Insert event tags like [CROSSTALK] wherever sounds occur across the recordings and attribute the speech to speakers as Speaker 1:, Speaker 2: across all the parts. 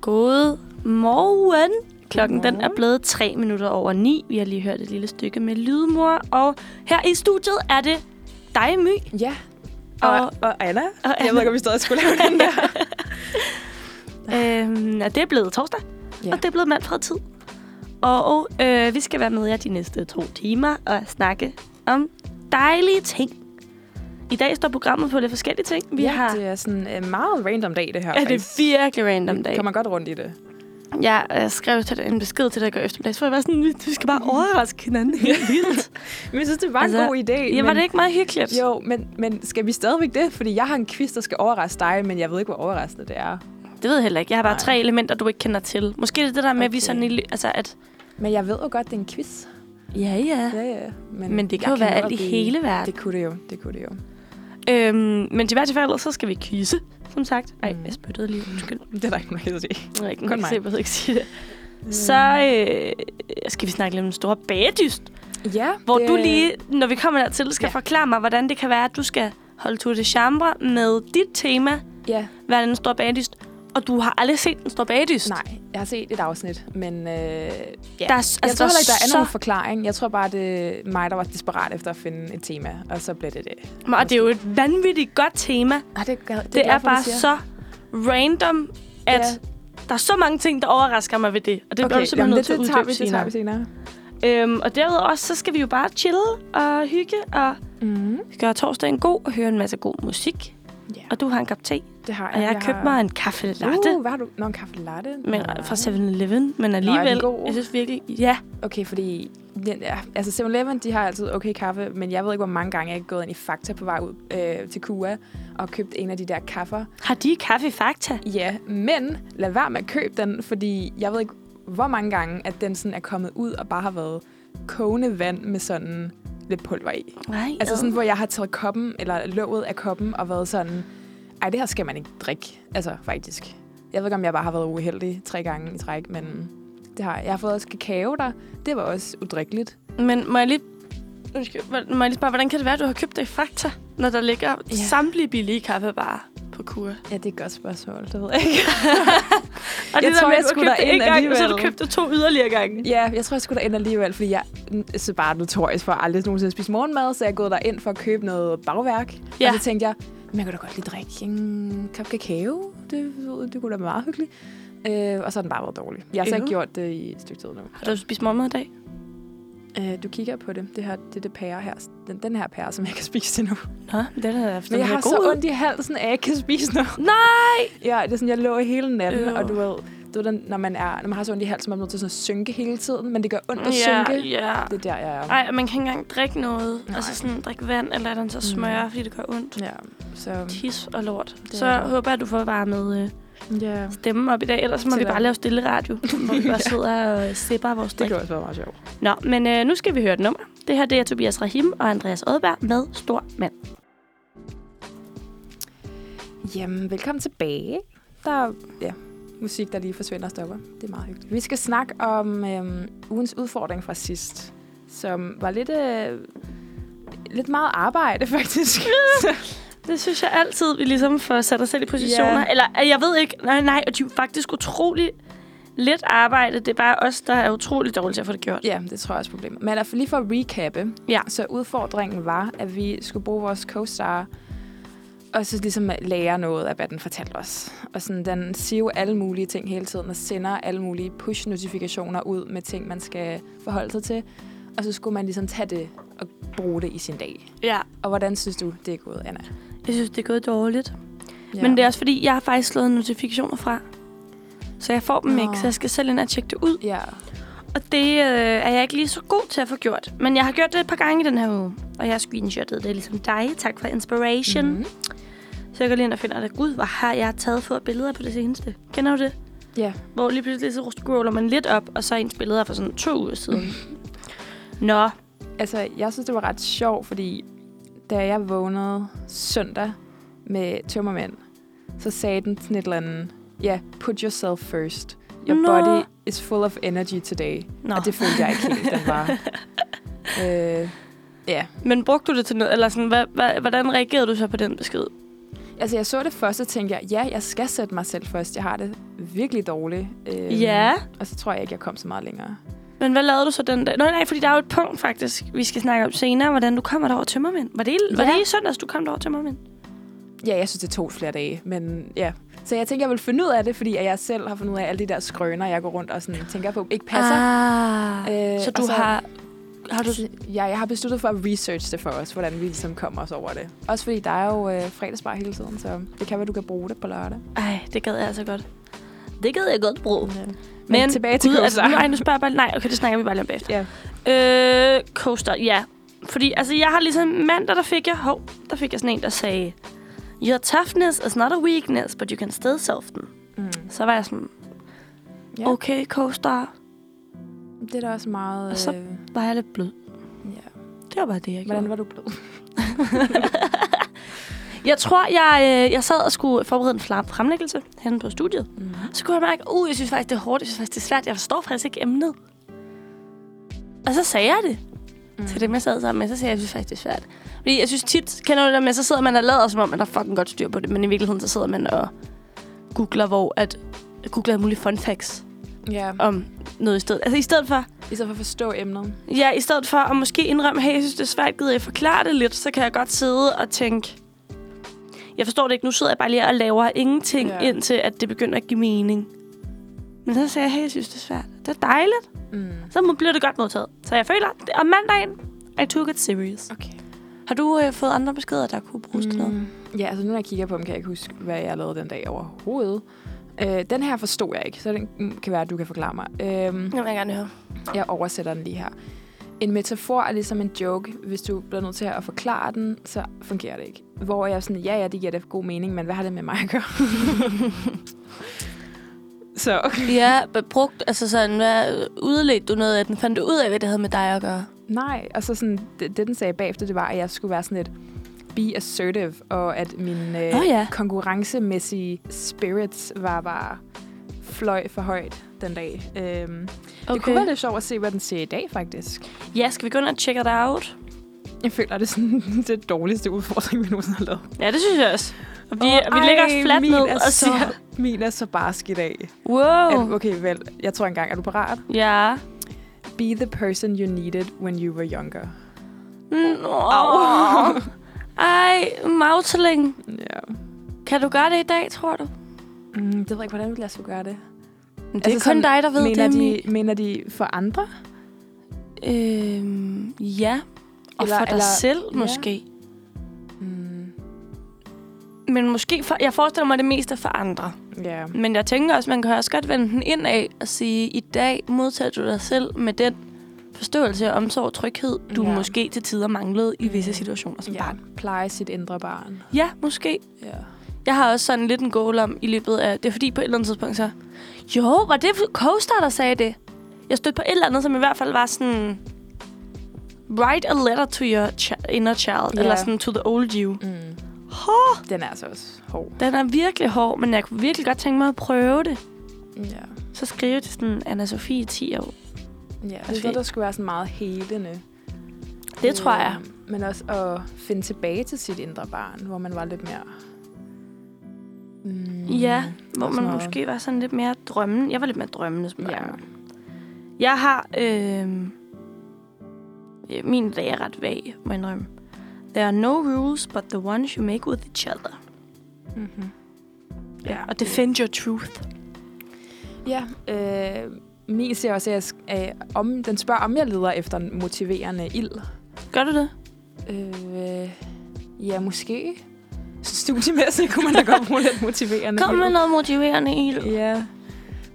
Speaker 1: God morgen. Klokken den er blevet 3 minutter over 9. Vi har lige hørt et lille stykke med lydmor. Og her i studiet er det dig, My.
Speaker 2: Ja. Og,
Speaker 1: Og,
Speaker 2: og, og Anna. Og
Speaker 1: og
Speaker 2: Jeg ved ikke, om vi stadig
Speaker 1: [LAUGHS]
Speaker 2: skulle lave den der.
Speaker 1: Øhm, og det er blevet torsdag,
Speaker 2: Ja.
Speaker 1: og det er blevet Manfred tid. Og øh, vi skal være med jer de næste to timer og snakke om dejlige ting. I dag står programmet på lidt forskellige ting. Vi
Speaker 2: ja,
Speaker 1: har...
Speaker 2: det er sådan en meget random dag, det her.
Speaker 1: Ja, det er
Speaker 2: faktisk.
Speaker 1: virkelig random dag.
Speaker 2: Kommer godt rundt i det.
Speaker 1: Jeg øh, skrev til dig en besked til dig i går eftermiddag, så jeg var sådan, vi vi skal bare
Speaker 2: Mhm.
Speaker 1: overraske
Speaker 2: [LAUGHS]
Speaker 1: hinanden helt vildt.
Speaker 2: Men jeg synes, det var altså,
Speaker 1: Altså,
Speaker 2: en god idé.
Speaker 1: Ja, var
Speaker 2: men,
Speaker 1: det ikke meget hyggeligt?
Speaker 2: Jo, men, men skal vi stadigvæk det? Fordi jeg har en quiz, der skal overraske dig, men jeg ved ikke, hvor overraskende det er.
Speaker 1: Det ved jeg heller ikke. Jeg har bare
Speaker 2: Nej.
Speaker 1: tre elementer, du ikke kender til. Måske er det det der med, okay. at vi
Speaker 2: Okay.
Speaker 1: sådan i, ly- altså at...
Speaker 2: Men jeg ved jo godt, det er en quiz.
Speaker 1: Ja, ja.
Speaker 2: Ja, ja.
Speaker 1: Men det kan
Speaker 2: jeg
Speaker 1: jo være
Speaker 2: godt
Speaker 1: alt i
Speaker 2: blive-
Speaker 1: hele verden.
Speaker 2: Det kunne det jo. Det kunne det jo.
Speaker 1: Øhm, men til hvert fald, så skal vi quizze, som sagt. Ej,
Speaker 2: Mm.
Speaker 1: jeg spyttede lige. Undskyld.
Speaker 2: Det er der ikke nogen, der
Speaker 1: Jeg kan ikke
Speaker 2: Kun
Speaker 1: kan
Speaker 2: mig. Mm.
Speaker 1: se, jeg ikke sige det. Så øh, skal vi snakke lidt om den store bagedyst,
Speaker 2: Ja.
Speaker 1: hvor
Speaker 2: det,
Speaker 1: du lige, når vi kommer dertil, skal ja.
Speaker 2: ja.
Speaker 1: forklare mig, hvordan det kan være, at du skal holde Tour de Chambre med dit tema,
Speaker 2: Ja,
Speaker 1: hvad er den store bagedyst, og du har aldrig set den store bagedyst.
Speaker 2: nej. Jeg har set et afsnit, men øh, Ja.
Speaker 1: Der er, s- altså,
Speaker 2: jeg tror heller ikke, der er
Speaker 1: så,
Speaker 2: nogen forklaring. Jeg tror bare, det er mig, der var desperat efter at finde et tema, og så blev det det.
Speaker 1: Og det er jo et vanvittigt godt tema. Det,
Speaker 2: Ah, det, det, det,
Speaker 1: det er bare så random, at
Speaker 2: Ja.
Speaker 1: der er så mange ting, der overrasker mig ved det. Og det okay, bliver du
Speaker 2: Okay,
Speaker 1: simpelthen
Speaker 2: jamen,
Speaker 1: nødt
Speaker 2: det,
Speaker 1: til at
Speaker 2: det, tager
Speaker 1: uddybe
Speaker 2: vi, det tager
Speaker 1: senere.
Speaker 2: vi senere.
Speaker 1: Øhm, og derudover også, så skal vi jo bare chille og hygge og
Speaker 2: Mm.
Speaker 1: gøre torsdagen god og høre en masse god musik.
Speaker 2: Ja.
Speaker 1: Og du har en kop te,
Speaker 2: Det har jeg.
Speaker 1: og jeg har købt mig en kaffe latte.
Speaker 2: Uh, hvad har du? Nå, en kaffe latte?
Speaker 1: Men
Speaker 2: Nå.
Speaker 1: fra 7-Eleven, men alligevel,
Speaker 2: god?
Speaker 1: jeg synes virkelig, ja,
Speaker 2: Okay, fordi... Ja, ja, altså 7-Eleven, de har altid okay kaffe, men jeg ved ikke, hvor mange gange jeg er gået ind i Fakta på vej ud øh, til Kua og købt en af de der kaffer.
Speaker 1: har de kaffe i Fakta?
Speaker 2: Ja, men lad være med at købe den, fordi jeg ved ikke, hvor mange gange, at den sådan er kommet ud og bare har været kogende vand med sådan lidt pulver i.
Speaker 1: Nej,
Speaker 2: Altså sådan, hvor jeg har taget koppen, eller låget af koppen, og været sådan, ej, det her skal man ikke drikke. Altså, faktisk. Jeg ved ikke, om jeg bare har været uheldig tre gange i træk, men det har jeg. Jeg har fået også kakao der. Det var også udrikkeligt.
Speaker 1: Men må jeg lige... Undskyld, hvor- må jeg lige spørge, hvordan kan det være, at du har købt det i Fakta, når der ligger ja.
Speaker 2: Ja.
Speaker 1: samtlige billige kaffebarer på kur?
Speaker 2: Ja, det er et godt spørgsmål. Det ved jeg ikke.
Speaker 1: Og det der
Speaker 2: tror,
Speaker 1: med,
Speaker 2: jeg
Speaker 1: at du
Speaker 2: skulle
Speaker 1: købte
Speaker 2: derind
Speaker 1: en gang, og så har du
Speaker 2: alligevel.
Speaker 1: købt det to yderligere gange.
Speaker 2: Ja, jeg tror, jeg skulle derind alligevel, fordi jeg er så bare notorisk for at aldrig nogensinde spise morgenmad, så jeg er gået derind for at købe noget bagværk.
Speaker 1: Ja.
Speaker 2: Ja. Og så tænkte jeg, men jeg kunne da godt lige drikke en kop kakao. Det, det kunne da være meget hyggeligt. Øh, og så har den bare været dårlig. Jeg har så ikke
Speaker 1: Øv.
Speaker 2: gjort det i et stykke tid nu.
Speaker 1: Har du spist morgenmad i dag?
Speaker 2: Øh, du kigger på det. Det her, det er det pære her. Den, den her pære, som jeg kan spise til nu.
Speaker 1: Nå, det er da efter,
Speaker 2: Men jeg har så ondt i halsen, at jeg ikke kan spise noget.
Speaker 1: Nej!
Speaker 2: Ja, det er sådan, jeg lå hele natten,
Speaker 1: Øv.
Speaker 2: og du ved, du ved, den- når man, er, når man har så ondt i halsen, man er nødt til sådan at synke hele tiden, men det gør ondt at
Speaker 1: Ja,
Speaker 2: synke.
Speaker 1: ja.
Speaker 2: Det er der, jeg er.
Speaker 1: Ej, og man kan ikke engang drikke noget. Nej.
Speaker 2: Nej.
Speaker 1: Altså sådan drikke vand eller et eller andet, så smøre, mm. fordi det gør ondt.
Speaker 2: Ja, så...
Speaker 1: Tis og lort.
Speaker 2: er
Speaker 1: Så
Speaker 2: det.
Speaker 1: håber jeg, at du får varmet øh,
Speaker 2: Ja.
Speaker 1: stemmen op i dag. Ellers må
Speaker 2: Til
Speaker 1: vi
Speaker 2: dig.
Speaker 1: bare lave stille radio, hvor
Speaker 2: [LAUGHS]
Speaker 1: vi bare sidder og øh, sipper vores
Speaker 2: Det
Speaker 1: drik.
Speaker 2: kunne også være meget sjovt.
Speaker 1: Nå, men øh, nu skal vi høre et nummer. Det her det er Tobias Rahim og Andreas Odberg med Stor Mand.
Speaker 2: Jamen, velkommen tilbage. Der er ja, musik, der lige forsvinder og stopper. Det er meget hyggeligt. Vi skal snakke om øhm, ugens udfordring fra sidst, som var lidt, øh, lidt meget arbejde, [LAUGHS] faktisk.
Speaker 1: Det synes jeg altid, vi ligesom får sat os selv i positioner. Yeah.
Speaker 2: Ja.
Speaker 1: Eller øh, jeg ved ikke, nej, nej, og de er jo faktisk utrolig let arbejde. Det er bare os, der er utrolig dårlige til at få det gjort.
Speaker 2: ja, det tror jeg også er problemet. Men altså, lige for at recappe,
Speaker 1: Ja.
Speaker 2: så udfordringen var, at vi skulle bruge vores co-star og så ligesom lære noget af, hvad den fortalte os. Og sådan, den siger jo alle mulige ting hele tiden, og sender alle mulige push-notifikationer ud med ting, man skal forholde sig til. Og så skulle man ligesom tage det og bruge det i sin dag.
Speaker 1: Ja.
Speaker 2: Og hvordan synes du, det er gået, Anna?
Speaker 1: Jeg synes, det er gået dårligt. Ja. Men det er også fordi, jeg har faktisk slået notifikationer fra. Så jeg får dem
Speaker 2: Nå.
Speaker 1: ikke, så jeg skal selv ind og tjekke det ud.
Speaker 2: Ja,
Speaker 1: Og det øh, er jeg ikke lige så god til at få gjort. Men jeg har gjort det et par gange i den her uge. Og jeg har screenshotet det ligesom dig. Tak for inspiration. Mm-hmm.
Speaker 2: Mhm.
Speaker 1: Så jeg går lige ind og finder det. Gud, hvor har jeg taget få billeder på det seneste. Kender du det?
Speaker 2: ja.
Speaker 1: Hvor lige pludselig så scroller man lidt op, og så er ens billeder fra sådan to uger
Speaker 2: [LAUGHS]
Speaker 1: siden. Nå,
Speaker 2: Altså, jeg synes, det var ret sjovt, fordi da jeg vågnede søndag med tømmermænd, så sagde den sådan et eller andet, ja, yeah, put yourself first. Your
Speaker 1: Nå.
Speaker 2: Nå. body is full of energy today.
Speaker 1: nå.
Speaker 2: Og det følte jeg ikke helt, den
Speaker 1: [LAUGHS]
Speaker 2: var. øh, ja.
Speaker 1: Men brugte du det til noget? Eller sådan, hvad, hvad, hvordan reagerede du så på den besked?
Speaker 2: Altså, jeg så det først og tænkte, jeg, ja, jeg skal sætte mig selv først. Jeg har det virkelig dårligt. Øh,
Speaker 1: Ja.
Speaker 2: Og så tror jeg ikke, jeg kom så meget længere.
Speaker 1: Men hvad lavede du så den dag? Nå, nej, fordi der er jo et punkt faktisk, vi skal snakke om senere, hvordan du kommer derover tømmermænd. Var det, ja. var
Speaker 2: Ja.
Speaker 1: det i søndags, du kom derover tømmermænd?
Speaker 2: Ja, jeg synes, det tog flere dage, men ja. Så jeg tænker, jeg vil finde ud af det, fordi at jeg selv har fundet ud af alle de der skrøner, jeg går rundt og sådan, tænker på, ikke passer.
Speaker 1: Ah,
Speaker 2: Øh,
Speaker 1: så du
Speaker 2: og så-
Speaker 1: har... Har du...
Speaker 2: Altså, Ja, jeg har besluttet for at researche det for os, hvordan vi ligesom kommer os over det. Også fordi der er jo øh, fredagsbar hele tiden, så det kan være, du kan bruge det på lørdag.
Speaker 1: Ej, det gad jeg altså godt. Det gad jeg godt bruge.
Speaker 2: Men, tilbage til
Speaker 1: Gud, altså,
Speaker 2: Costa.
Speaker 1: nu, ej, nu spørger jeg bare... Nej, okay, det snakker vi bare lige om bagefter.
Speaker 2: Ja.
Speaker 1: Øh, coaster, ja. Fordi altså, jeg har ligesom mandag, der fik jeg... Hov, der fik jeg sådan en, der sagde... Your toughness is not a weakness, but you can still soften.
Speaker 2: Mm.
Speaker 1: Så var jeg sådan...
Speaker 2: Ja.
Speaker 1: Okay, coaster.
Speaker 2: Det er da også meget...
Speaker 1: Og så-
Speaker 2: Øh,
Speaker 1: Var jeg lidt blød?
Speaker 2: ja.
Speaker 1: Det var bare det, jeg
Speaker 2: Hvordan
Speaker 1: gjorde.
Speaker 2: var du blevet?
Speaker 1: Jeg tror, jeg, øh, jeg sad og skulle forberede en flam- fremlæggelse henne på studiet.
Speaker 2: Mm.
Speaker 1: Så kunne jeg mærke, uh, jeg synes faktisk, det er hårdt, jeg synes faktisk, det er svært, jeg forstår faktisk ikke emnet. Og så sagde jeg det mm. til dem, jeg sad sammen med, så sagde jeg, jeg synes faktisk, det er svært. Fordi jeg synes tit, kender du det der med, så sidder man og lader, som om man har fucking godt styr på det, men i virkeligheden, så sidder man og googler, hvor at googler alle mulige fun facts
Speaker 2: Ja,
Speaker 1: om noget i stedet. Altså i stedet for,
Speaker 2: i stedet for at forstå emnet.
Speaker 1: ja, i stedet for at måske indrømme, hey, jeg synes, det er svært, gider jeg forklare det lidt, så kan jeg godt sidde og tænke, jeg forstår det ikke, nu sidder jeg bare lige og laver ingenting,
Speaker 2: Ja.
Speaker 1: ja. indtil at det begynder at give mening. Men så sagde jeg, hey, jeg synes, det er svært. Det er dejligt.
Speaker 2: Mm.
Speaker 1: Så må- bliver det godt modtaget. Så jeg føler, at om mandagen, I took it serious.
Speaker 2: Okay.
Speaker 1: Har du øh, fået andre beskeder, der kunne bruges mm. til noget?
Speaker 2: Ja, altså nu når jeg kigger på dem, kan jeg ikke huske, hvad jeg lavede den dag overhovedet. Øh, den her forstod jeg ikke, så den mm, kan være, at du kan forklare mig. Øh,
Speaker 1: Det vil jeg gerne høre.
Speaker 2: Jeg oversætter den lige her. En metafor er ligesom en joke. Hvis du bliver nødt til at forklare den, så fungerer det ikke. Hvor jeg er sådan, ja, ja, det giver da god mening, men hvad har det med mig at gøre? [LAUGHS] så okay.
Speaker 1: Ja, be- brugt, altså sådan, hvad, udledte du noget af den? Fandt du ud af, hvad det havde med dig at gøre?
Speaker 2: Nej, og så sådan, det, det, den sagde bagefter, det var, at jeg skulle være sådan lidt be assertive, og at min øh,
Speaker 1: Nå ja.
Speaker 2: konkurrencemæssige spirits var bare fløj for højt den dag. Øhm, okay. Det kunne være lidt sjovt at se, hvad den siger i dag, faktisk.
Speaker 1: Ja, skal vi gå ind og tjekke det out?
Speaker 2: Jeg føler, det er sådan [LAUGHS] det dårligste udfordring, vi nogensinde har lavet.
Speaker 1: Ja, det synes jeg også. Og vi, oh, vi lægger os fladt ned og siger,
Speaker 2: Min er så barsk i dag.
Speaker 1: [LAUGHS] wow.
Speaker 2: Oh. Okay, vel. Jeg tror engang, er du parat?
Speaker 1: Ja.
Speaker 2: Be the person you needed when you were younger.
Speaker 1: Nå.
Speaker 2: [LAUGHS]
Speaker 1: Oh. Ej, magteling.
Speaker 2: Ja.
Speaker 1: Kan du gøre det i dag, tror du?
Speaker 2: Mm, det ved jeg ikke, hvordan vi lader os gøre det.
Speaker 1: Men det altså, er kun dig, der ved
Speaker 2: mener
Speaker 1: det.
Speaker 2: De, mener de for andre?
Speaker 1: Mi. Øhm, ja. Og
Speaker 2: Eller-
Speaker 1: eller, for dig
Speaker 2: eller-
Speaker 1: selv,
Speaker 2: ja.
Speaker 1: måske.
Speaker 2: Mm.
Speaker 1: Men måske for, jeg forestiller mig det mest er for andre.
Speaker 2: Ja.
Speaker 1: Men jeg tænker også, man kan også godt vende den ind af og sige, i dag modtager du dig selv med den forståelse og omsorg og tryghed, du
Speaker 2: Ja.
Speaker 1: ja. måske til tider manglede i visse
Speaker 2: Mm.
Speaker 1: situationer som ja.
Speaker 2: ja.
Speaker 1: barn.
Speaker 2: Pleje sit indre barn.
Speaker 1: Ja, måske.
Speaker 2: Ja.
Speaker 1: Jeg har også sådan lidt en goal om i løbet af... Det er fordi på et eller andet tidspunkt så... Jo, var det Coaster, der sagde det? Jeg stødte på et eller andet, som i hvert fald var sådan... Write a letter to your chi- inner child.
Speaker 2: Ja.
Speaker 1: Yeah. Eller sådan to the old you.
Speaker 2: Mm.
Speaker 1: Hår,
Speaker 2: Den er altså også hård.
Speaker 1: den er virkelig hård, men jeg kunne virkelig godt tænke mig at prøve det.
Speaker 2: Ja.
Speaker 1: Så skrive til sådan Anna-Sophie 10 år.
Speaker 2: Ja, det er noget, der skulle være sådan meget helende.
Speaker 1: Det tror jeg.
Speaker 2: Øhm, Men også at finde tilbage til sit indre barn, hvor man var lidt mere... Mm,
Speaker 1: Ja, hvor
Speaker 2: og
Speaker 1: man
Speaker 2: sådan noget.
Speaker 1: måske var sådan lidt mere drømmende. Jeg var lidt mere drømmende som
Speaker 2: Ja.
Speaker 1: barn. Jeg har... Øh, øh, min dag er ret vag, må jeg indrømme. There are no rules but the ones you make with each other.
Speaker 2: Mm-hmm.
Speaker 1: Ja, og defend your truth.
Speaker 2: Ja, øh, min siger også, at jeg, sk- øh, om, den spørger, om jeg leder efter en motiverende ild.
Speaker 1: Gør du det?
Speaker 2: Øh, ja, måske. Så studiemæssigt kunne man da godt bruge lidt motiverende
Speaker 1: Kom med
Speaker 2: ild.
Speaker 1: noget motiverende i
Speaker 2: Ja.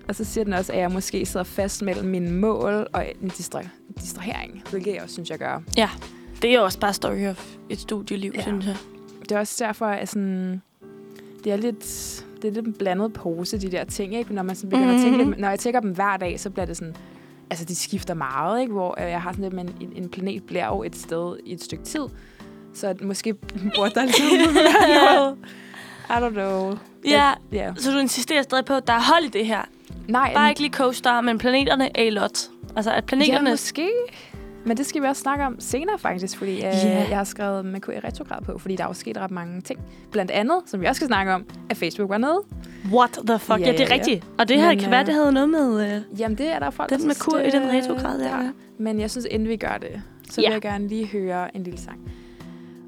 Speaker 2: Og så siger den også, at jeg måske sidder fast mellem mine mål og en distra- distrahering, hvilket jeg også synes, jeg gør.
Speaker 1: Det er jo også bare story of et studieliv,
Speaker 2: Ja.
Speaker 1: ja. synes jeg.
Speaker 2: det er også derfor, at sådan, det er lidt det er lidt en blandet pose, de der ting, ikke? Når man sådan begynder mm-hmm. at tænke
Speaker 1: Mhm.
Speaker 2: lidt, når jeg tænker dem hver dag, så bliver det sådan, altså de skifter meget, ikke? Hvor øh, jeg har sådan lidt, men en, en planet bliver jo et sted i et stykke tid, så at måske [LAUGHS] burde der ligesom være noget. I don't know.
Speaker 1: Ja,
Speaker 2: Yeah.
Speaker 1: så du insisterer stadig på, at der er hold i det her.
Speaker 2: Nej,
Speaker 1: Bare ikke lige co-star, men planeterne er i lot. Altså, at
Speaker 2: ja,
Speaker 1: planeterne...
Speaker 2: måske. Men det skal vi også snakke om senere faktisk, fordi øh,
Speaker 1: Ja.
Speaker 2: jeg har skrevet Merkur i retrograd på, fordi der er jo sket ret mange ting. Blandt andet, som vi også skal snakke om, at Facebook var nede.
Speaker 1: What the fuck? Ja,
Speaker 2: Ja,
Speaker 1: ja det er
Speaker 2: ja, ja.
Speaker 1: rigtigt. Og det her
Speaker 2: Men,
Speaker 1: kan være,
Speaker 2: øh,
Speaker 1: det havde noget med øh,
Speaker 2: Jamen, det er der folk,
Speaker 1: den
Speaker 2: der
Speaker 1: med
Speaker 2: synes,
Speaker 1: kur i
Speaker 2: det-
Speaker 1: den retrograd der. Ja.
Speaker 2: Men jeg synes, inden vi gør det, så
Speaker 1: Ja.
Speaker 2: ja. vil jeg gerne lige høre en lille sang.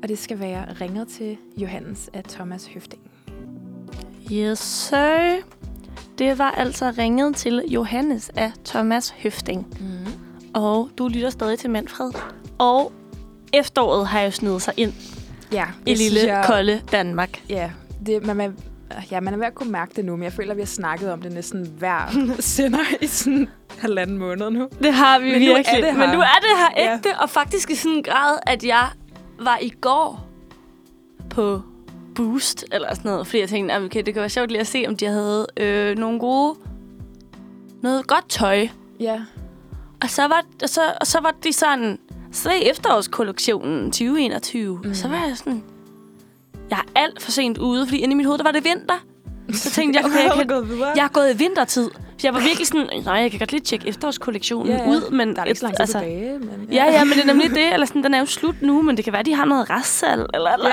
Speaker 2: Og det skal være Ringet til Johannes af Thomas Høfting.
Speaker 1: Yes, sir. Det var altså ringet til Johannes af Thomas Høfting.
Speaker 2: Mm.
Speaker 1: Og du lytter stadig til Manfred. Og efteråret har jo snedet sig ind
Speaker 2: Ja,
Speaker 1: i
Speaker 2: det synes
Speaker 1: lille, jeg... kolde Danmark.
Speaker 2: Ja, det, man, man, ja, man er ved at kunne mærke det nu, men jeg føler, at vi har snakket om det næsten
Speaker 1: [LAUGHS]
Speaker 2: hver sender i sådan halvanden måned nu.
Speaker 1: Det har vi
Speaker 2: Men nu er
Speaker 1: virkelig.
Speaker 2: det her.
Speaker 1: Men nu er det her
Speaker 2: Ja.
Speaker 1: ægte, og faktisk i sådan en grad, at jeg var i går på Boost eller sådan noget, fordi jeg tænkte, "Nå, okay, det kan være sjovt lige at se, om de havde øh, nogle gode, noget godt tøj.
Speaker 2: Ja.
Speaker 1: Og så var, og så, og så var de sådan, så i efterårskollektionen 2021, mm. og så var jeg sådan, jeg er alt for sent ude, fordi inde i mit hoved, der var det vinter. Så tænkte
Speaker 2: [LAUGHS]
Speaker 1: jeg, okay, jeg, kan,
Speaker 2: gået videre.
Speaker 1: jeg er gået i vintertid. For jeg var virkelig sådan, nej, jeg kan godt lige tjekke efterårskollektionen
Speaker 2: Ja, ja.
Speaker 1: ud, men...
Speaker 2: der er ikke så lang tid altså, tilbage, men...
Speaker 1: Ja, ja, men det er nemlig
Speaker 2: [LAUGHS]
Speaker 1: det. Eller sådan, den er jo slut nu, men det kan være, de har noget restsalg. Eller, eller.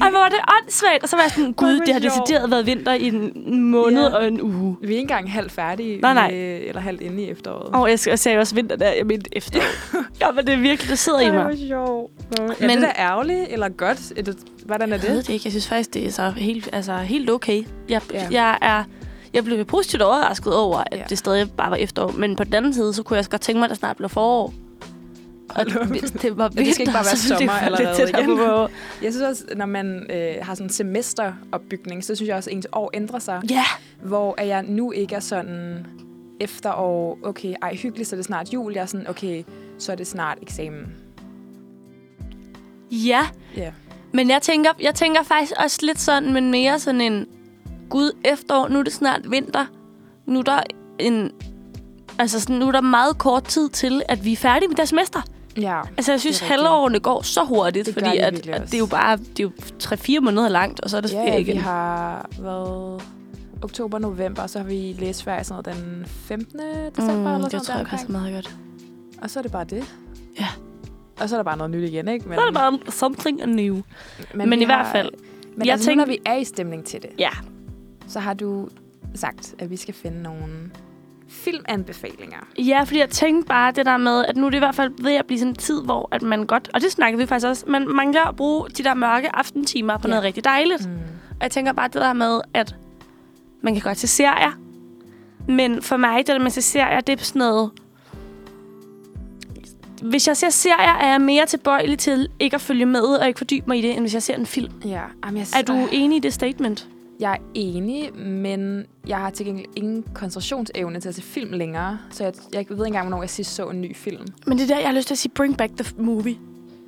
Speaker 1: Ej, hvor var det åndssvagt. Og så var jeg sådan,
Speaker 2: Ej,
Speaker 1: gud,
Speaker 2: hvor
Speaker 1: det har
Speaker 2: sjovt.
Speaker 1: decideret været vinter i en måned
Speaker 2: Ja.
Speaker 1: og en uge.
Speaker 2: Vi er ikke engang halvt færdige,
Speaker 1: Nej, nej.
Speaker 2: Med, eller halvt inde i efteråret.
Speaker 1: Og jeg, jeg sagde også vinter der, jeg mente efter.
Speaker 2: [LAUGHS]
Speaker 1: ja, men det er virkelig, det sidder i
Speaker 2: Ej,
Speaker 1: mig.
Speaker 2: hvor sjovt. Nå, Er
Speaker 1: Men-
Speaker 2: men, det da ærgerligt, eller godt? Er det, hvordan er
Speaker 1: Jeg ved
Speaker 2: det?
Speaker 1: det ikke. Jeg synes faktisk, det er så helt, altså, helt okay. Jeg,
Speaker 2: Ja.
Speaker 1: jeg er... Jeg blev positivt overrasket over, at
Speaker 2: Ja.
Speaker 1: det stadig bare var efterår. Men på den anden side, så kunne jeg også godt tænke mig, at der snart blev forår. Og
Speaker 2: Hold op.
Speaker 1: hvis det var
Speaker 2: Ja,
Speaker 1: vinter,
Speaker 2: det skal ikke bare være
Speaker 1: så ville det
Speaker 2: sommer
Speaker 1: være lidt
Speaker 2: allerede
Speaker 1: tættere
Speaker 2: igen.
Speaker 1: på forår.
Speaker 2: Jeg synes også, når man øh, har sådan en semesteropbygning, så synes jeg også, at ens år ændrer sig.
Speaker 1: Ja,
Speaker 2: Hvor at jeg nu ikke er sådan efterår, okay, ej, hyggeligt, så er det snart jul. Jeg er sådan, okay, så er det snart eksamen.
Speaker 1: ja.
Speaker 2: Ja.
Speaker 1: Men jeg tænker, jeg tænker faktisk også lidt sådan, men mere sådan en... Gud, efterår, nu er det snart vinter. Nu er der en... Altså, sådan, nu er der meget kort tid til, at vi er færdige med deres semester.
Speaker 2: Ja.
Speaker 1: Altså, jeg synes,
Speaker 2: Det er rigtigt.
Speaker 1: halvårene går så hurtigt,
Speaker 2: Det gør
Speaker 1: fordi
Speaker 2: de
Speaker 1: at,
Speaker 2: virkelig
Speaker 1: at
Speaker 2: også.
Speaker 1: det er jo bare det er jo 3-4 måneder langt, og så er det ferie
Speaker 2: Ja, vi
Speaker 1: igen.
Speaker 2: har været oktober, november, og så har vi læsferie sådan noget den 15. december.
Speaker 1: mm,
Speaker 2: eller
Speaker 1: det
Speaker 2: sådan
Speaker 1: tror jeg
Speaker 2: noget
Speaker 1: passer
Speaker 2: deromkring.
Speaker 1: meget godt.
Speaker 2: Og så er det bare det.
Speaker 1: Ja.
Speaker 2: Og så er der bare noget nyt igen, ikke? Men,
Speaker 1: Så er det bare something new. Men, men
Speaker 2: vi
Speaker 1: i hvert
Speaker 2: har-
Speaker 1: fald,
Speaker 2: Men
Speaker 1: jeg
Speaker 2: jeg altså, tænker,
Speaker 1: tænker-
Speaker 2: når vi er i stemning til det,
Speaker 1: ja.
Speaker 2: så har du sagt, at vi skal finde nogle filmanbefalinger.
Speaker 1: Ja, fordi jeg tænkte bare det der med, at nu er det i hvert fald ved at blive sådan en tid, hvor at man godt... Og det snakkede vi faktisk også. Man mangler at bruge de der mørke aftentimer på
Speaker 2: Ja.
Speaker 1: noget rigtig dejligt.
Speaker 2: Mm.
Speaker 1: Og jeg tænker bare det der med, at man kan godt se serier. Men for mig, det der med at se serier, det er sådan noget... Hvis jeg ser serier, er jeg mere tilbøjelig til ikke at følge med og ikke fordybe mig i det, end hvis jeg ser en film.
Speaker 2: Ja, jamen, jeg,
Speaker 1: Er du enig i det statement?
Speaker 2: jeg er enig, men jeg har til gengæld ingen koncentrationsevne til at se film længere, så jeg, jeg ved ikke engang, hvornår jeg sidst så en ny film.
Speaker 1: Men det er der, jeg har lyst til at sige, bring back the movie.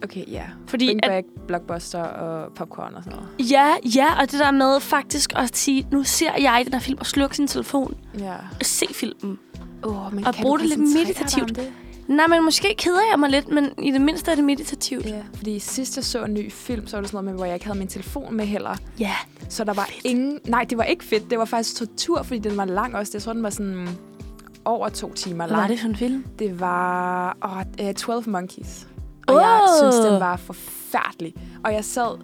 Speaker 2: Okay, ja.
Speaker 1: Fordi
Speaker 2: Bring
Speaker 1: at-
Speaker 2: back, blockbuster og popcorn og sådan noget.
Speaker 1: Ja, ja, og det der med faktisk at sige, nu ser jeg den her film og slukke sin telefon.
Speaker 2: Ja.
Speaker 1: Se filmen.
Speaker 2: Oh, men
Speaker 1: Og
Speaker 2: kan
Speaker 1: bruge
Speaker 2: du
Speaker 1: det lidt
Speaker 2: koncentrere dig
Speaker 1: meditativt.
Speaker 2: om det?
Speaker 1: Nej, men måske keder jeg mig lidt, men i det mindste er det meditativt.
Speaker 2: Ja, fordi sidst jeg så en ny film, så var det sådan noget med, hvor jeg ikke havde min telefon med heller.
Speaker 1: Ja.
Speaker 2: Så der var
Speaker 1: Fedt.
Speaker 2: fedt. ingen... Nej, det var ikke fedt. Det var faktisk tortur, fordi den var lang også. Jeg tror, den var sådan over to timer
Speaker 1: Hvad var
Speaker 2: lang.
Speaker 1: det for en film?
Speaker 2: Det var åh, øh, 12 Monkeys. Og
Speaker 1: Åh!
Speaker 2: jeg synes, den var forfærdelig. Og jeg sad...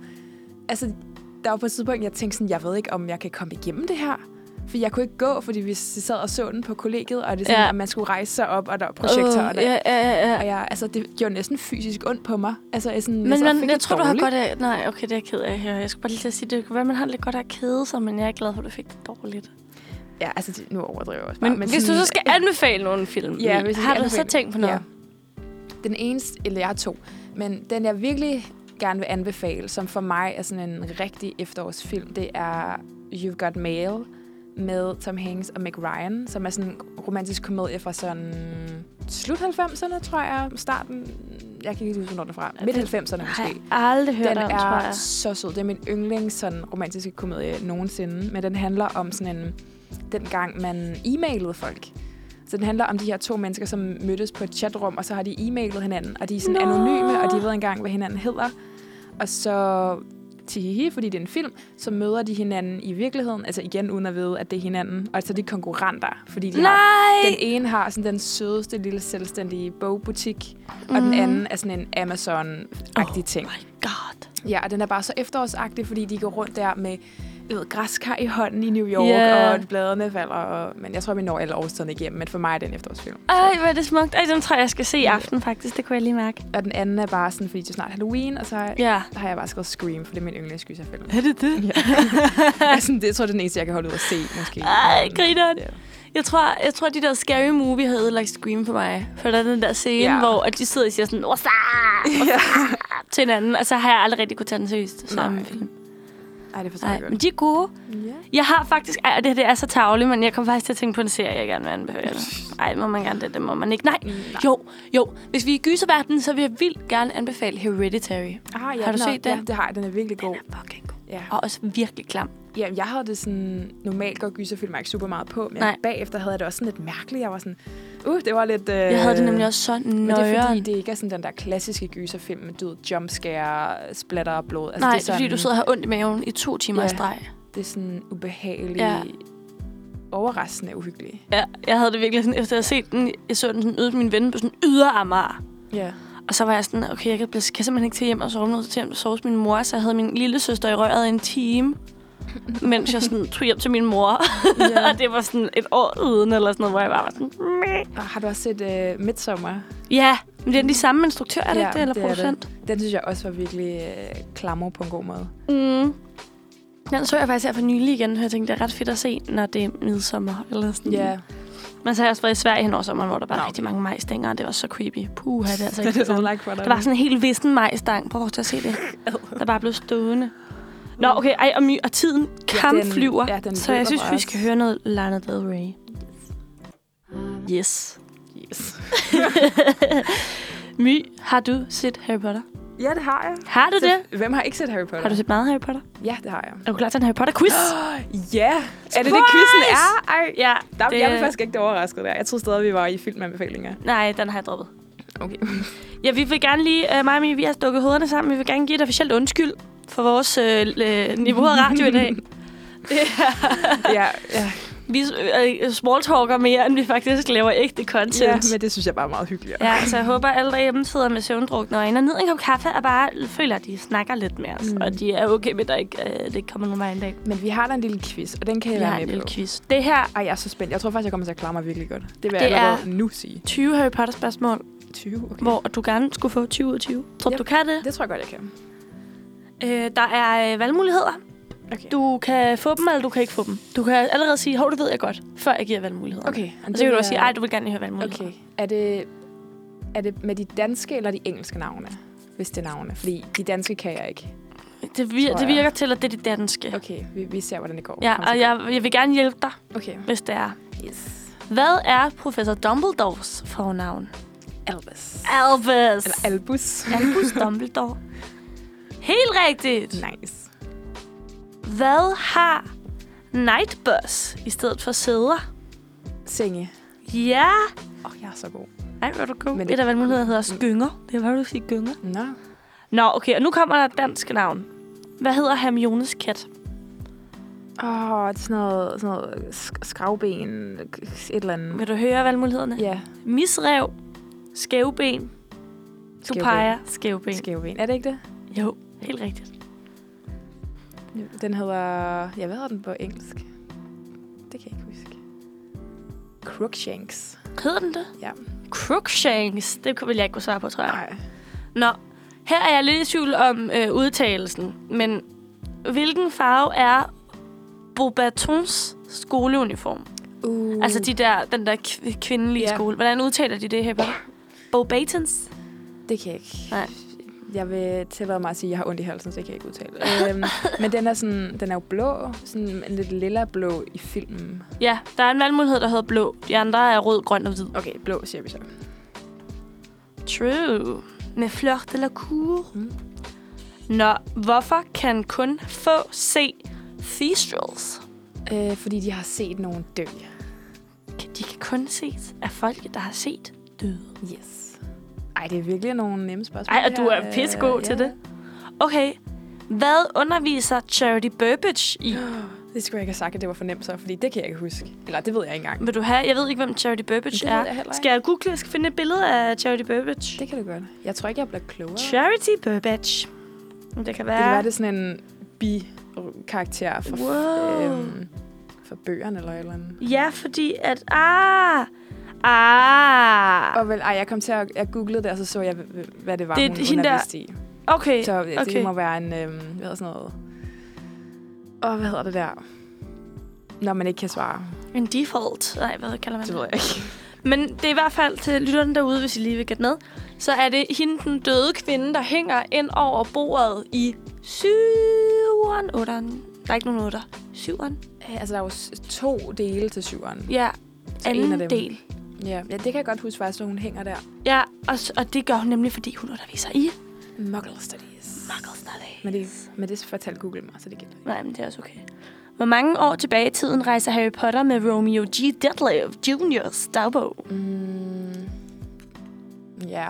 Speaker 2: Altså, der var på et tidspunkt, jeg tænkte sådan, jeg ved ikke, om jeg kan komme igennem det her. For jeg kunne ikke gå, fordi vi sad og så den på kollegiet, og det er sådan,
Speaker 1: Ja.
Speaker 2: ja. at man skulle rejse sig op, og der var projekter.
Speaker 1: Åh,
Speaker 2: og, der,
Speaker 1: Øh, ja, ja, ja, ja.
Speaker 2: og jeg, altså, det gjorde næsten fysisk ondt på mig. Altså, jeg, sådan,
Speaker 1: Men
Speaker 2: sad og
Speaker 1: man,
Speaker 2: fik
Speaker 1: jeg
Speaker 2: det
Speaker 1: tror, du har
Speaker 2: dårligt.
Speaker 1: godt af... Nej, okay, det er jeg ked af her. Jeg skulle bare lige til at sige, det kan være, man har lidt godt af at kede sig, men jeg er glad for, at du fik det dårligt.
Speaker 2: Ja, altså, det- nu overdriver jeg også
Speaker 1: Men,
Speaker 2: bare.
Speaker 1: men hvis du
Speaker 2: sådan-
Speaker 1: så skal anbefale nogen film,
Speaker 2: Ja, hvis jeg
Speaker 1: har
Speaker 2: skal
Speaker 1: du så
Speaker 2: anbefale-
Speaker 1: tænkt på noget?
Speaker 2: Den eneste, eller jeg har to, men den jeg virkelig gerne vil anbefale, som for mig er sådan en rigtig efterårsfilm, det er You've Got Mail med Tom Hanks og Meg Ryan, som er sådan en romantisk komedie fra sådan slut 90'erne, tror jeg, starten, jeg kan ikke huske, hvornår den er fra, midt 90'erne
Speaker 1: Har
Speaker 2: måske.
Speaker 1: jeg aldrig hørt
Speaker 2: Den
Speaker 1: om, tror
Speaker 2: er
Speaker 1: jeg.
Speaker 2: så sød. Det er min yndlings sådan, romantiske komedie nogensinde. Men den handler om sådan en... Dengang man e-mailede folk. Så den handler om de her to mennesker, som mødtes på et chatrum, og så har de e-mailet hinanden. Og de er sådan
Speaker 1: Nå.
Speaker 2: Nå. anonyme, og de ved ikke engang, hvad hinanden hedder. Og så tihihi, fordi det er en film, så møder de hinanden i virkeligheden, altså igen uden at vide, at det er hinanden, og altså de er konkurrenter, fordi de har, den
Speaker 1: Nej!
Speaker 2: ene har sådan den sødeste lille selvstændige bogbutik, mm. og den anden er sådan en Amazon-agtig oh. ting.
Speaker 1: My God.
Speaker 2: Ja, og den er bare så efterårsagtig, fordi de går rundt der med du ved, græskar i hånden i New York,
Speaker 1: Ja.
Speaker 2: og bladene falder. Og, men jeg tror, vi når alle årstiderne igennem, men for mig er det en efterårsfilm.
Speaker 1: Ej, hvor er det smukt. Ej, den tror jeg, jeg skal se i aften, faktisk. Det kunne jeg lige mærke.
Speaker 2: Og den anden er bare sådan, fordi det er snart Halloween, og så har,
Speaker 1: Ja.
Speaker 2: der har jeg bare skrevet Scream, for det er min yndlingsgyserfilm.
Speaker 1: Er det det? [LAUGHS]
Speaker 2: Ja. altså, det jeg tror jeg, det er den eneste, jeg kan holde ud at se, måske.
Speaker 1: Ej,
Speaker 2: Men-
Speaker 1: grineren.
Speaker 2: Ja.
Speaker 1: Jeg tror, jeg tror, de der scary movie havde ødelagt Scream for mig. For der er den der scene,
Speaker 2: Ja.
Speaker 1: yeah. hvor at de sidder og siger sådan, Wasa!
Speaker 2: [LAUGHS] Ja.
Speaker 1: til hinanden, og så har jeg aldrig rigtig kunne tage den seriøst. som
Speaker 2: Nej.
Speaker 1: film.
Speaker 2: Ej, det forstår
Speaker 1: Nej,
Speaker 2: jeg
Speaker 1: men
Speaker 2: godt.
Speaker 1: de er gode.
Speaker 2: Ja.
Speaker 1: Jeg har faktisk... Ej, og det her det er så tavligt, men jeg kom faktisk til at tænke på en serie, jeg gerne vil anbefale.
Speaker 2: [LAUGHS]
Speaker 1: Ej, må man gerne det? Det må man ikke. Nej. Jo, jo. Hvis vi er i gyserverdenen, så vil jeg vildt gerne anbefale Hereditary.
Speaker 2: Ah, ja,
Speaker 1: Har du
Speaker 2: den er-
Speaker 1: set den?
Speaker 2: Ja, det har jeg. Den er virkelig god.
Speaker 1: Den er fucking god.
Speaker 2: Ja.
Speaker 1: Og også virkelig klam.
Speaker 2: Jamen, jeg havde det sådan... Normalt går gyserfilm ikke super meget på, men
Speaker 1: Nej.
Speaker 2: Nej. bagefter havde jeg det også sådan lidt mærkeligt. Jeg var sådan... Uh, det var lidt... Øh...
Speaker 1: Jeg havde det nemlig også så
Speaker 2: Men det er fordi,
Speaker 1: nøjeren.
Speaker 2: det ikke er sådan den der klassiske gyserfilm med død, jumpscare, splatter og blod.
Speaker 1: Nej,
Speaker 2: altså, det er
Speaker 1: det er
Speaker 2: sådan,
Speaker 1: fordi, du sidder og har ondt i maven i to timer i
Speaker 2: Ja.
Speaker 1: streg.
Speaker 2: Det er sådan ubehagelig,
Speaker 1: Ja.
Speaker 2: ja. overraskende uhyggelig.
Speaker 1: Ja, jeg havde det virkelig sådan, efter jeg havde set den, jeg så den sådan ude på min ven på sådan yderamager.
Speaker 2: Ja.
Speaker 1: Og så var jeg sådan, okay, jeg kan, blive, kan simpelthen ikke til hjem og sove noget til hjem og sove hos min mor, så jeg havde min lille søster i røret i en time, mens jeg sådan tog hjem til min mor. [LAUGHS]
Speaker 2: ja.
Speaker 1: og det var sådan et år uden, eller sådan noget, hvor jeg bare var sådan, Mæh.
Speaker 2: Og har du også set uh, Midsommar?
Speaker 1: ja, men det er de samme instruktør, er det
Speaker 2: Ja,
Speaker 1: ikke det, eller
Speaker 2: det er det.
Speaker 1: producent?
Speaker 2: Den synes jeg også var virkelig uh, klammer på en god måde.
Speaker 1: Mm. Den så jeg faktisk her for nylig igen, og jeg tænkte, det er ret fedt at se, når det er midsommer. Eller sådan. Men så har jeg også været i Sverige hen over sommeren, hvor der var
Speaker 2: Nå.
Speaker 1: rigtig mange majstænger, og det var så creepy. Puh, det er altså ikke
Speaker 2: [LAUGHS] det er
Speaker 1: det
Speaker 2: så like for dig.
Speaker 1: Der var sådan en helt vissen majstang. Prøv at se det. Der bare blev stående. Nå, okay. Ej, og, my, og tiden kampflyver.
Speaker 2: ja, den
Speaker 1: så jeg
Speaker 2: løber
Speaker 1: synes,
Speaker 2: bare
Speaker 1: vi
Speaker 2: også.
Speaker 1: skal høre noget Lana Del Rey. Yes.
Speaker 2: Yes.
Speaker 1: My, har du set Harry Potter?
Speaker 2: Ja, det har jeg.
Speaker 1: Har du det?
Speaker 2: Så, hvem har ikke set Harry Potter?
Speaker 1: Har du set meget Harry Potter?
Speaker 2: Ja, det har jeg.
Speaker 1: Er du klar til en Harry
Speaker 2: [GASPS]
Speaker 1: Potter-quiz?
Speaker 2: Ja! Er det det,
Speaker 1: Surprise!
Speaker 2: quizzen er? Ej,
Speaker 1: ja.
Speaker 2: der,
Speaker 1: det-
Speaker 2: det... jeg blev faktisk ikke overrasket der. Jeg troede stadig, vi var i film
Speaker 1: [LAUGHS]
Speaker 2: med anbefalinger.
Speaker 1: Nej, den har jeg droppet.
Speaker 2: Okay.
Speaker 1: [LAUGHS] Ja, vi vil gerne lige, uh, mig og Mie, vi har dukket hovederne sammen. Vi vil gerne give et officielt undskyld for vores uh, niveau af radio i dag. Det er-
Speaker 2: ja, ja.
Speaker 1: vi uh, smalltalker mere, end vi faktisk laver ægte
Speaker 2: ja,
Speaker 1: content.
Speaker 2: men det synes jeg bare er meget hyggeligere.
Speaker 1: Ja, så jeg håber, alle derhjemme sidder med søvndrukne øjne og ned en kop kaffe og bare føler, at de snakker lidt med os. Mm.
Speaker 2: Mm.
Speaker 1: Og de er okay med, at der ikke, øh, det ikke kommer nogen vej en dag.
Speaker 2: Men vi har da en lille quiz, og den kan
Speaker 1: Vi
Speaker 2: jeg
Speaker 1: har
Speaker 2: være
Speaker 1: en
Speaker 2: med
Speaker 1: lille
Speaker 2: på.
Speaker 1: quiz. Det her
Speaker 2: Ej, jeg er så spændt. Jeg tror faktisk, jeg kommer til at klare mig virkelig godt. Det
Speaker 1: Det
Speaker 2: vil jeg
Speaker 1: er-
Speaker 2: allerede nu sige.
Speaker 1: 20 Harry Potter-spørgsmål, okay.
Speaker 2: 20, okay.
Speaker 1: hvor du gerne skulle få 20 ud af 20. Tror du,
Speaker 2: Ja.
Speaker 1: du kan det?
Speaker 2: Det tror jeg godt, jeg kan.
Speaker 1: Øh, der er øh, valgmuligheder.
Speaker 2: Okay.
Speaker 1: Du kan få dem, eller du kan ikke få dem. Du kan allerede sige, hov, det ved jeg godt, før jeg giver valgmuligheder.
Speaker 2: Okay.
Speaker 1: Og så kan du også sige, ej, du vil gerne lige høre valgmuligheder.
Speaker 2: Okay. Er det, er det med de danske eller de engelske navne? Hvis det er navne. Fordi de danske kan jeg ikke.
Speaker 1: Det, vir-
Speaker 2: Tror
Speaker 1: det
Speaker 2: jeg.
Speaker 1: virker til, at det er det danske. Okay.
Speaker 2: Okay, vi, vi ser, hvordan det går.
Speaker 1: Ja,
Speaker 2: Kom
Speaker 1: og
Speaker 2: til.
Speaker 1: jeg, jeg vil gerne hjælpe dig,
Speaker 2: Okay.
Speaker 1: hvis det er.
Speaker 2: Yes.
Speaker 1: Hvad er professor Dumbledores fornavn?
Speaker 2: Albus.
Speaker 1: Albus.
Speaker 2: Eller Albus.
Speaker 1: Albus Dumbledore. Helt rigtigt.
Speaker 2: [LAUGHS] Nice.
Speaker 1: Hvad har Nightbus i stedet for sæder?
Speaker 2: Senge.
Speaker 1: Ja.
Speaker 2: Åh, oh, jeg er så god.
Speaker 1: Ej, hvor er du god.
Speaker 2: Men
Speaker 1: Men
Speaker 2: det-
Speaker 1: Et af valgmulighederne hedder også gynger. Det var, du sige gynger.
Speaker 2: Nå.
Speaker 1: Nå, okay. Og nu kommer der et dansk navn. Hvad hedder Hermiones kat?
Speaker 2: Mm. Åh, oh, det er sådan noget, sådan noget sk- skravben, et eller andet.
Speaker 1: Vil du høre valgmulighederne? Ja.
Speaker 2: Ja,
Speaker 1: Misrev. Skæveben. Du
Speaker 2: Skæveben.
Speaker 1: peger skæveben.
Speaker 2: skævben. Er det ikke det?
Speaker 1: Jo, helt rigtigt.
Speaker 2: Den hedder... Ja, hvad hedder den på engelsk? Det kan jeg ikke huske. Crookshanks.
Speaker 1: Hedder den det?
Speaker 2: Ja.
Speaker 1: Crookshanks. Det ville jeg ikke kunne svare på, tror jeg.
Speaker 2: Nej.
Speaker 1: Nå, her er jeg lidt i tvivl om øh, udtalelsen, men hvilken farve er Bobatons skoleuniform?
Speaker 2: Uh.
Speaker 1: Uh. Altså de der, den der kv- kvindelige
Speaker 2: Ja.
Speaker 1: yeah. skole. Hvordan udtaler de det her? Bobatons?
Speaker 2: Det kan jeg ikke.
Speaker 1: Nej.
Speaker 2: Jeg vil tillade mig at sige, at jeg har ondt i halsen, så det kan jeg ikke
Speaker 1: [LAUGHS]
Speaker 2: udtale. øhm, men den er, sådan, den er jo blå, sådan en lidt lilla blå i filmen.
Speaker 1: Ja, der er en valgmulighed, der hedder blå. De andre er rød, grøn og hvid.
Speaker 2: Okay, blå siger vi så.
Speaker 1: True. Med fleur de la cour. Mm.
Speaker 2: Mm.
Speaker 1: Nå, hvorfor kan kun få se thestrals?
Speaker 2: Øh, fordi de har set nogen dø.
Speaker 1: De kan kun ses af folk, der har set døde.
Speaker 2: Yes. Ej, det er virkelig nogle nemme spørgsmål.
Speaker 1: Ej, og
Speaker 2: det
Speaker 1: du
Speaker 2: her.
Speaker 1: er pissegod
Speaker 2: Øh,
Speaker 1: til
Speaker 2: ja.
Speaker 1: det. Okay, Hvad underviser Charity Burbage i?
Speaker 2: [GASPS] Det skulle jeg ikke have sagt, at det var for nemt så, fordi det kan jeg ikke huske. Eller det ved jeg ikke engang.
Speaker 1: Vil du have? Jeg ved ikke, hvem Charity Burbage
Speaker 2: Det ved
Speaker 1: er.
Speaker 2: jeg heller ikke.
Speaker 1: Skal jeg google, jeg skal finde et billede af Charity Burbage?
Speaker 2: Det kan du godt. Jeg tror ikke, jeg bliver klogere.
Speaker 1: Charity Burbage. Men Det kan
Speaker 2: Det kan
Speaker 1: være...
Speaker 2: være, det er sådan en bi-karakter for,
Speaker 1: Wow.
Speaker 2: øhm, for bøgerne eller et eller andet.
Speaker 1: Ja, fordi at... Ah! Ah!
Speaker 2: Og vel, ej, jeg kom til at, jeg googlede det, og så så jeg, h- h- hvad det var,
Speaker 1: Det er
Speaker 2: det, hun
Speaker 1: hende der-
Speaker 2: underviste i.
Speaker 1: Okay.
Speaker 2: Så øh, det,
Speaker 1: okay.
Speaker 2: det må være en, øhm, hvad hedder sådan noget... Og hvad hedder det der? Når man ikke kan svare.
Speaker 1: En default. Nej, hvad kalder man
Speaker 2: Det
Speaker 1: det?
Speaker 2: ved jeg ikke.
Speaker 1: Men det er i hvert fald til lytterne derude, hvis I lige vil gætte med, så er det hende, den døde kvinde, der hænger ind over bordet i 7'eren, 8'eren. Der er ikke nogen 8'er. 7'eren.
Speaker 2: Ja, Altså, der er jo s- to dele til syveren.
Speaker 1: Ja,
Speaker 2: Så en af
Speaker 1: anden
Speaker 2: dem.
Speaker 1: del.
Speaker 2: Ja. ja, det kan jeg godt huske faktisk, at hun hænger der.
Speaker 1: Ja, og, s- og det gør hun nemlig, fordi hun underviser i
Speaker 2: Muggle studies.
Speaker 1: Muggles
Speaker 2: Men det, men det fortalte Google mig, så det gælder ikke.
Speaker 1: Nej, men det er også okay. Hvor mange år tilbage i tiden rejser Harry Potter med Romeo G. Detlef Jr.'s dagbog?
Speaker 2: Mm. Ja.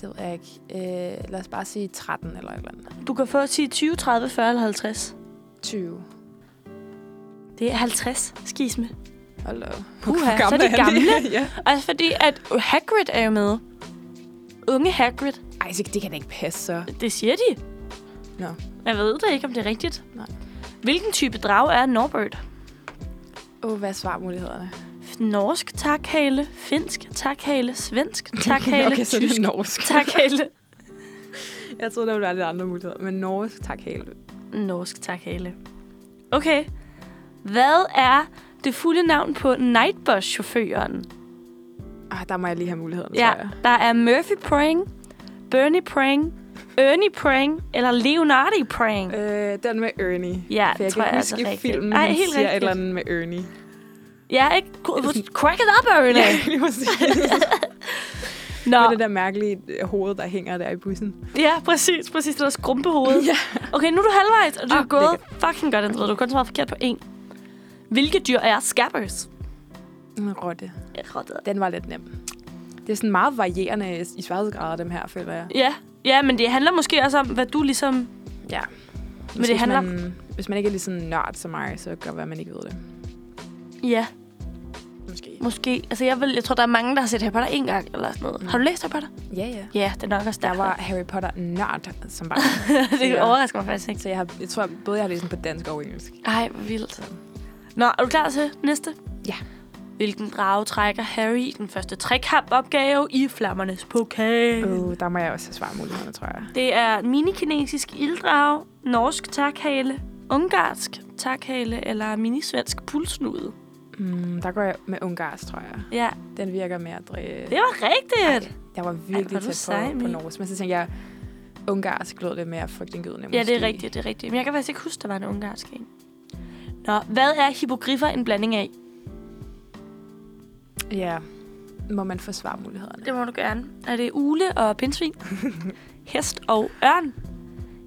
Speaker 2: Det ved jeg ikke. Øh, lad os bare sige 13 eller et eller andet.
Speaker 1: Du kan få at sige 20, 30, 40 eller 50.
Speaker 2: 20.
Speaker 1: Det er 50 skisme.
Speaker 2: Hold da. op.
Speaker 1: Puha,
Speaker 2: Hvor
Speaker 1: så er de
Speaker 2: gammel han?
Speaker 1: gamle.
Speaker 2: [LAUGHS] ja.
Speaker 1: Også Altså, fordi, at Hagrid er jo med. Unge Hagrid.
Speaker 2: Ej, så det kan da ikke passe, så.
Speaker 1: Det siger de.
Speaker 2: Nå.
Speaker 1: Jeg ved da ikke, om det er rigtigt.
Speaker 2: Nej.
Speaker 1: Hvilken type drag er Norbert?
Speaker 2: Åh, oh, hvad er [LAUGHS] svarmulighederne?
Speaker 1: Norsk takhale, finsk takhale,
Speaker 2: [LAUGHS]
Speaker 1: svensk takhale,
Speaker 2: okay, så er det
Speaker 1: tysk
Speaker 2: [LAUGHS] norsk.
Speaker 1: [LAUGHS] takhale.
Speaker 2: Jeg troede, der var lidt andre muligheder. Men norsk, tak hele.
Speaker 1: Norsk takhale. Okay. Hvad er det fulde navn på Nightbus-chaufføren?
Speaker 2: Ah, der må jeg lige have mulighederne,
Speaker 1: Ja,
Speaker 2: tror jeg.
Speaker 1: der er Murphy Prang, Bernie Prang, Ernie Prang eller Leonardi Prang.
Speaker 2: Øh, den med Ernie.
Speaker 1: Ja,
Speaker 2: For jeg
Speaker 1: tror
Speaker 2: kan
Speaker 1: jeg
Speaker 2: ikke huske
Speaker 1: altså
Speaker 2: i
Speaker 1: rigtigt.
Speaker 2: filmen,
Speaker 1: Ej,
Speaker 2: han
Speaker 1: helt
Speaker 2: siger et
Speaker 1: rigtigt.
Speaker 2: eller andet med Ernie.
Speaker 1: Jeg er ikke... Crack it up, Ernie!
Speaker 2: lige præcis. [LAUGHS] Med
Speaker 1: Nå,
Speaker 2: det der mærkelige øh, hoved, der hænger der i bussen.
Speaker 1: ja, præcis, præcis. Det der skrumpehoved.
Speaker 2: Ja.
Speaker 1: Okay, nu er du halvvejs, og du
Speaker 2: Ah,
Speaker 1: er gået fucking godt, Andrea. Du har kun svaret forkert på en. Hvilke dyr er scabbers?
Speaker 2: En rotte.
Speaker 1: Rotter.
Speaker 2: Den var lidt nem. Det er sådan meget varierende i sværhedsgrader, dem her, føler jeg.
Speaker 1: Ja, ja, men det handler måske også om, hvad du ligesom...
Speaker 2: Ja.
Speaker 1: Men det handler... Man...
Speaker 2: Man, hvis man ikke er lige sådan nørd som mig, så gør at man ikke ved det.
Speaker 1: Ja,
Speaker 2: Måske.
Speaker 1: måske. Altså, jeg, vil, jeg tror, der er mange, der har set Harry Potter en gang eller sådan noget. Har du læst Harry Potter?
Speaker 2: Ja, ja.
Speaker 1: Mm. Ja, det er nok også
Speaker 2: Der
Speaker 1: derfor.
Speaker 2: var Harry Potter nørd som barn.
Speaker 1: [LAUGHS] det overrasker mig faktisk ikke.
Speaker 2: Så jeg, har, jeg tror både, jeg har læst den på dansk og engelsk.
Speaker 1: Ej, hvor vildt. Nå, er du klar til næste?
Speaker 2: Ja.
Speaker 1: Hvilken drage trækker Harry i den første trækampopgave i Flammernes Pokal?
Speaker 2: Uh, der må jeg også have svarmulighederne, tror jeg.
Speaker 1: Det er en minikinesisk ilddrage, norsk takhale, ungarsk takhale eller minisvensk pulsnude.
Speaker 2: Mm, der går jeg med ungarsk, tror jeg.
Speaker 1: Ja,
Speaker 2: Den virker mere at dræbe.
Speaker 1: det var rigtigt.
Speaker 2: Jeg var
Speaker 1: Ej, hvor er
Speaker 2: virkelig
Speaker 1: du
Speaker 2: tæt
Speaker 1: sej,
Speaker 2: på, på
Speaker 1: Mie.
Speaker 2: norsk, men så tænkte jeg, ungarsk lød lidt mere frygtindgydende.
Speaker 1: Ja, det er rigtigt, det er rigtigt. Men jeg kan faktisk ikke huske, der var en ungarsk en. Nå, hvad er hippogriffer en blanding af?
Speaker 2: Ja. Må man få svarmulighederne?
Speaker 1: Det må du gerne. Er det ule og
Speaker 2: [LAUGHS]
Speaker 1: pindsvin? Hest og ørn?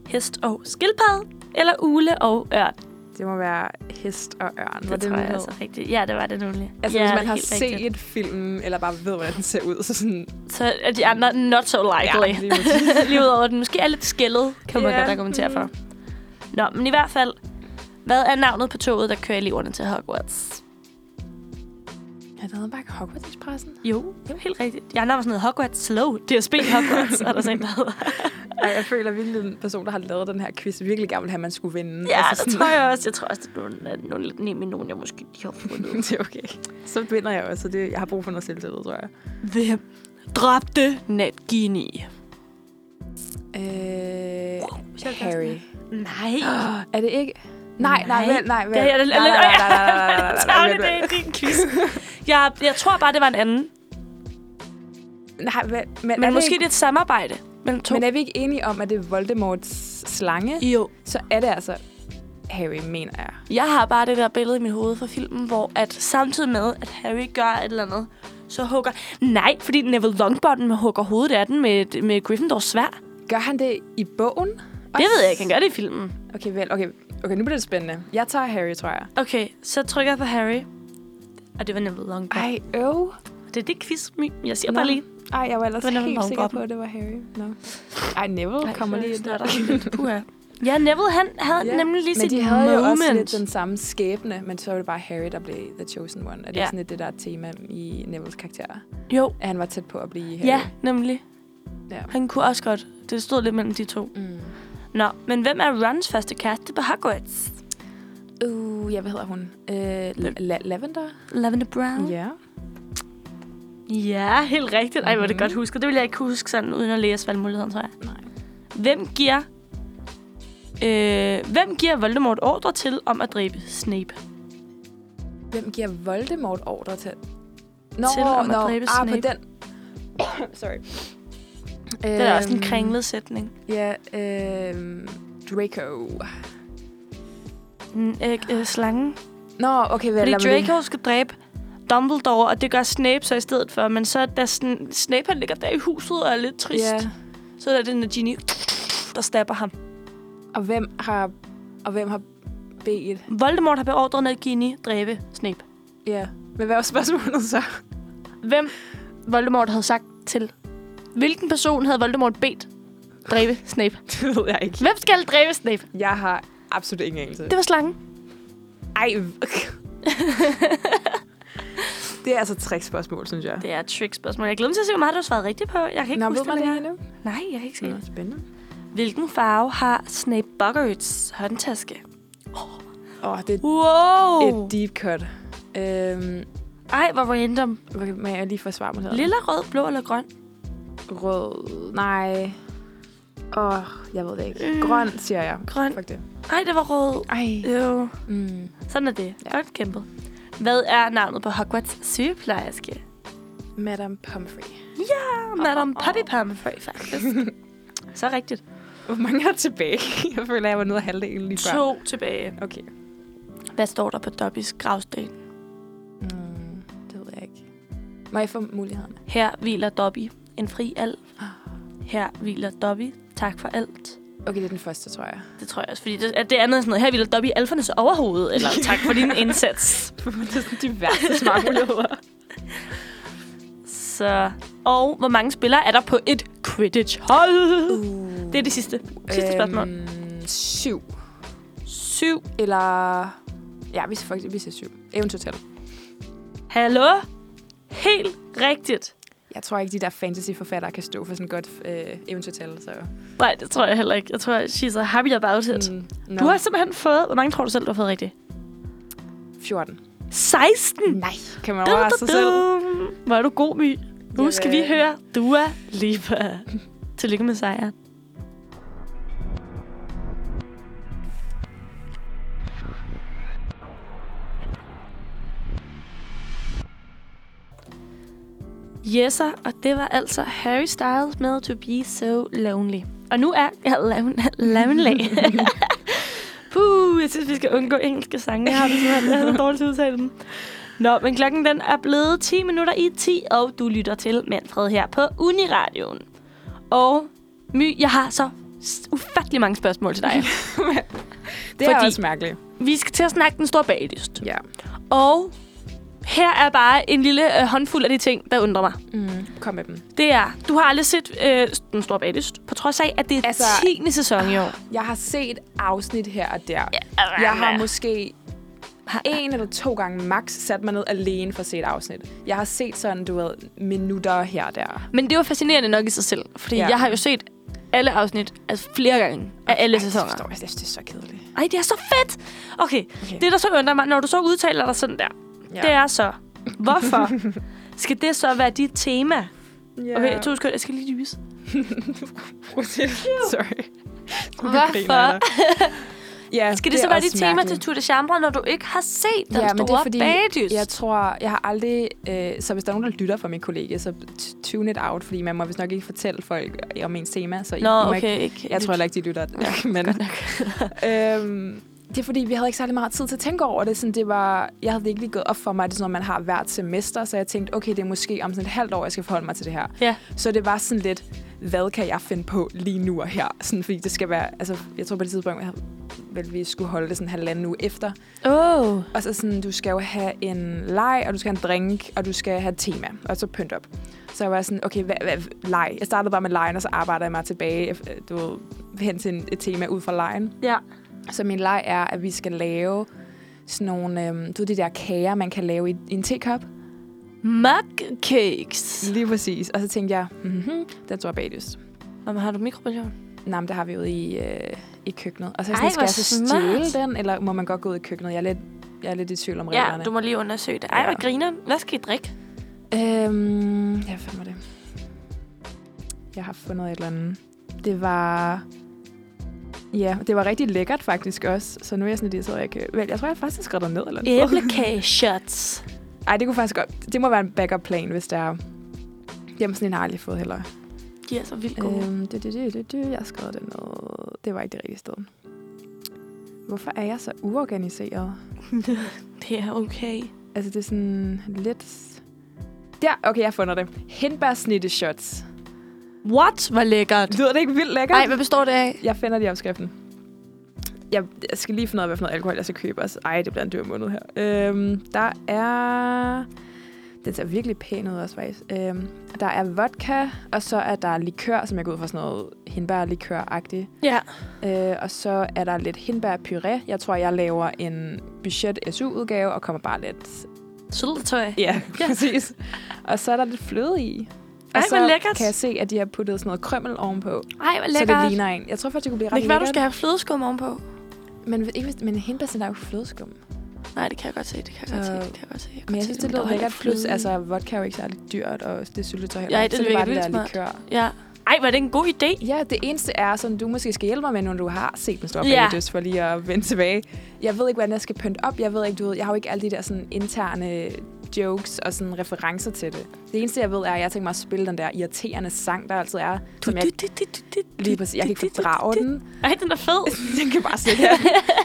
Speaker 1: Hest og skildpadde? Eller ule og ørn?
Speaker 2: Det må være hest og ørn.
Speaker 1: Det,
Speaker 2: var
Speaker 1: det tror jeg
Speaker 2: mulighed?
Speaker 1: altså rigtigt. Ja, det var det nemlig.
Speaker 2: Altså,
Speaker 1: ja,
Speaker 2: hvis
Speaker 1: det
Speaker 2: man
Speaker 1: er
Speaker 2: har
Speaker 1: helt
Speaker 2: set
Speaker 1: rigtigt.
Speaker 2: et film, eller bare ved, hvordan den ser ud, så sådan...
Speaker 1: Så er de andre not so likely.
Speaker 2: Ja, lige
Speaker 1: [LAUGHS]
Speaker 2: præcis.
Speaker 1: lige ud over den. Måske er lidt skældet, kan man
Speaker 2: Ja,
Speaker 1: yeah. godt argumentere for.
Speaker 2: mm.
Speaker 1: Nå, men i hvert fald, hvad er navnet på toget, der kører eleverne til Hogwarts?
Speaker 2: Ja, der hedder bare ikke Hogwarts Expressen.
Speaker 1: Jo, det er helt rigtigt. Jeg har var sådan noget Hogwarts Slow, DSB Hogwarts, er der sådan noget.
Speaker 2: [LAUGHS] Ej, jeg føler virkelig, den person, der har lavet den her quiz, virkelig gerne vil have, at man skulle vinde.
Speaker 1: Ja,
Speaker 2: Altså,
Speaker 1: det
Speaker 2: sådan-
Speaker 1: tror jeg også. Jeg tror også, det er nogle, af- nogle lidt nemme nogen, jeg måske lige har fundet.
Speaker 2: det er okay. Så vinder jeg også, og det, jeg har brug for noget selvtillid, tror jeg.
Speaker 1: Hvem dræbte Nat Genie?
Speaker 2: Øh,
Speaker 1: Selv tak.
Speaker 2: Harry.
Speaker 1: Nej.
Speaker 2: Er det ikke? Nej, nej,
Speaker 1: Nej.
Speaker 2: vel, nej, vel.
Speaker 1: Det er jeg da-
Speaker 2: nej, nej, nej, nej, nej, nej, nej, nej,
Speaker 1: Tavle, det
Speaker 2: nej,
Speaker 1: er
Speaker 2: vel.
Speaker 1: ikke din quiz. Jeg, jeg tror bare, det var en anden.
Speaker 2: Nej, vel. Men,
Speaker 1: Men
Speaker 2: er
Speaker 1: måske det
Speaker 2: det
Speaker 1: er et samarbejde mellem to.
Speaker 2: ikke, Men er vi ikke enige om, at det er Voldemorts slange?
Speaker 1: jo.
Speaker 2: Så er det altså Harry, mener jeg.
Speaker 1: Jeg har bare det der billede i mit hoved fra filmen, hvor at samtidig med, at Harry gør et eller andet, så hugger... Nej, fordi Neville Longbottom hugger hovedet af den med, med Gryffindors svær. Det
Speaker 2: Gør han det i bogen? Det
Speaker 1: ved jeg ikke, han gør det i filmen.
Speaker 2: Okay, vel. Okay, okay nu bliver det spændende. Jeg tager Harry, tror jeg.
Speaker 1: Okay, så trykker jeg på Harry. Og det var Neville Longbottom.
Speaker 2: Ej, øv.
Speaker 1: Det er det quiz, My. Jeg siger
Speaker 2: Nå.
Speaker 1: bare lige.
Speaker 2: Ej, jeg var ellers
Speaker 1: Det var Neville
Speaker 2: helt sikker
Speaker 1: Longbottom.
Speaker 2: på, at det var Harry. No. Ej, Neville Ej,
Speaker 1: Ej,
Speaker 2: kommer
Speaker 1: så
Speaker 2: lige ind der.
Speaker 1: snotter. [LAUGHS] Puha. Ja, Neville, han havde
Speaker 2: Ja,
Speaker 1: yeah. nemlig lige
Speaker 2: Men
Speaker 1: sit
Speaker 2: de havde
Speaker 1: moment.
Speaker 2: jo også lidt den samme skæbne, men så var det bare Harry, der blev The Chosen One. Er det
Speaker 1: Ja.
Speaker 2: ja. sådan lidt det, der er tema i Nevilles karakter?
Speaker 1: Jo,
Speaker 2: At han var tæt på at blive Harry.
Speaker 1: ja, nemlig.
Speaker 2: Ja.
Speaker 1: Han kunne også godt. Det stod lidt mellem de to.
Speaker 2: Mm.
Speaker 1: Nå, men hvem er Rons første kæreste på Hogwarts?
Speaker 2: Uh, ja, hvad hedder hun? Øh, la- la- Lavender?
Speaker 1: Lavender Brown?
Speaker 2: Ja.
Speaker 1: Ja, helt rigtigt. Ej, hvor er det
Speaker 2: Mhm.
Speaker 1: godt husket. Det ville jeg ikke kunne huske sådan, uden at læse valgmuligheden, tror jeg.
Speaker 2: Nej.
Speaker 1: Hvem giver... Øh, hvem giver Voldemort ordre til om at dræbe Snape?
Speaker 2: Hvem giver Voldemort ordre til? Nå,
Speaker 1: Til om at dræbe
Speaker 2: ah,
Speaker 1: Snape.
Speaker 2: på den. [COUGHS] Sorry.
Speaker 1: Det er da også en
Speaker 2: Øhm.
Speaker 1: kringlet sætning.
Speaker 2: Ja, øh, Draco.
Speaker 1: Mm, øh, øh, slangen.
Speaker 2: Nå, okay, hvad
Speaker 1: Fordi
Speaker 2: lad mig lige-
Speaker 1: Draco skal dræbe Dumbledore, og det gør Snape så i stedet for. Men så da sn- Snape han ligger der i huset og er lidt trist,
Speaker 2: Ja.
Speaker 1: yeah. så er der den der Ginny, der stabber ham.
Speaker 2: Og hvem har, og hvem har bedt?
Speaker 1: Voldemort har beordret Nagini dræbe Snape.
Speaker 2: Ja. Men hvad var spørgsmålet
Speaker 1: [LAUGHS]
Speaker 2: så?
Speaker 1: Hvem Voldemort havde sagt til? Hvilken person havde Voldemort bedt dræbe Snape?
Speaker 2: Det ved jeg ikke.
Speaker 1: Hvem skal dræbe Snape?
Speaker 2: Jeg har absolut ingen anelse.
Speaker 1: Det var slangen.
Speaker 2: Ej.
Speaker 1: [LAUGHS]
Speaker 2: det er altså et trickspørgsmål, synes jeg.
Speaker 1: Det er et trick spørgsmål. Jeg glæder mig til at se, hvor meget du har svaret rigtigt på. Jeg kan ikke
Speaker 2: Nå,
Speaker 1: huske
Speaker 2: ved man det
Speaker 1: længere.
Speaker 2: endnu?
Speaker 1: Nej, jeg kan ikke se det.
Speaker 2: spændende.
Speaker 1: Hvilken farve har Snape Boggarts håndtaske?
Speaker 2: Åh, oh, det er
Speaker 1: Wow!
Speaker 2: et deep cut. Øhm,
Speaker 1: Ej, hvor random.
Speaker 2: okay, må jeg lige få svar på det?
Speaker 1: Lilla, rød, blå eller grøn?
Speaker 2: Rød. Nej. Åh, oh, jeg ved det ikke.
Speaker 1: Øh.
Speaker 2: Grøn, siger jeg.
Speaker 1: Grøn.
Speaker 2: Fuck det.
Speaker 1: Ej, det var rød.
Speaker 2: Ej.
Speaker 1: Jo.
Speaker 2: Mm.
Speaker 1: Sådan er det.
Speaker 2: Ja.
Speaker 1: Godt kæmpet. Hvad er navnet på Hogwarts sygeplejerske?
Speaker 2: Madame Pomfrey.
Speaker 1: Ja, Madame Poppy Pomfrey,
Speaker 2: [LAUGHS]
Speaker 1: faktisk. Så rigtigt.
Speaker 2: Hvor mange er tilbage? [LAUGHS] Jeg føler, jeg var nede af halvdelen lige før.
Speaker 1: To tilbage.
Speaker 2: Okay.
Speaker 1: Hvad står der på Dobbys gravsten?
Speaker 2: Mm, det ved jeg ikke. Må jeg få mulighederne?
Speaker 1: Her hviler Dobby, en fri alv. Her hviler Dobby, tak for alt.
Speaker 2: Okay, det er den første, tror jeg. [LAUGHS]
Speaker 1: Det tror jeg også, fordi det, at det andet er sådan noget. Her hviler Dobby i alfernes overhoved,
Speaker 2: [LAUGHS]
Speaker 1: eller tak for din indsats.
Speaker 2: det er sådan
Speaker 1: [LAUGHS]
Speaker 2: de værste smartmuligheder.
Speaker 1: Så, og hvor mange spillere er der på et Quidditch-hold?
Speaker 2: Uh,
Speaker 1: Det er det sidste. Sidste spørgsmål.
Speaker 2: Øhm, syv.
Speaker 1: Syv.
Speaker 2: Eller... Ja, vi siger, faktisk, vi siger syv. Eventuelt. tal.
Speaker 1: Hallo? Helt rigtigt.
Speaker 2: Jeg tror ikke, de der fantasyforfattere kan stå for sådan et godt øh, eventuelt tal, så...
Speaker 1: Nej, det tror jeg heller ikke. Jeg tror, she's a happy about it. Mm.
Speaker 2: no.
Speaker 1: Du har simpelthen fået... Hvor mange tror du selv, du har fået rigtigt?
Speaker 2: 14.
Speaker 1: 16!
Speaker 2: Nej. Kan man
Speaker 1: Du,
Speaker 2: overraske
Speaker 1: du,
Speaker 2: sig selv?
Speaker 1: du. Hvor er du god, My. Nu
Speaker 2: Jeg
Speaker 1: skal
Speaker 2: vil-
Speaker 1: vi høre Dua Lipa. Tillykke med sejren. Yeser, og det var altså Harry Styles med To Be So Lonely. Og nu er jeg lon-
Speaker 2: [LAUGHS]
Speaker 1: lonely. Puh, jeg synes, vi skal undgå engelske sange. Jeg har det simpelthen jeg har så dårligt til at udtale dem. Nå, men klokken den er blevet 10 minutter i 10, og du lytter til Manfred her på Uniradioen. Og My, jeg har så s- ufattelig mange spørgsmål til dig.
Speaker 2: Det er
Speaker 1: Fordi-
Speaker 2: også mærkeligt.
Speaker 1: [LAUGHS] Vi skal til at snakke den store baglyst.
Speaker 2: Ja.
Speaker 1: Og her er bare en lille øh, håndfuld af de ting, der undrer mig.
Speaker 2: Mm. Kom med dem.
Speaker 1: Det er, du har aldrig set øh, den store baglyst, på trods af, at det er altså,
Speaker 2: Altså-
Speaker 1: 10. sæson i år.
Speaker 2: Jeg har set afsnit her og der.
Speaker 1: øh,
Speaker 2: Jeg har måske en eller to gange max sat mig ned alene for at se et afsnit. Jeg har set sådan, du ved, minutter her og der.
Speaker 1: Men det var fascinerende nok i sig selv, fordi ja.
Speaker 2: Ja.
Speaker 1: jeg har jo set alle afsnit, altså flere gange af alle
Speaker 2: Jeg
Speaker 1: sæsoner.
Speaker 2: forstår, jeg synes, det er så kedeligt.
Speaker 1: Ej, det er så fedt! Okay, okay.
Speaker 2: Okay.
Speaker 1: det der så undrer mig, når du så udtaler dig sådan der, ja. det er så,
Speaker 2: [LAUGHS]
Speaker 1: hvorfor skal det så være dit tema?
Speaker 2: Ja.
Speaker 1: Okay, to sekunder, jeg skal lige dyse.
Speaker 2: [LAUGHS] Sorry.
Speaker 1: Hvorfor [LAUGHS]
Speaker 2: ja,
Speaker 1: skal det,
Speaker 2: er
Speaker 1: så være
Speaker 2: også
Speaker 1: dit tema til
Speaker 2: mærkeligt.
Speaker 1: Tour de Chambre, når du ikke har set den
Speaker 2: ja,
Speaker 1: store
Speaker 2: men det er fordi,
Speaker 1: bagdyst?
Speaker 2: jeg tror, jeg har aldrig... Øh, så hvis der er nogen, der lytter fra min kollega, så t- tune it out, fordi man må vist nok ikke fortælle folk øh, om ens tema, så I, I
Speaker 1: Nå,
Speaker 2: må
Speaker 1: okay, ikke.
Speaker 2: Jeg tror heller ikke, de lytter. Ja, [LAUGHS] men,
Speaker 1: [LAUGHS]
Speaker 2: øhm, det er fordi, vi havde ikke særlig meget tid til at tænke over det. Sådan, det var, jeg havde det ikke lige gået op for mig, at det er sådan noget, man har hvert semester. Så jeg tænkte, okay, det er måske om sådan et halvt år, jeg skal forholde mig til det her.
Speaker 1: Ja.
Speaker 2: Så det var sådan lidt, hvad kan jeg finde på lige nu og her? Sådan, fordi det skal være, altså, jeg tror på det tidspunkt, at vel, vi skulle holde det sådan halvanden uge efter.
Speaker 1: Oh.
Speaker 2: Og så sådan, du skal jo have en leg, og du skal have en drink, og du skal have et tema, og så pynt op. Så jeg var sådan, okay, hvad, hvad, leg. Jeg startede bare med lejen, og så arbejder jeg mig tilbage øh, du, ved, hen til en- et tema ud fra lejen.
Speaker 1: Ja.
Speaker 2: Så min leg er, at vi skal lave sådan nogle, øhm, du ved, de der kager, man kan lave i, i en tekop.
Speaker 1: Mug cakes.
Speaker 2: Lige præcis. Og så tænkte jeg, mhm, den tror jeg baglyst.
Speaker 1: Jamen, har du mikrobølgeovn?
Speaker 2: Nej, men det har vi ude i, øh, i køkkenet. Og så er jeg
Speaker 1: Ej,
Speaker 2: sådan,
Speaker 1: hvor
Speaker 2: skal jeg så
Speaker 1: smart.
Speaker 2: stjæle den, eller må man godt gå ud i køkkenet? Jeg er lidt, jeg er lidt i tvivl om reglerne.
Speaker 1: Ja, du må lige undersøge det. Ej,
Speaker 2: Ja.
Speaker 1: hvor griner Hvad skal I drikke?
Speaker 2: Øhm, ja, hvad var det? Jeg har fundet et eller andet. Det var... Ja, det var rigtig lækkert faktisk også. Så nu er jeg sådan lidt irriteret, at jeg kan... Vel, jeg tror, jeg faktisk har skrevet det ned eller noget.
Speaker 1: Æblekage shots.
Speaker 2: [LAUGHS] Ej, det kunne faktisk godt... Det må være en backup plan, hvis der er... Jamen, sådan en har jeg aldrig fået heller.
Speaker 1: De er så vildt gode. Øh.
Speaker 2: Øhm, du, du, du, du, du, jeg har skrevet det ned. Det var ikke det rigtige sted. Hvorfor er jeg så uorganiseret?
Speaker 1: [LAUGHS] Det er okay.
Speaker 2: Altså, det er sådan lidt... Der, okay, jeg funder det. Hindbærsnitte shots.
Speaker 1: What? Hvor lækkert.
Speaker 2: Lyder det ikke vildt lækkert?
Speaker 1: Ej, hvad består det af?
Speaker 2: Jeg finder lige opskriften. Jeg, jeg skal lige finde ud af, hvad for noget alkohol jeg skal købe også. Ej, det bliver en dyr måned her. Øhm, der er... Den ser virkelig pæn ud også, faktisk. Øhm, der er vodka, og så er der likør, som jeg går ud fra sådan noget hindbærlikør-agtigt.
Speaker 1: Ja.
Speaker 2: Øh, og så er der lidt hindbærpuré. Jeg tror, jeg laver en budget-SU-udgave og kommer bare lidt...
Speaker 1: Syltetøj.
Speaker 2: [LAUGHS] Ja, præcis. og så er der lidt fløde i. Og
Speaker 1: Ej,
Speaker 2: så
Speaker 1: hvor lækkert.
Speaker 2: kan jeg se, at de har puttet sådan noget krømmel ovenpå.
Speaker 1: Ej, hvor
Speaker 2: Så det
Speaker 1: lækkert.
Speaker 2: ligner en. Jeg tror faktisk, det kunne blive ret
Speaker 1: Men det kan være, du
Speaker 2: lækkert.
Speaker 1: skal have flødeskum ovenpå.
Speaker 2: Men, hvis- ikke, hvis- men hindbærsen er jo flødeskum.
Speaker 1: Nej, det kan jeg godt se. Det kan jeg godt se.
Speaker 2: Så-
Speaker 1: Det kan jeg godt se. kan
Speaker 2: Men
Speaker 1: godt
Speaker 2: jeg
Speaker 1: se,
Speaker 2: synes, det
Speaker 1: men der
Speaker 2: lyder
Speaker 1: var
Speaker 2: lækkert.
Speaker 1: lidt
Speaker 2: Plus,
Speaker 1: fløde.
Speaker 2: altså, vodka er jo ikke særlig dyrt, og det syltetøj heller.
Speaker 1: Nej,
Speaker 2: ikke.
Speaker 1: det
Speaker 2: så det er
Speaker 1: virker
Speaker 2: bare det der
Speaker 1: vildt
Speaker 2: likør.
Speaker 1: Ja. Ej, var det en god idé?
Speaker 2: Ja, det eneste er, som du måske skal hjælpe mig med, når du har set den store
Speaker 1: Ja.
Speaker 2: ja. for lige at vende tilbage. Jeg ved ikke, hvordan jeg skal pynte op. Jeg ved ikke, du ved, jeg har jo ikke alle de der sådan, interne jokes og sådan referencer til det. Det eneste, jeg ved, er, at jeg tænker mig at spille den der irriterende sang, der altid er. Som jeg, lige præcis, jeg kan ikke fordrage den. [LAUGHS]
Speaker 1: Ej, den er fed.
Speaker 2: Den kan bare slikke af.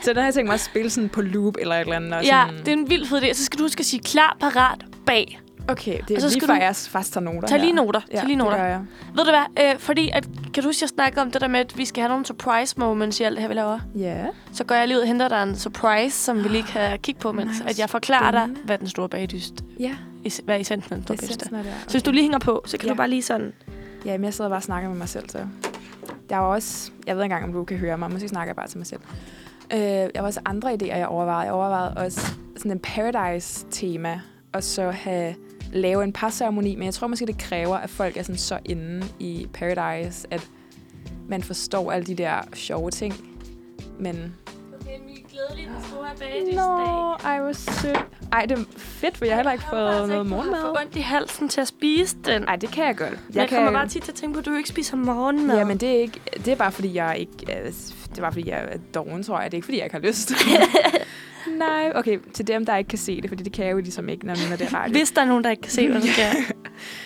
Speaker 2: Så den har jeg tænkt mig at spille sådan på loop eller et eller andet. Og
Speaker 1: Ja,
Speaker 2: sådan,
Speaker 1: det er en vild fed idé. Så skal du huske at sige klar, parat, bag.
Speaker 2: Okay, det
Speaker 1: Og
Speaker 2: er
Speaker 1: så
Speaker 2: lige
Speaker 1: skal
Speaker 2: før
Speaker 1: du-
Speaker 2: jeg faktisk tager noter
Speaker 1: Tag
Speaker 2: her.
Speaker 1: lige noter.
Speaker 2: Ja,
Speaker 1: Tag lige noter.
Speaker 2: det gør jeg.
Speaker 1: Ved du hvad? Øh, fordi, at, kan du huske, jeg snakkede om det der med, at vi skal have nogle surprise moments i alt det her, vi laver?
Speaker 2: Ja.
Speaker 1: Så går jeg lige ud og henter dig en surprise, som vi lige kan kigge på, mens
Speaker 2: Nej,
Speaker 1: at jeg forklarer dig,
Speaker 2: spændende.
Speaker 1: hvad den store bagdyst
Speaker 2: Ja,
Speaker 1: is- hvad essensen af den store bagdyst er.
Speaker 2: essensen er der.
Speaker 1: Så hvis du lige hænger på, så kan
Speaker 2: Ja.
Speaker 1: du bare lige sådan...
Speaker 2: Ja, men jeg sidder bare og snakker med mig selv, så... Jeg var også... Jeg ved ikke engang, om du kan høre mig. Måske snakker jeg bare til mig selv. Øh, jeg var også andre idéer, jeg overvejede. Jeg overvejede også sådan en paradise-tema, og så have lave en parceremoni, men jeg tror måske, det kræver, at folk er sådan så inde i Paradise, at man forstår alle de der sjove ting. Men
Speaker 1: Okay, min glædelig den store
Speaker 2: Nå, ej, hvor sødt. Ej, det er fedt, for jeg har heller ikke fået noget morgenmad.
Speaker 1: Jeg ondt i halsen til at spise den.
Speaker 2: Nej, det kan jeg godt.
Speaker 1: jeg, jeg kommer bare tit til at tænke på, at du ikke spiser morgenmad.
Speaker 2: Ja, men det er, ikke, det er bare, fordi jeg ikke... øh, Det er bare, fordi jeg er doven, tror jeg. Det er ikke, fordi jeg ikke har
Speaker 1: [LAUGHS]
Speaker 2: lyst. Nej, okay. Til dem, der ikke kan se det, fordi det kan jeg jo ligesom ikke, når nu er det radio.
Speaker 1: Hvis der er nogen, der ikke kan se, hvad du
Speaker 2: [LAUGHS]
Speaker 1: skal.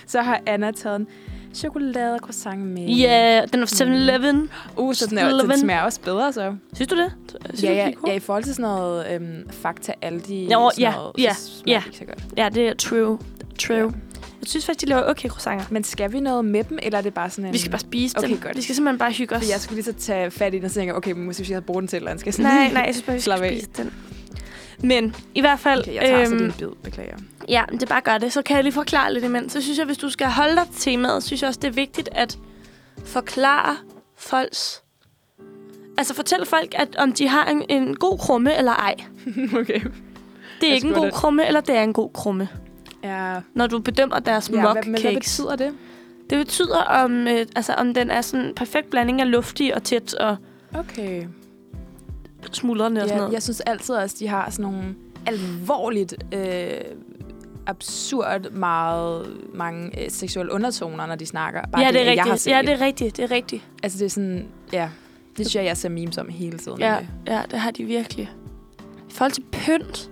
Speaker 2: Så har Anna taget en chokolade croissant med.
Speaker 1: Ja, den er fra 7-Eleven.
Speaker 2: Uh, så den, er,
Speaker 1: Eleven.
Speaker 2: den smager også bedre, så.
Speaker 1: Synes du det? Synes
Speaker 2: Ja,
Speaker 1: du,
Speaker 2: ja,
Speaker 1: den er god?
Speaker 2: ja, i forhold til sådan noget øhm, Fakta Aldi,
Speaker 1: Nå,
Speaker 2: sådan
Speaker 1: ja,
Speaker 2: noget,
Speaker 1: ja,
Speaker 2: så smager
Speaker 1: ja.
Speaker 2: det ikke så godt.
Speaker 1: Ja, det er true. True.
Speaker 2: Ja.
Speaker 1: Jeg synes faktisk, de laver okay croissanter.
Speaker 2: Men skal vi noget med dem, eller er det bare sådan en...
Speaker 1: Vi skal bare spise
Speaker 2: Okay,
Speaker 1: dem.
Speaker 2: godt.
Speaker 1: Vi skal simpelthen bare hygge os.
Speaker 2: Fordi jeg skulle lige så tage fat i den og tænke, okay, men måske hvis jeg havde brugt den til et eller andet. Skal jeg sådan
Speaker 1: Nej,
Speaker 2: lige- [LAUGHS]
Speaker 1: nej, jeg synes bare, vi skal
Speaker 2: Slap af.
Speaker 1: spise den. Men i hvert fald,
Speaker 2: Okay, jeg tager øhm, så lige
Speaker 1: øhm,
Speaker 2: en bid, beklager.
Speaker 1: ja, men det bare gør det. Så kan jeg lige forklare lidt imens. Så synes jeg, hvis du skal holde dig til temaet, synes jeg også, det er vigtigt at forklare folks... Altså fortæl folk, at om de har en, en god krumme eller ej.
Speaker 2: [LAUGHS] okay.
Speaker 1: Det er
Speaker 2: Jeg
Speaker 1: ikke en
Speaker 2: skulle
Speaker 1: god
Speaker 2: da-
Speaker 1: krumme, eller det er en god krumme.
Speaker 2: Ja,
Speaker 1: Når du bedømmer deres ja,
Speaker 2: ja
Speaker 1: mug
Speaker 2: hvad, men hvad
Speaker 1: cakes.
Speaker 2: betyder det?
Speaker 1: Det betyder, om, øh, altså, om den er sådan en perfekt blanding af luftig og tæt og
Speaker 2: Okay.
Speaker 1: smuldrende og sådan
Speaker 2: Ja,
Speaker 1: noget.
Speaker 2: jeg synes altid også, de har sådan nogle alvorligt øh, absurd meget mange øh, seksuelle undertoner, når de snakker. Bare
Speaker 1: ja, det er
Speaker 2: Jeg har
Speaker 1: rigtigt.
Speaker 2: set.
Speaker 1: Ja, det er rigtigt. Det er rigtigt.
Speaker 2: Altså, det er sådan, ja. Det synes jeg, jeg ser memes om hele tiden.
Speaker 1: Ja,
Speaker 2: nemlig.
Speaker 1: ja, det har de virkelig. I forhold til pynt.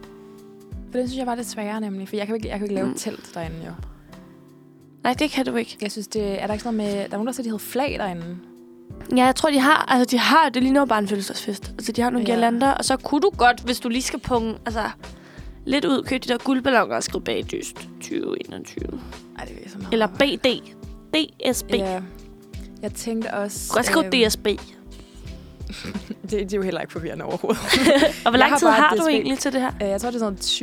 Speaker 2: For det synes jeg var lidt sværere, nemlig. For jeg kan jo ikke, jeg kan jo ikke lave
Speaker 1: Mm.
Speaker 2: et telt derinde, jo.
Speaker 1: Nej, det kan du ikke.
Speaker 2: Jeg synes, det, er der ikke sådan noget med... Der er nogen, der siger, de hedder flag derinde.
Speaker 1: Ja, jeg tror, de har... Altså, de har... Det ligner jo bare en fødselsdagsfest. Altså, de har nogle ja.
Speaker 2: Ja.
Speaker 1: girlander, og så kunne du godt, hvis du lige skal punge... Altså, lidt ud, købe de der guldballoner og skrive bagdyst 2021.
Speaker 2: Ej, det er så meget.
Speaker 1: Eller BD. DSB. Ja.
Speaker 2: Ja. Jeg tænkte også...
Speaker 1: Godt skrive
Speaker 2: øhm,
Speaker 1: DSB.
Speaker 2: [LAUGHS] Det, det er jo heller ikke
Speaker 1: [LAUGHS]
Speaker 2: forvirrende overhovedet.
Speaker 1: Og hvor
Speaker 2: jeg
Speaker 1: lang
Speaker 2: har
Speaker 1: tid
Speaker 2: bare
Speaker 1: har du
Speaker 2: DSB.
Speaker 1: egentlig til det her?
Speaker 2: Øh, jeg tror, det er sådan 20-30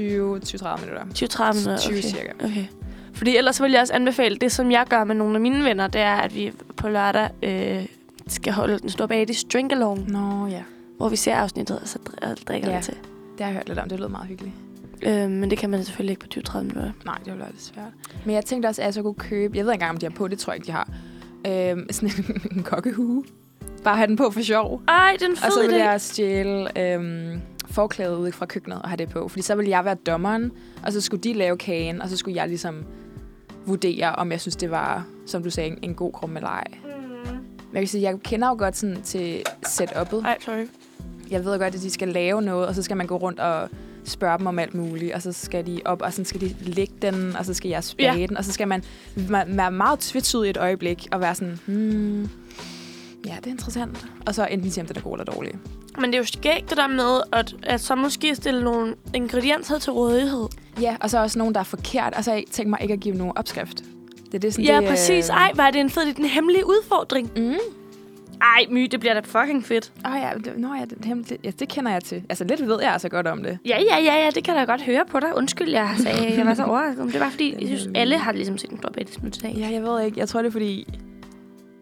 Speaker 2: minutter.
Speaker 1: 20-30 minutter?
Speaker 2: 20
Speaker 1: okay.
Speaker 2: cirka.
Speaker 1: Okay. Fordi ellers vil jeg også anbefale, det som jeg gør med nogle af mine venner, det er, at vi på lørdag øh, skal holde den store bag i Drink Along,
Speaker 2: Nå ja,
Speaker 1: hvor vi ser afsnittet, og så dri- og drikker
Speaker 2: Ja.
Speaker 1: ja. til.
Speaker 2: det har jeg hørt lidt om. Det lød meget hyggeligt.
Speaker 1: Øh, men det kan man selvfølgelig ikke på 20-30 minutter.
Speaker 2: Nej, det var lidt svært. Men jeg tænkte også, at jeg så kunne købe... Jeg ved ikke engang, om de har på. Det tror jeg ikke, de har. Øhm, sådan en, [LAUGHS] en kokkehue. Bare have den på for sjov.
Speaker 1: Ej, det er en
Speaker 2: Og så
Speaker 1: fed idé.
Speaker 2: ville Altså, jeg stjæle øhm, forklædet ud fra køkkenet og have det på. Fordi så ville jeg være dommeren, og så skulle de lave kagen, og så skulle jeg ligesom vurdere, om jeg synes, det var, som du sagde, en, en god krumme eller ej.
Speaker 1: Mm.
Speaker 2: Men jeg kan sige, jeg kender jo godt sådan til setup'et.
Speaker 1: Ej, sorry.
Speaker 2: Jeg ved godt, at de skal lave noget, og så skal man gå rundt og spørge dem om alt muligt, og så skal de op, og så skal de lægge den, og så skal jeg spage
Speaker 1: Ja.
Speaker 2: den, og så skal man ma- være meget tvetydig et øjeblik, og være sådan, hmm, ja, det er interessant. Og så enten sige, om den er god eller dårlig.
Speaker 1: Men det er jo skægt det der med, at, at så måske stille nogle ingredienser til rådighed.
Speaker 2: Ja, og så også nogen, der er forkert. Og så har jeg tænkt mig ikke at give nogen opskrift. Det er det, sådan,
Speaker 1: Ja,
Speaker 2: det,
Speaker 1: præcis.
Speaker 2: øh,
Speaker 1: Ej, hvor er det en fed idé. Den hemmelige udfordring.
Speaker 2: Mm.
Speaker 1: Ej, My, det bliver da fucking fedt.
Speaker 2: Oh, ja, det, nå, ja, det, hemmeligt. ja, det kender jeg til. Altså, lidt ved jeg altså godt om det.
Speaker 1: Ja, ja, ja, ja, det kan jeg da godt høre på dig. Undskyld, jeg
Speaker 2: [LAUGHS]
Speaker 1: sagde, jeg var så overrasket. Men det var, fordi jeg synes, alle har ligesom set en stor bætte i dag.
Speaker 2: Ja, jeg ved ikke. Jeg tror, det er fordi...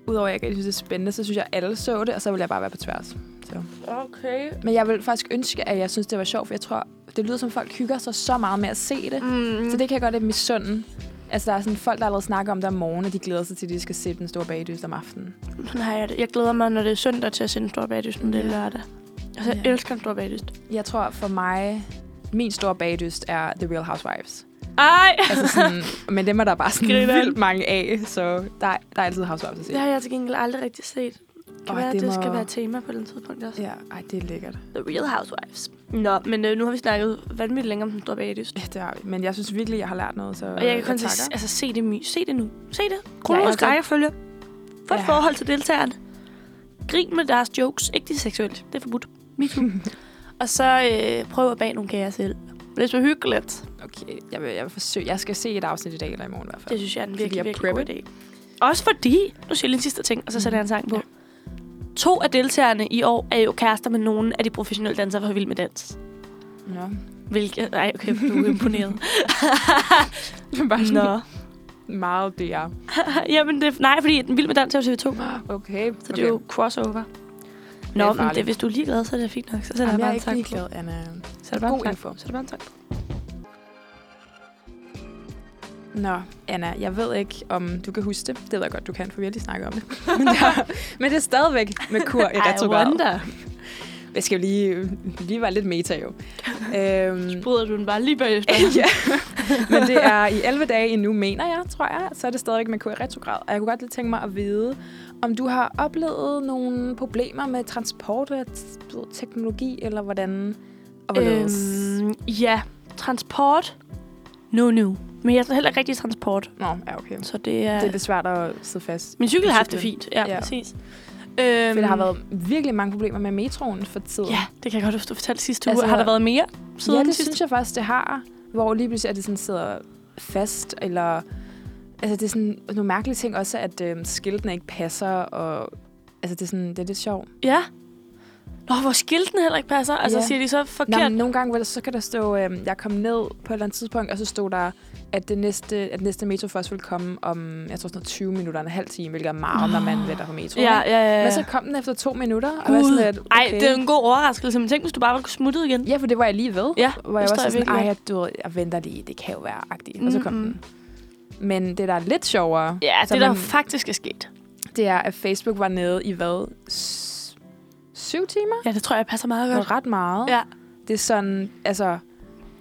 Speaker 2: Udover at jeg ikke synes, det er spændende, så synes jeg, at alle så det, og så vil jeg bare være på tværs. Så.
Speaker 1: Okay.
Speaker 2: Men jeg vil faktisk ønske, at jeg synes, det var sjovt, for jeg tror, det lyder som, folk hygger sig så meget med at se det.
Speaker 1: Mm.
Speaker 2: Så det kan jeg godt lidt misunde. Altså, der er sådan folk, der allerede snakker om det om morgenen, og de glæder sig til, at de skal se den store bagdyst om aftenen.
Speaker 1: Sådan har jeg det. Jeg glæder mig, når det er søndag til at se en stor bagdyst, når det er
Speaker 2: Ja.
Speaker 1: lørdag. Altså, jeg
Speaker 2: Ja.
Speaker 1: elsker en stor bagdyst.
Speaker 2: Jeg tror for mig, min store bagdyst er The Real Housewives.
Speaker 1: Ej!
Speaker 2: altså sådan, men dem er der bare sådan
Speaker 1: Grineren.
Speaker 2: vildt mange af, så der, er- der er altid housewives at
Speaker 1: [LAUGHS]
Speaker 2: se.
Speaker 1: Det har jeg til gengæld aldrig rigtig set. Det kan
Speaker 2: Åh,
Speaker 1: være,
Speaker 2: det
Speaker 1: det, det
Speaker 2: må-
Speaker 1: skal være et tema på et eller andet tidspunkt også.
Speaker 2: Ja, ej, det er lækkert.
Speaker 1: The Real Housewives. Nå, men øh, nu har vi snakket vanvittigt længe om den store bagdyst.
Speaker 2: Ja, det har vi. Men jeg synes virkelig, jeg har lært noget, så
Speaker 1: Og jeg kan kun se,
Speaker 2: takker.
Speaker 1: altså, se det, my. se det nu. Se det. Kronologisk
Speaker 2: Ja,
Speaker 1: ja,
Speaker 2: altså-
Speaker 1: rækkefølge. Få et
Speaker 2: Ja.
Speaker 1: forhold til deltagerne. Grin med deres jokes. Ikke de seksuelle. Det er forbudt. Me too. [LAUGHS] og så øh, prøv at bage nogle kager selv. Det er så hyggeligt.
Speaker 2: Okay, jeg vil, jeg vil forsøge. Jeg skal se et afsnit i dag eller i morgen i hvert fald.
Speaker 1: Det synes jeg er en
Speaker 2: Fordi jeg
Speaker 1: virkelig, virkelig god
Speaker 2: prepper.
Speaker 1: idé. Også fordi, nu siger jeg lige en sidste ting, og så sætter jeg en sang på. To af deltagerne i år er jo kærester med nogen af de professionelle dansere fra Vild Med Dans.
Speaker 2: Nå. [LAUGHS]
Speaker 1: Hvilket... Nej, okay, du er [LAUGHS] imponeret.
Speaker 2: bare
Speaker 1: Nå.
Speaker 2: meget det er.
Speaker 1: Jamen, det, nej, fordi den Vild Med Dans er jo TV2.
Speaker 2: Okay.
Speaker 1: Så okay. det er jo crossover. Nå,
Speaker 2: er
Speaker 1: men det,
Speaker 2: farligt.
Speaker 1: hvis du er ligeglad, så er det fint nok. Så sætter
Speaker 2: Jamen,
Speaker 1: jeg
Speaker 2: jeg er
Speaker 1: bare en
Speaker 2: ikke
Speaker 1: sang på.
Speaker 2: ligeglad, Anna.
Speaker 1: Så er der bare
Speaker 2: God
Speaker 1: en
Speaker 2: info.
Speaker 1: sang. Så er der bare en sang på.
Speaker 2: Nå, Anna, jeg ved ikke, om du kan huske det. Det ved jeg godt, du kan, for vi har lige snakket
Speaker 1: [LAUGHS]
Speaker 2: om det. men, det er, men det er stadigvæk med kur i
Speaker 1: I
Speaker 2: retrograd.
Speaker 1: wonder.
Speaker 2: [LAUGHS] Jeg skal jo lige, lige være lidt meta,
Speaker 1: [LAUGHS]
Speaker 2: jo. øhm,
Speaker 1: Bryder du den bare lige bagefter?
Speaker 2: [LAUGHS] ja. Men det er i 11 dage endnu, mener jeg, tror jeg. Så er det stadigvæk med i retrograd. Og jeg kunne godt lige tænke mig at vide, om du har oplevet nogle problemer med transport og t- teknologi, eller hvordan? Og hvorledes?
Speaker 1: øhm, ja, transport. Nu, nu. Men jeg er heller ikke rigtig i transport,
Speaker 2: Nå, ja, okay.
Speaker 1: så øh, det er...
Speaker 2: Det er lidt svært at sidde fast.
Speaker 1: Min cykel har haft det
Speaker 2: Cyklen.
Speaker 1: fint, ja,
Speaker 2: Ja.
Speaker 1: ja. præcis. Øhm,
Speaker 2: For der har været virkelig mange problemer med metroen for tiden.
Speaker 1: Øhm, Ja, det kan jeg godt huske, du fortalte sidste uge.
Speaker 2: Altså-
Speaker 1: Altså, har der været mere siden
Speaker 2: ja det
Speaker 1: sidst?
Speaker 2: synes jeg faktisk, det har. Hvor lige pludselig er det sådan, sidder fast, eller... Altså, det er sådan nogle mærkelige ting også, at øhm, skiltene ikke passer, og... Altså, det er, sådan, det er lidt sjovt.
Speaker 1: Ja. Nå, hvor skiltene heller ikke passer. Altså,
Speaker 2: Ja.
Speaker 1: siger de så
Speaker 2: Nå,
Speaker 1: forkert?
Speaker 2: men nogle gange, hvor der, så kan der stå, øh, jeg kom ned på et eller andet tidspunkt, og så stod der, at det næste, at næste metro først ville komme om, jeg tror sådan noget 20 minutter, en halv time, hvilket er meget, når man venter på metroen.
Speaker 1: ja,
Speaker 2: ikke?
Speaker 1: ja, ja. ja.
Speaker 2: Men så kom den efter to minutter, og var
Speaker 1: Gud.
Speaker 2: sådan lidt,
Speaker 1: Ej,
Speaker 2: okay.
Speaker 1: det er jo en god overraskelse. Men tænk, hvis du bare var smuttet igen.
Speaker 2: Ja, for det var jeg lige
Speaker 1: Ja,
Speaker 2: ved. hvor jeg
Speaker 1: forstår
Speaker 2: var
Speaker 1: jeg
Speaker 2: sådan,
Speaker 1: virkelig
Speaker 2: ej, jeg, du, ved, jeg venter lige, det kan jo være agtigt. Og så kom
Speaker 1: Mm, mm.
Speaker 2: den. Men det, der er lidt sjovere,
Speaker 1: Ja,
Speaker 2: Så
Speaker 1: Altså, det der
Speaker 2: man-
Speaker 1: faktisk er sket.
Speaker 2: det er, at Facebook var nede i hvad? S- syv timer?
Speaker 1: Ja, det tror jeg passer meget
Speaker 2: Det
Speaker 1: godt.
Speaker 2: var ret meget.
Speaker 1: Ja.
Speaker 2: Det er sådan, altså,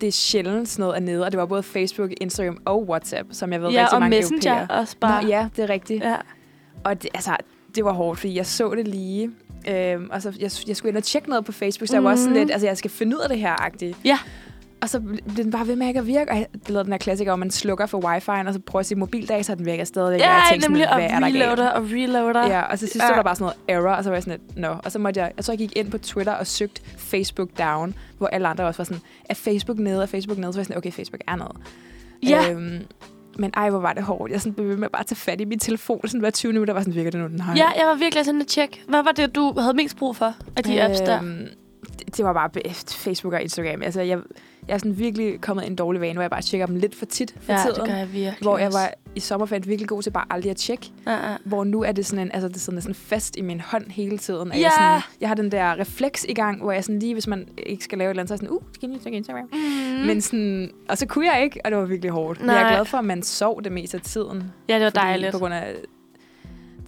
Speaker 2: det er sjældent sådan noget er nede, og det var både Facebook, Instagram og WhatsApp, som jeg ved
Speaker 1: Ja,
Speaker 2: rigtig
Speaker 1: og
Speaker 2: mange
Speaker 1: Messenger
Speaker 2: europæere.
Speaker 1: også bare.
Speaker 2: Nå, ja, det er rigtigt. Ja.
Speaker 1: ja.
Speaker 2: Og det, altså, det var hårdt, fordi jeg så det lige. Øhm, og så, jeg, jeg skulle ind og tjekke noget på Facebook, så jeg var også sådan
Speaker 1: Mhm.
Speaker 2: lidt, altså, jeg skal finde ud af det her, agtigt.
Speaker 1: Ja.
Speaker 2: Og så blev den bare ved med ikke at virke. Og jeg lavede den her klassiker, hvor man slukker for wifi'en, og så prøver at sige mobildata, så den virker stadigvæk.
Speaker 1: Ja,
Speaker 2: og jeg
Speaker 1: ja
Speaker 2: tænkte sådan,
Speaker 1: nemlig. Og
Speaker 2: hvad er der galt?
Speaker 1: reloader og reloader.
Speaker 2: Ja, og så sidst
Speaker 1: Ja.
Speaker 2: ja. der bare sådan noget error, og så var jeg sådan lidt, no. Og så måtte jeg, jeg tror, jeg gik ind på Twitter og søgte Facebook down, hvor alle andre også var sådan, er Facebook nede, er Facebook nede? Så var jeg sådan, okay, Facebook er nede.
Speaker 1: Ja.
Speaker 2: Øhm, men ej, hvor var det hårdt. Jeg sådan blev ved med bare at tage fat i min telefon, sådan hver 20 minutter, var sådan, virker det nu, den har.
Speaker 1: Ja, jeg var virkelig sådan at tjekke. Hvad var det, du havde mest brug for af de øh, apps
Speaker 2: Øhm,
Speaker 1: der?
Speaker 2: Det, det var bare be- Facebook og Instagram. Altså, jeg, jeg er sådan virkelig kommet i en dårlig vane, hvor jeg bare tjekker dem lidt for tit for
Speaker 1: Ja,
Speaker 2: tiden.
Speaker 1: det gør jeg virkelig
Speaker 2: Hvor jeg
Speaker 1: også.
Speaker 2: var i sommerferien virkelig god til bare aldrig at tjekke.
Speaker 1: Ja, ja.
Speaker 2: Hvor nu er det sådan en, altså det sidder næsten fast i min hånd hele tiden. at
Speaker 1: Ja.
Speaker 2: Jeg, sådan, jeg har den der refleks i gang, hvor jeg sådan lige, hvis man ikke skal lave et eller andet, så er jeg sådan, uh, skal jeg lige tjekke Instagram? Mm. Men sådan, og så kunne jeg ikke, og det var virkelig hårdt. Men jeg
Speaker 1: Nej.
Speaker 2: er glad for, at man sov det meste af tiden.
Speaker 1: ja, det var
Speaker 2: Fordi-
Speaker 1: dejligt.
Speaker 2: På grund af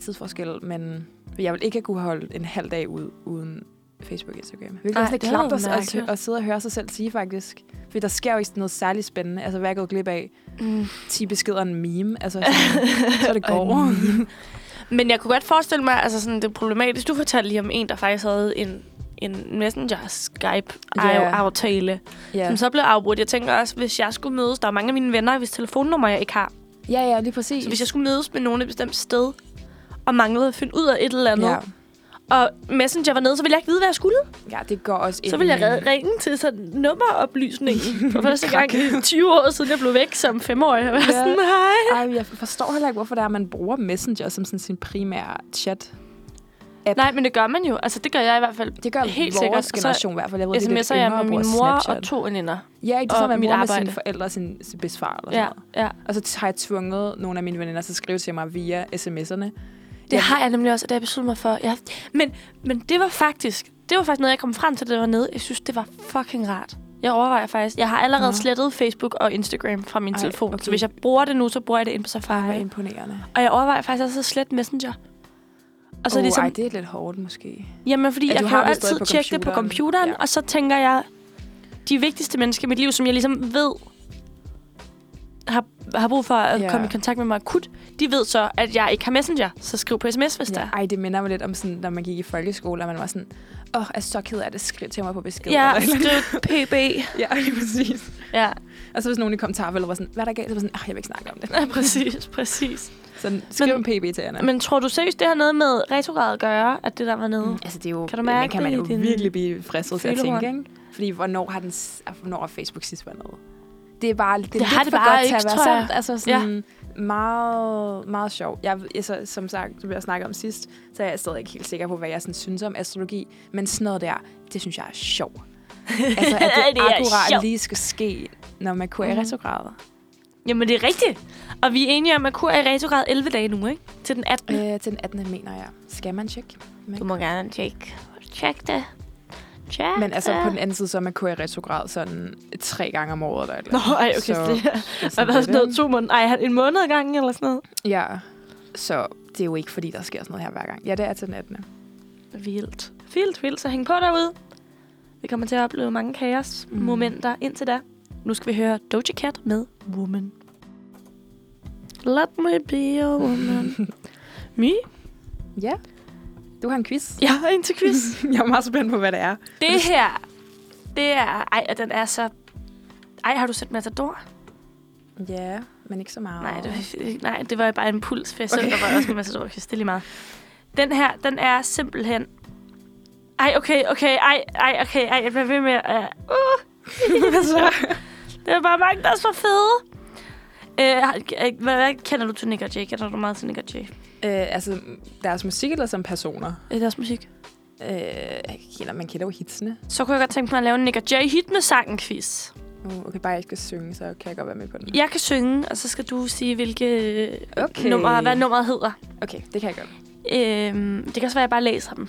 Speaker 2: tidsforskel, men jeg vil ikke kunne holde en halv dag ud uden Facebook og Instagram. Hvilket
Speaker 1: Ej,
Speaker 2: er sådan
Speaker 1: det
Speaker 2: lidt
Speaker 1: er jo
Speaker 2: klamt at, at,
Speaker 1: mærkeligt.
Speaker 2: at, sidde og høre sig selv sige, faktisk. Fordi der sker jo ikke noget særligt spændende. Altså, hvad er jeg gået glip af?
Speaker 1: Mm.
Speaker 2: 10 beskeder og en meme.
Speaker 1: [LAUGHS]
Speaker 2: Altså, sådan, så er det går.
Speaker 1: Men jeg kunne godt forestille mig, altså sådan, det er problematisk. Du fortalte lige om en, der faktisk havde en, en
Speaker 2: [LAUGHS] Ja.
Speaker 1: Messenger-Skype-aftale, yeah.
Speaker 2: ja.
Speaker 1: som så blev afbrudt. Jeg tænker også, hvis jeg skulle mødes, der er mange af mine venner, hvis telefonnummer jeg ikke har.
Speaker 2: ja, ja, lige præcis.
Speaker 1: Så hvis jeg skulle mødes med nogen et bestemt sted, og manglede at finde ud af et eller andet,
Speaker 2: ja.
Speaker 1: yeah. og Messenger var nede, så ville jeg ikke vide, hvad jeg skulle.
Speaker 2: ja, det går også
Speaker 1: Så
Speaker 2: ind
Speaker 1: ville jeg
Speaker 2: i-
Speaker 1: red- ringe til sådan
Speaker 2: [LAUGHS]
Speaker 1: nummeroplysningen. For første gang i 20 år siden, jeg blev væk som femårig. Jeg var
Speaker 2: Ja.
Speaker 1: sådan, hej.
Speaker 2: [LAUGHS] Ej, jeg forstår heller ikke, hvorfor det er, at man bruger Messenger som sådan sin primære chat.
Speaker 1: Nej, men det gør man jo. Altså, det gør jeg i hvert fald.
Speaker 2: Det gør
Speaker 1: Helt
Speaker 2: vores
Speaker 1: sikkert. Og så
Speaker 2: generation i hvert fald. Jeg ved, det er lidt
Speaker 1: sms'er jeg
Speaker 2: yngre,
Speaker 1: med min
Speaker 2: bruger
Speaker 1: mor
Speaker 2: Snapchat.
Speaker 1: og to veninder.
Speaker 2: Ja, ikke? Det
Speaker 1: og
Speaker 2: er sådan,
Speaker 1: mit
Speaker 2: at mit mor arbejde.
Speaker 1: arbejde.
Speaker 2: med sine forældre og sin, sin bedstefar. Eller
Speaker 1: Ja,
Speaker 2: Sådan noget.
Speaker 1: ja.
Speaker 2: Og så har jeg tvunget nogle af mine veninder til at skrive til mig via sms'erne.
Speaker 1: Det har jeg nemlig også, og det har jeg besluttet mig for. Ja. Men, men det var faktisk, det var faktisk noget, jeg kom frem til, da det var nede. Jeg synes, det var fucking rart. Jeg overvejer faktisk. Jeg har allerede
Speaker 2: Nå.
Speaker 1: slettet Facebook og Instagram fra min Ej,
Speaker 2: Ej,
Speaker 1: telefon. Okay. Så
Speaker 2: okay.
Speaker 1: hvis jeg bruger det nu, så bruger jeg det ind på Safari.
Speaker 2: Det er
Speaker 1: Ej.
Speaker 2: imponerende.
Speaker 1: Og jeg overvejer faktisk også at slette Messenger. Og så
Speaker 2: oh,
Speaker 1: oh, ligesom,
Speaker 2: ej, det er lidt hårdt måske.
Speaker 1: jamen fordi
Speaker 2: Ja,
Speaker 1: jeg
Speaker 2: du
Speaker 1: kan
Speaker 2: har
Speaker 1: jo
Speaker 2: det stadig
Speaker 1: altid
Speaker 2: på
Speaker 1: tjekke det på computeren,
Speaker 2: computeren.
Speaker 1: ja.
Speaker 2: Ja.
Speaker 1: og så tænker jeg, de vigtigste mennesker i mit liv, som jeg ligesom ved, har, har brug for at
Speaker 2: Ja.
Speaker 1: komme i kontakt med mig akut, de ved så, at jeg ikke har Messenger, så skriv på sms, hvis ja. der er.
Speaker 2: Ja. Ej, det minder mig lidt om, sådan, når man gik i folkeskole, og man var sådan, åh, oh, jeg er så ked af det, skriv til mig på besked.
Speaker 1: Ja,
Speaker 2: Eller-
Speaker 1: skriv PB.
Speaker 2: [LAUGHS] ja, lige præcis.
Speaker 1: Ja,
Speaker 2: Og så hvis nogen i kommentarfeltet var sådan, hvad er der galt? Så var jeg sådan, ah, jeg vil ikke snakke om det.
Speaker 1: ja, præcis, præcis.
Speaker 2: Så skriv en pb til Anna.
Speaker 1: Men tror du seriøst, det har noget med retrograd at gøre, at det der var nede? Mm.
Speaker 2: Altså, det er jo,
Speaker 1: Kan du mærke
Speaker 2: man kan man
Speaker 1: det
Speaker 2: jo
Speaker 1: i din
Speaker 2: virkelig blive fristet til at
Speaker 1: følehorn?
Speaker 2: tænke, ikke? Fordi hvornår har, den, s- ah, hvornår har Facebook sidst været noget? Det er bare det, er
Speaker 1: Det har
Speaker 2: lidt
Speaker 1: det
Speaker 2: for
Speaker 1: bare
Speaker 2: godt
Speaker 1: ikke,
Speaker 2: til at være
Speaker 1: tror jeg.
Speaker 2: sandt. Altså sådan ja. meget, meget sjov. Jeg, jeg, så, som sagt, som jeg snakkede om sidst, så er jeg stadig ikke helt sikker på, hvad jeg sådan synes om astrologi. Men sådan noget der, det synes jeg er sjov.
Speaker 1: [LAUGHS]
Speaker 2: altså, at det,
Speaker 1: Det er
Speaker 2: akkurat
Speaker 1: sjov.
Speaker 2: lige skal ske, når man er i
Speaker 1: Mhm.
Speaker 2: retrograd.
Speaker 1: Jamen, det er rigtigt. Og vi er enige om, at kur er i retrograd 11 dage nu, ikke? Til den 18.
Speaker 2: Øh, til den 18. mener jeg. Skal man tjekke? Men,
Speaker 1: Mm. Du må gerne tjekke. Tjek det. Tjek
Speaker 2: men altså,
Speaker 1: det.
Speaker 2: på den anden side, så er man i retrograd sådan tre gange om året. Eller et eller
Speaker 1: Nå, ej, okay.
Speaker 2: Så-
Speaker 1: Så, det
Speaker 2: andet.
Speaker 1: har været sådan noget to måneder. Ej, en måned ad gangen eller sådan noget.
Speaker 2: Ja, så det er jo ikke, fordi der sker sådan noget her hver gang. Ja, det er til den 18.
Speaker 1: Vildt. Vildt, vildt. Så hæng på derude. Vi kommer til at opleve mange kaos-momenter mm. indtil da. Nu skal vi høre Doja Cat med Woman. Let me be a woman. [LAUGHS] me?
Speaker 2: Ja. Du har en quiz.
Speaker 1: [LAUGHS] Jeg har en til quiz.
Speaker 2: Jeg er meget spændt på, hvad det er.
Speaker 1: det her, det er... Ej, og den er så... Ej, har du set Matador?
Speaker 2: Ja, men ikke så meget.
Speaker 1: Nej, det var, nej, det var bare en pulsfest, okay.
Speaker 2: Okay.
Speaker 1: der var også en masse dårlig Det er lige meget. Den her, den er simpelthen... Ej, okay, okay, ej, ej, okay, ej, jeg bliver ved med at... Uh. [LAUGHS] det er bare mange, der er så fede. Øh, har- øh, hvad, hvad kender du til Nick og Jay? Kender du meget til Nick og Jay?
Speaker 2: Øh, altså, deres musik eller som personer?
Speaker 1: Øh, deres musik.
Speaker 2: Øh, jeg kender, man kender jo hitsene.
Speaker 1: Så kunne jeg godt tænke mig at lave en Nick og Jay hit med sangen quiz.
Speaker 2: Uh, okay, bare jeg ikke skal synge, så kan jeg godt være med på den.
Speaker 1: Jeg kan synge, og så skal du sige, hvilke øh,
Speaker 2: Okay.
Speaker 1: nummer, hvad nummeret hedder.
Speaker 2: Okay, det kan jeg godt.
Speaker 1: Øhm, det kan også være, at jeg bare læser dem.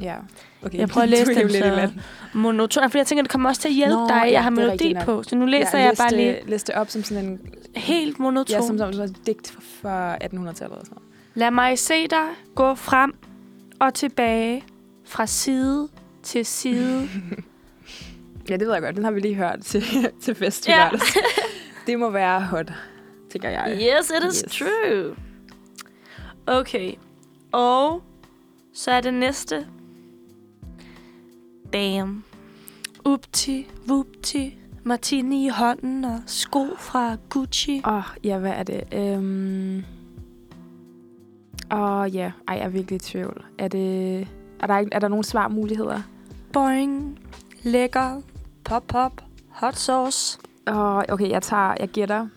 Speaker 2: Ja. Okay.
Speaker 1: Jeg prøver at læse
Speaker 2: [LAUGHS] Du er jo
Speaker 1: dem,
Speaker 2: lidt i
Speaker 1: så-
Speaker 2: land.
Speaker 1: monoton, fordi jeg tænker, det kommer også til at hjælpe Nå,
Speaker 2: Nå,
Speaker 1: dig. Jeg
Speaker 2: ja,
Speaker 1: har
Speaker 2: det er
Speaker 1: melodi
Speaker 2: rigtigt nok.
Speaker 1: på, så nu læser
Speaker 2: Ja,
Speaker 1: jeg bare
Speaker 2: liste-
Speaker 1: lige
Speaker 2: Liste op som sådan en...
Speaker 1: helt monoton.
Speaker 2: Ja, som, som sådan et digt fra 1800-tallet og sådan noget.
Speaker 1: Lad mig se dig gå frem og tilbage fra side til
Speaker 2: [LAUGHS]
Speaker 1: side.
Speaker 2: Ja, det ved jeg godt. Den har vi lige hørt [LAUGHS] til, til fest.
Speaker 1: Ja.
Speaker 2: Ja.
Speaker 1: [LAUGHS]
Speaker 2: Det må være hot, tænker jeg.
Speaker 1: yes, it is yes.
Speaker 2: Yes.
Speaker 1: true. Okay, og så er det næste. Bam. Upti, vupti, martini i hånden og sko fra Gucci.
Speaker 2: Åh, oh, ja, hvad er det? Øhm... Åh, oh, ja. Ej, jeg er virkelig i tvivl. Er, det... er, der, ikke... er der nogle svarmuligheder?
Speaker 1: Boing, lækker, pop-pop, hot sauce.
Speaker 2: Åh, oh, okay, jeg tager... Jeg gætter.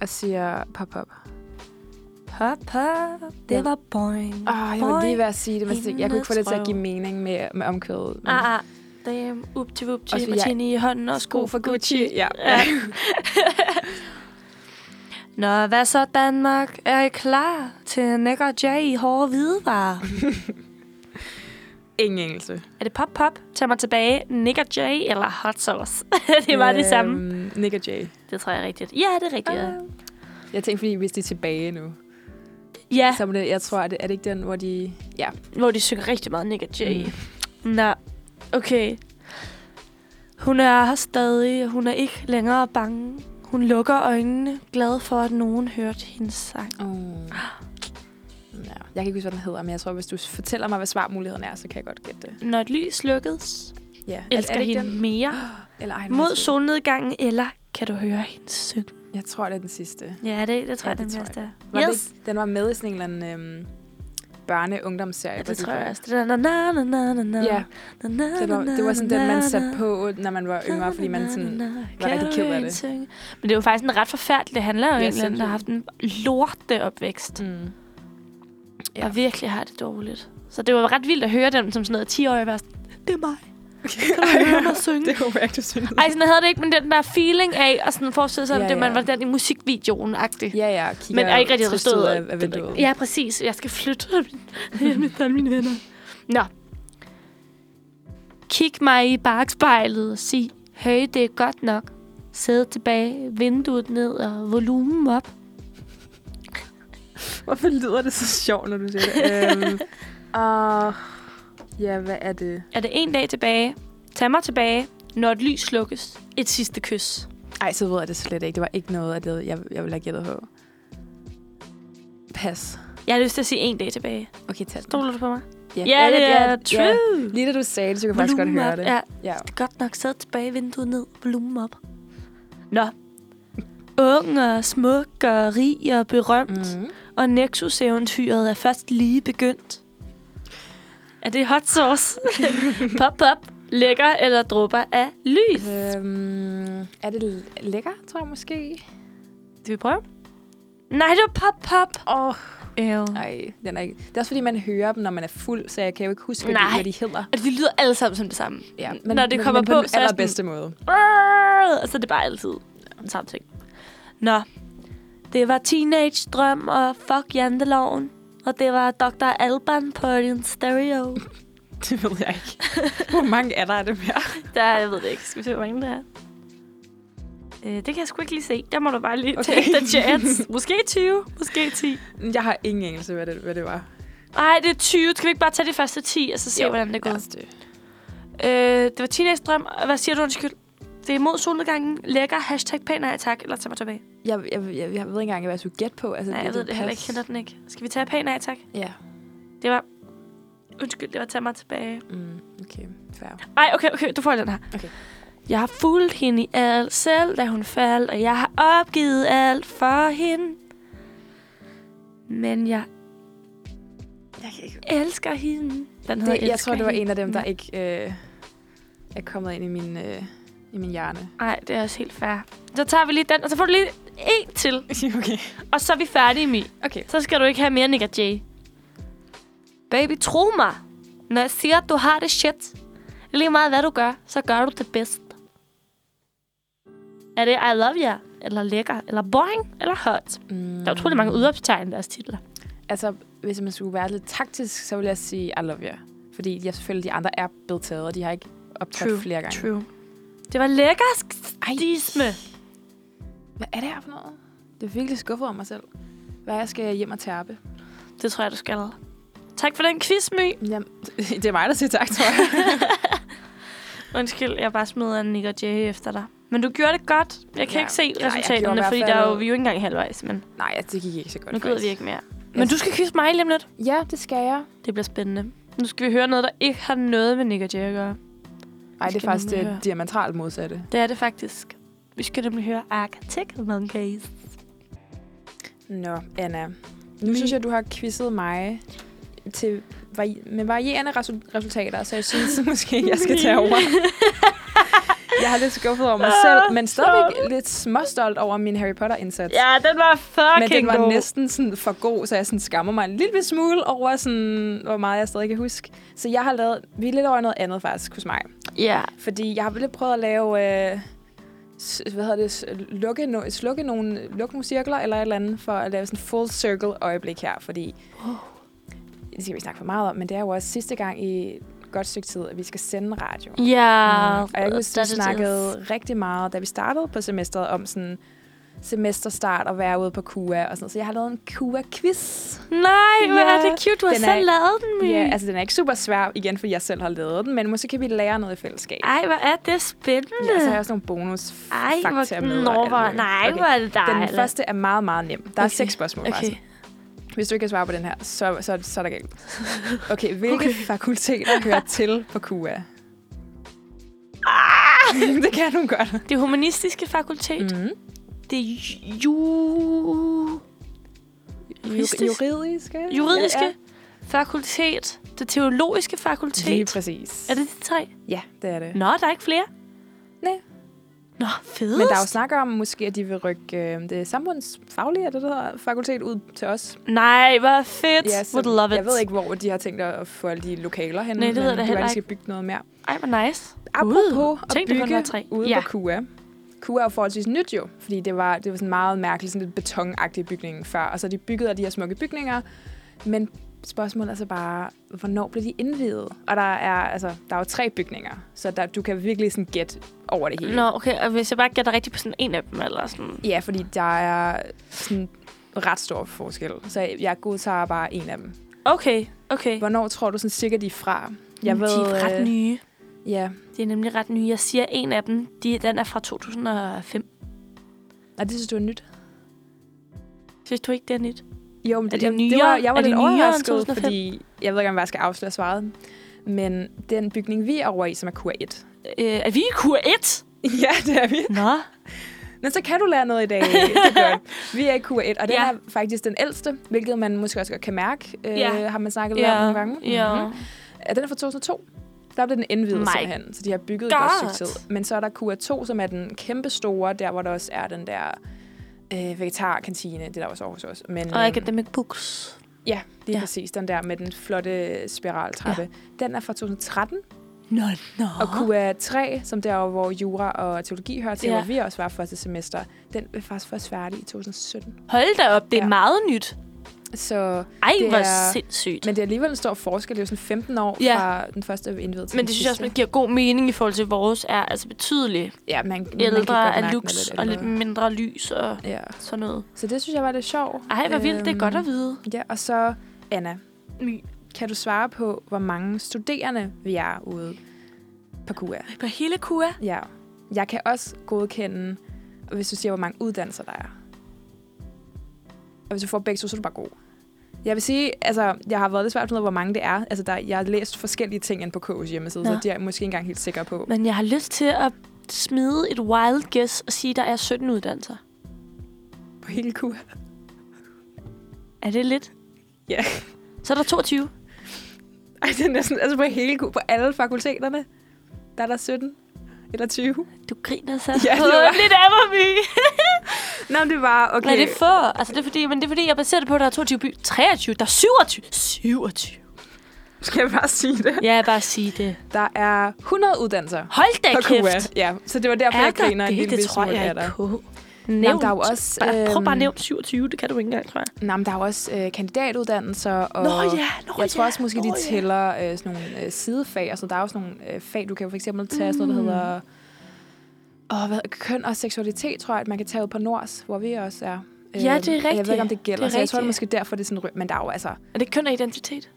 Speaker 2: og siger pop-up.
Speaker 1: Papa,
Speaker 2: Ja.
Speaker 1: det var boing.
Speaker 2: Åh, jeg var
Speaker 1: Boing.
Speaker 2: lige ved at sige det, men jeg tænkte, jeg kunne ikke få det til at
Speaker 1: Indetrøv.
Speaker 2: give mening med, med omkødet. Men
Speaker 1: Ah, ah. Damn, upti vupti,
Speaker 2: Også fordi
Speaker 1: martini i hånden og sko for Gucci.
Speaker 2: Ja.
Speaker 1: Ja. Nå, hvad så Danmark? Er I klar til Nick og Jay i hårde hvidevarer?
Speaker 2: Ingen engelse.
Speaker 1: Mhm. er det pop pop? Tag mig tilbage. Nick og Jay eller hot sauce? [LAUGHS] det var det samme.
Speaker 2: Øhm, Nick og Jay.
Speaker 1: Det tror jeg er rigtigt. Ja, det er rigtigt. ja.
Speaker 2: Jeg tænkte, fordi hvis de er tilbage nu,
Speaker 1: Ja,
Speaker 2: så er det, jeg tror, er det, er det ikke den, hvor de... Ja.
Speaker 1: hvor de synger rigtig meget Nick og Jay. Nå, okay. Hun er her stadig, og hun er ikke længere bange. Hun lukker øjnene, glad for, at nogen hørte hendes sang.
Speaker 2: Oh. Ja. Jeg kan ikke huske, hvad den hedder, men jeg tror, hvis du fortæller mig, hvad svarmuligheden er, så kan jeg godt gætte det.
Speaker 1: Når et lys lukkes,
Speaker 2: Ja.
Speaker 1: elsker
Speaker 2: er det ikke
Speaker 1: hende den? mere.
Speaker 2: [GASPS] Eller ej, den er
Speaker 1: Mod
Speaker 2: sgu-
Speaker 1: solnedgangen, eller kan du høre hendes synge?
Speaker 2: Jeg tror, det er den sidste.
Speaker 1: Ja, det, det tror
Speaker 2: Ja,
Speaker 1: jeg,
Speaker 2: det
Speaker 1: den
Speaker 2: tror
Speaker 1: bedste er.
Speaker 2: Var det
Speaker 1: Yes,
Speaker 2: ikke- Den var med i sådan en eller anden øhm, børne-ungdomsserie.
Speaker 1: ja,
Speaker 2: hvor
Speaker 1: det
Speaker 2: de
Speaker 1: tror jeg
Speaker 2: var-
Speaker 1: også. Det der, na, na, na, na, na, na,
Speaker 2: Ja,
Speaker 1: na, na,
Speaker 2: det var, det var sådan
Speaker 1: na,
Speaker 2: den, man
Speaker 1: na,
Speaker 2: satte
Speaker 1: na,
Speaker 2: på, når man var yngre, fordi man
Speaker 1: [LAUGHS]
Speaker 2: sådan... var
Speaker 1: Kan
Speaker 2: rigtig
Speaker 1: du
Speaker 2: ked
Speaker 1: høre
Speaker 2: af det.
Speaker 1: hende synge? Men det er jo faktisk en ret forfærdelig. Det handler jo om
Speaker 2: Ja,
Speaker 1: en eller anden, der har haft en lorte opvækst.
Speaker 2: Mm.
Speaker 1: Ja.
Speaker 2: Ja.
Speaker 1: Og virkelig har det dårligt. Så det var ret vildt at høre dem som sådan noget 10-årige være sådan, det er mig. Kan du høre mig synge?
Speaker 2: [LAUGHS] Det håber jeg ikke, du synes.
Speaker 1: Ej, sådan havde det ikke, men den der feeling af at sådan forestille sig,
Speaker 2: Ja,
Speaker 1: ja, det, man
Speaker 2: ja.
Speaker 1: var den i musikvideoen-agtig.
Speaker 2: Ja, ja. Kigger
Speaker 1: Men jeg er ikke rigtig
Speaker 2: trist
Speaker 1: forstået
Speaker 2: ud
Speaker 1: det
Speaker 2: af,
Speaker 1: ved
Speaker 2: af
Speaker 1: jeg ikke.
Speaker 2: vinduet.
Speaker 1: Ja, præcis. Jeg skal flytte [LAUGHS] hjemme til mine venner. Nå. Kig mig i bakspejlet og sig, hey, det er godt nok. Sæd tilbage, vinduet ned og volumen op.
Speaker 2: Hvorfor lyder det så sjovt, når du siger det? [LAUGHS] øhm, uh, ja, hvad er det?
Speaker 1: Er det en dag tilbage? Tag mig tilbage, når et lys slukkes. Et sidste kys.
Speaker 2: Ej, så ved jeg det slet ikke. Det var ikke noget af det, jeg, jeg ville have gættet på. Pas.
Speaker 1: Jeg har lyst til at sige en dag tilbage.
Speaker 2: Okay, tag den.
Speaker 1: Stoler du på mig?
Speaker 2: Ja,
Speaker 1: Ja.
Speaker 2: Lige da du sagde det, så kunne jeg faktisk godt
Speaker 1: Volumen
Speaker 2: høre
Speaker 1: op.
Speaker 2: det.
Speaker 1: Ja,
Speaker 2: ja.
Speaker 1: Det er godt nok sad tilbage, vinduet ned, volumen op. Nå. Ung og smuk og rig og berømt, mm.
Speaker 2: Mm.
Speaker 1: og Nexus-eventyret er først lige begyndt. Er det hot
Speaker 2: [LAUGHS]
Speaker 1: sauce? pop, pop, lækker eller drupper af lys?
Speaker 2: Øhm, er det l- lækker, tror jeg måske?
Speaker 1: Skal vi prøve? Nej, det var pop, pop.
Speaker 2: Åh, oh,
Speaker 1: Ew.
Speaker 2: nej. Den er ikke. Det er også, fordi man hører dem, når man er fuld, så jeg kan jo ikke huske, hvad, de,
Speaker 1: Nej.
Speaker 2: hvad de hedder.
Speaker 1: Og de lyder alle sammen som det samme.
Speaker 2: Ja,
Speaker 1: Når det kommer
Speaker 2: men
Speaker 1: på,
Speaker 2: på den
Speaker 1: så er jeg
Speaker 2: allerbedste måde.
Speaker 1: Brrr, så er det bare altid den samme ting. Nå, det var Teenage Drøm og Fuck Janteloven. Og det var Dr. Alban på din stereo.
Speaker 2: [LAUGHS] Det ved jeg ikke. Hvor mange er der af dem her?
Speaker 1: [LAUGHS] Der, jeg ved det ikke. Skal vi se, hvor mange der er? Øh, det kan jeg sgu ikke lige se. Der må du bare lige okay.
Speaker 2: Okay.
Speaker 1: take the chance. [LAUGHS] Måske 20, måske 10.
Speaker 2: Jeg har ingen anelse, hvad det, hvad det var.
Speaker 1: Nej, det er 20. Skal vi ikke bare tage de første 10, og så se, jo, hvordan det går?
Speaker 2: det.
Speaker 1: Øh, det var Teenage Drøm. og Hvad siger du, undskyld? Det er mod solnedgangen. Lækker. Hashtag pæn nej tak. Eller tag mig tilbage.
Speaker 2: Jeg, jeg, jeg, jeg ved ikke engang, hvad jeg skulle gætte på. Altså,
Speaker 1: Nej, jeg ved
Speaker 2: er
Speaker 1: det heller ikke.
Speaker 2: pas.
Speaker 1: Kender den ikke. Skal vi tage pæn nej tak?
Speaker 2: Ja.
Speaker 1: Det var... Undskyld, det var tag mig tilbage.
Speaker 2: Mm, okay, fair.
Speaker 1: Ej, okay, okay, du får den her.
Speaker 2: Okay.
Speaker 1: Jeg har fulgt hende i alt selv, da hun faldt, og jeg har opgivet alt for hende. Men jeg
Speaker 2: Jeg, kan ikke...
Speaker 1: elsker hende. Den hedder
Speaker 2: det, jeg tror, det var en af dem, der
Speaker 1: Ja.
Speaker 2: ikke øh, er kommet ind i min, øh, i min [LAUGHS] hjerne.
Speaker 1: Nej, det er også helt fair. Så tager vi lige den, og så får du lige en til.
Speaker 2: okay.
Speaker 1: Og så er vi færdige, Mi.
Speaker 2: Okay.
Speaker 1: Så skal du ikke have mere, Nick J. Baby, tro mig. Når jeg siger, at du har det shit, lige meget hvad du gør, så gør du det bedst. Er det I love you, eller lækker, eller boing, eller hot?
Speaker 2: Mm.
Speaker 1: Der er utrolig mange udopstegn i deres titler.
Speaker 2: Altså, hvis man skulle være lidt taktisk, så ville jeg sige, I love you. Fordi jeg selvfølgelig, de andre er blevet taget, og de har ikke optaget
Speaker 1: True,
Speaker 2: flere gange.
Speaker 1: True. Det var lækker skisme.
Speaker 2: Hvad er det her for noget? Det er virkelig skuffet over mig selv. Hvad jeg skal hjem og tærpe?
Speaker 1: Det tror jeg, du skal. Tak for den quiz, My.
Speaker 2: Jamen, [LAUGHS] det er mig, der siger tak, tror jeg.
Speaker 1: Undskyld, jeg bare smider en Nick J efter dig. Men du gjorde det godt. Jeg kan
Speaker 2: Ja.
Speaker 1: ikke se
Speaker 2: Nej, jeg gjorde i
Speaker 1: resultaterne,
Speaker 2: hvert
Speaker 1: fordi
Speaker 2: fald-
Speaker 1: der er jo, vi er jo ikke engang halvvejs. Men
Speaker 2: Nej, ja, det gik ikke så godt,
Speaker 1: nu gider vi
Speaker 2: faktisk.
Speaker 1: ikke mere. Men du skal kysse mig lige om lidt.
Speaker 2: Ja, det skal jeg.
Speaker 1: Det bliver spændende. Nu skal vi høre noget, der ikke har noget med Nick og Jay at gøre.
Speaker 2: Nej, det
Speaker 1: Skal
Speaker 2: er faktisk
Speaker 1: man
Speaker 2: det
Speaker 1: høre?
Speaker 2: diametralt modsatte.
Speaker 1: Det er det faktisk. Vi skal nemlig høre Architect [LAUGHS] Monkeys.
Speaker 2: Nå, Anna. Nu synes jeg, du har quizzet mig til [LAUGHS] vari- med varierende resu- resultater, så jeg synes måske, jeg skal tage over. Jeg har lidt skuffet over mig
Speaker 1: Ah,
Speaker 2: selv, men stadigvæk
Speaker 1: sorry.
Speaker 2: lidt småstolt over min Harry Potter-indsats.
Speaker 1: Ja, den var fucking
Speaker 2: men den var
Speaker 1: god.
Speaker 2: næsten sådan for god, så jeg sådan skammer mig en lille smule over, sådan, hvor meget jeg stadig kan huske. Så jeg har lavet... Vi er lidt over i noget andet faktisk hos mig.
Speaker 1: Ja.
Speaker 2: Fordi jeg har lidt prøvet at lave... Øh, s- hvad hedder det, s- lukke, no, slukke nogle, lukke nogle cirkler eller et eller andet, for at lave sådan en full circle øjeblik her, fordi
Speaker 1: Wow.
Speaker 2: det skal vi ikke snakke for meget om, men det er jo også sidste gang i et godt stykke tid, at vi skal sende radio. Mm.
Speaker 1: Ja.
Speaker 2: Og jeg kan huske, vi
Speaker 1: That it is.
Speaker 2: snakkede rigtig meget, da vi startede på semesteret, om sådan semesterstart og være ude på KUA og sådan noget. Så jeg har lavet en KUA-quiz.
Speaker 1: Nej, hvor er
Speaker 2: Ja,
Speaker 1: det cute. Du har
Speaker 2: den
Speaker 1: selv
Speaker 2: er-
Speaker 1: lavet den, My.
Speaker 2: Ja, altså den er ikke super svær igen, fordi jeg selv har lavet den, men måske kan vi lære noget i fællesskab.
Speaker 1: Ej, hvor er det spændende.
Speaker 2: Ja, så har jeg også nogle bonus
Speaker 1: Ej,
Speaker 2: fakta med.
Speaker 1: hvor...
Speaker 2: og
Speaker 1: Nå,
Speaker 2: alt
Speaker 1: hvor...
Speaker 2: muligt.
Speaker 1: Nej,
Speaker 2: Okay.
Speaker 1: hvor er det dejligt.
Speaker 2: Den første er meget, meget nem. Der er
Speaker 1: Okay.
Speaker 2: seks spørgsmål, okay. [LAUGHS]
Speaker 1: Okay.
Speaker 2: faktisk. Hvis du ikke kan svare på den her, så, så, så er der
Speaker 1: [LAUGHS]
Speaker 2: galt. Okay, hvilke okay. fakulteter hører til på KUA? [LAUGHS] det kan du godt.
Speaker 1: Det humanistiske fakultet. Mm.
Speaker 2: Mm.
Speaker 1: Det er ju- ju... Juristisk?
Speaker 2: Juridiske?
Speaker 1: juridiske
Speaker 2: Ja,
Speaker 1: fakultet. Det teologiske
Speaker 2: ja. Lige
Speaker 1: fakultet.
Speaker 2: præcis.
Speaker 1: Er det de tre?
Speaker 2: Ja, det er det.
Speaker 1: Nå, der er ikke flere.
Speaker 2: Nej.
Speaker 1: Nå, fedt.
Speaker 2: Men der er jo snak om, måske, at de vil rykke øh, det samfundsfaglige er det, der hedder, fakultet ud til os.
Speaker 1: Nej, hvor fedt.
Speaker 2: så
Speaker 1: Would love it.
Speaker 2: Jeg ved ikke, hvor de har tænkt at få alle de lokaler hen.
Speaker 1: Nej, det ved jeg da heller
Speaker 2: De skal bygge noget mere.
Speaker 1: Ej, hvor nice.
Speaker 2: Apropos at
Speaker 1: tænk, det kun
Speaker 2: bygge
Speaker 1: var tre.
Speaker 2: ude
Speaker 1: Ja.
Speaker 2: på KUA. KUA er jo forholdsvis nyt jo, fordi det var, det var sådan meget mærkeligt, sådan lidt betonagtig bygning før. Og så er de bygget af de her smukke bygninger. Men spørgsmålet er så bare, hvornår blev de indviet? Og der er, altså, der er jo tre bygninger, så der, du kan virkelig sådan gætte over det hele.
Speaker 1: Nå, okay. Og hvis jeg bare gætter rigtigt på sådan en af dem, eller sådan...
Speaker 2: Ja, fordi der er sådan ret stor forskel. Så jeg godtager bare en af dem.
Speaker 1: Okay, okay.
Speaker 2: Hvornår tror du sådan cirka, de er fra? Jeg
Speaker 1: Men
Speaker 2: ved,
Speaker 1: de er ret
Speaker 2: øh,
Speaker 1: nye.
Speaker 2: Ja,
Speaker 1: De er nemlig ret nye. Jeg siger, at en af dem, de, den er fra 2005.
Speaker 2: og det synes du er nyt?
Speaker 1: Synes du ikke, det er nyt?
Speaker 2: Jo, men
Speaker 1: Er
Speaker 2: det,
Speaker 1: det
Speaker 2: det, det
Speaker 1: nyere?
Speaker 2: var, jeg var
Speaker 1: Er det
Speaker 2: lidt
Speaker 1: nyere end
Speaker 2: overrasket,
Speaker 1: 2005?
Speaker 2: fordi jeg ved ikke, om jeg skal afsløre svaret. Men den bygning, vi er over i, som er kur
Speaker 1: [LAUGHS]
Speaker 2: 1.
Speaker 1: Øh, er vi i kur 1?
Speaker 2: ja, det er vi.
Speaker 1: Nå.
Speaker 2: Men så kan du lære noget i dag. Det er godt. Vi er i kur 1, og den
Speaker 1: Ja.
Speaker 2: er faktisk den ældste, hvilket man måske også godt kan mærke. Øh,
Speaker 1: Ja.
Speaker 2: Har man snakket lidt om
Speaker 1: Ja,
Speaker 2: nogle gange.
Speaker 1: ja.
Speaker 2: Mhm. Ja, Den er fra 2002. Der blev den indvidet
Speaker 1: My
Speaker 2: simpelthen, så de har bygget et godt stykke
Speaker 1: God.
Speaker 2: tid. Men så er der kur 2, som er den kæmpe store, der hvor der også er den der øh, vegetarkantine. Det er der også over hos os. Men,
Speaker 1: Og
Speaker 2: øhm,
Speaker 1: Academic Books.
Speaker 2: Ja, lige
Speaker 1: Ja.
Speaker 2: ja. præcis. Den der med den flotte spiraltrappe. Ja. Den er fra 2013.
Speaker 1: Nå, nå.
Speaker 2: Og QA3, som der jo, hvor jura og teologi hører til,
Speaker 1: Ja.
Speaker 2: ja. hvor vi også var første semester, den blev faktisk først færdig i 2017.
Speaker 1: Hold da op, det er
Speaker 2: Ja.
Speaker 1: meget nyt.
Speaker 2: Så,
Speaker 1: Ej,
Speaker 2: Det
Speaker 1: hvor
Speaker 2: er-
Speaker 1: sindssygt. Men,
Speaker 2: men det er alligevel en stor forskel. Det er jo sådan 15 år
Speaker 1: Ja.
Speaker 2: ja. fra den første indvidet til
Speaker 1: men
Speaker 2: den
Speaker 1: det synes jeg også,
Speaker 2: sidste.
Speaker 1: man giver god mening i forhold til, at vores er altså betydeligt
Speaker 2: Ja, man, man kan godt
Speaker 1: ældre
Speaker 2: mærke, den
Speaker 1: af
Speaker 2: er
Speaker 1: lux og lidt
Speaker 2: ældre.
Speaker 1: mindre lys og
Speaker 2: Ja.
Speaker 1: sådan noget.
Speaker 2: Så det synes jeg var lidt sjovt. Øhm,
Speaker 1: Ej, hvor vildt. Det er godt at vide.
Speaker 2: Ja, og så Anna,
Speaker 1: My.
Speaker 2: kan du svare på, hvor mange studerende vi er ude på QA?
Speaker 1: På hele kua.
Speaker 2: Ja. Jeg kan også godkende, hvis du siger, hvor mange uddannelser der er. Og hvis du får begge to, så er du bare god. Jeg vil sige, altså, jeg har været lidt svært at finde ud af, hvor mange det er. Altså, der, jeg har læst forskellige ting ind på KU's hjemmeside,
Speaker 1: Nå.
Speaker 2: så det er jeg måske ikke engang helt sikker på.
Speaker 1: Men jeg har lyst til at smide et wild guess og sige, at der er 17 uddannelser.
Speaker 2: På hele KU.
Speaker 1: Er det lidt?
Speaker 2: Ja. [LAUGHS]
Speaker 1: Så er der 22.
Speaker 2: Ej, det er næsten, altså på hele KU, på alle fakulteterne, der er der 17 eller 20.
Speaker 1: Du griner så
Speaker 2: [LAUGHS] Ja,
Speaker 1: ja,
Speaker 2: det var-
Speaker 1: håndligt af mig, My.
Speaker 2: Nå, men det var, okay.
Speaker 1: Nej, det er få. Altså, det er fordi, men det er fordi, jeg baserer det på, at der er 22 by. 23. Der er 27. 27.
Speaker 2: Skal jeg bare sige det?
Speaker 1: Ja, bare sige det.
Speaker 2: Der er 100 uddannelser
Speaker 1: Hold da
Speaker 2: på
Speaker 1: kæft.
Speaker 2: KUA. Ja, så det var derfor,
Speaker 1: Er
Speaker 2: jeg griner
Speaker 1: der det?
Speaker 2: en lille
Speaker 1: Det tror
Speaker 2: smule af
Speaker 1: jeg
Speaker 2: dig.
Speaker 1: ikke på.
Speaker 2: Jamen, der er jo også...
Speaker 1: Bare, prøv bare at
Speaker 2: øhm,
Speaker 1: nævne 27. Det kan du ikke engang, tror jeg.
Speaker 2: Nej, men der er jo også øh, kandidatuddannelser, og
Speaker 1: nå
Speaker 2: jeg tror også måske,
Speaker 1: nå
Speaker 2: de
Speaker 1: ja.
Speaker 2: tæller øh, sådan nogle øh, sidefag. Altså, der er jo sådan nogle øh, fag, du kan jo for eksempel tage sådan noget, der
Speaker 1: Mm.
Speaker 2: hedder åh, hvad, køn og seksualitet, tror jeg, at man kan tage ud på Nords, hvor vi også er.
Speaker 1: Ja, det er
Speaker 2: og Jeg
Speaker 1: rigtigt.
Speaker 2: ved ikke, om det
Speaker 1: Det er
Speaker 2: gælder, det så jeg tror det
Speaker 1: rigtigt.
Speaker 2: er måske derfor, det er sådan rødt. Men der er jo altså,
Speaker 1: Er det køn og identitet?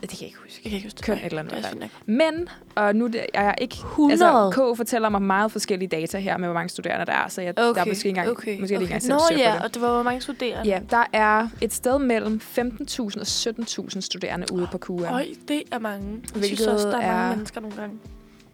Speaker 2: det kan jeg ikke huske.
Speaker 1: Jeg kan ikke huske det.
Speaker 2: Køn
Speaker 1: Nej,
Speaker 2: et eller andet.
Speaker 1: Det er
Speaker 2: hvert
Speaker 1: fint
Speaker 2: fald.
Speaker 1: nok.
Speaker 2: Men, og nu er det- jeg er ikke...
Speaker 1: 100.
Speaker 2: Altså, K fortæller mig meget forskellige data her med, hvor mange studerende der er, så jeg, der er måske ikke engang, måske er det ikke engang selv
Speaker 1: Nå
Speaker 2: styr på
Speaker 1: ja,
Speaker 2: det.
Speaker 1: og det var hvor mange studerende.
Speaker 2: Ja, der er et sted mellem 15.000 og 17.000 studerende ude på KUA.
Speaker 1: Øj, det er mange. Jeg synes
Speaker 2: Hvilket
Speaker 1: også, der er, mange
Speaker 2: er-
Speaker 1: mennesker nogle gange.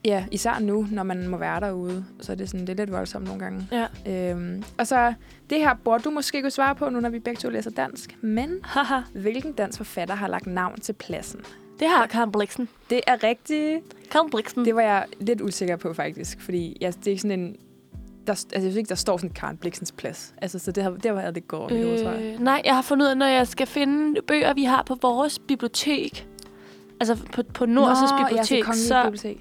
Speaker 2: Ja, især nu, når man må være derude, så er det sådan det er lidt voldsomt nogle gange.
Speaker 1: Ja.
Speaker 2: Øhm, og så det her burde du måske kunne svare på, nu når vi begge to læser dansk. Men
Speaker 1: Haha.
Speaker 2: hvilken dansk forfatter har lagt navn til pladsen?
Speaker 1: Det har Karen Bliksen.
Speaker 2: Det er rigtigt.
Speaker 1: Karen Bliksen.
Speaker 2: Det var jeg lidt usikker på, faktisk. Fordi jeg, det er ikke sådan en... Der, altså, jeg synes ikke, der står sådan Karen Bliksens plads. Altså, så det har, der var jeg lidt går øh. tror jeg.
Speaker 1: Øh, nej, jeg har fundet ud af, når jeg skal finde bøger, vi har på vores bibliotek, altså på, på Nordsøs bibliotek,
Speaker 2: ja, så, så, bibliotek.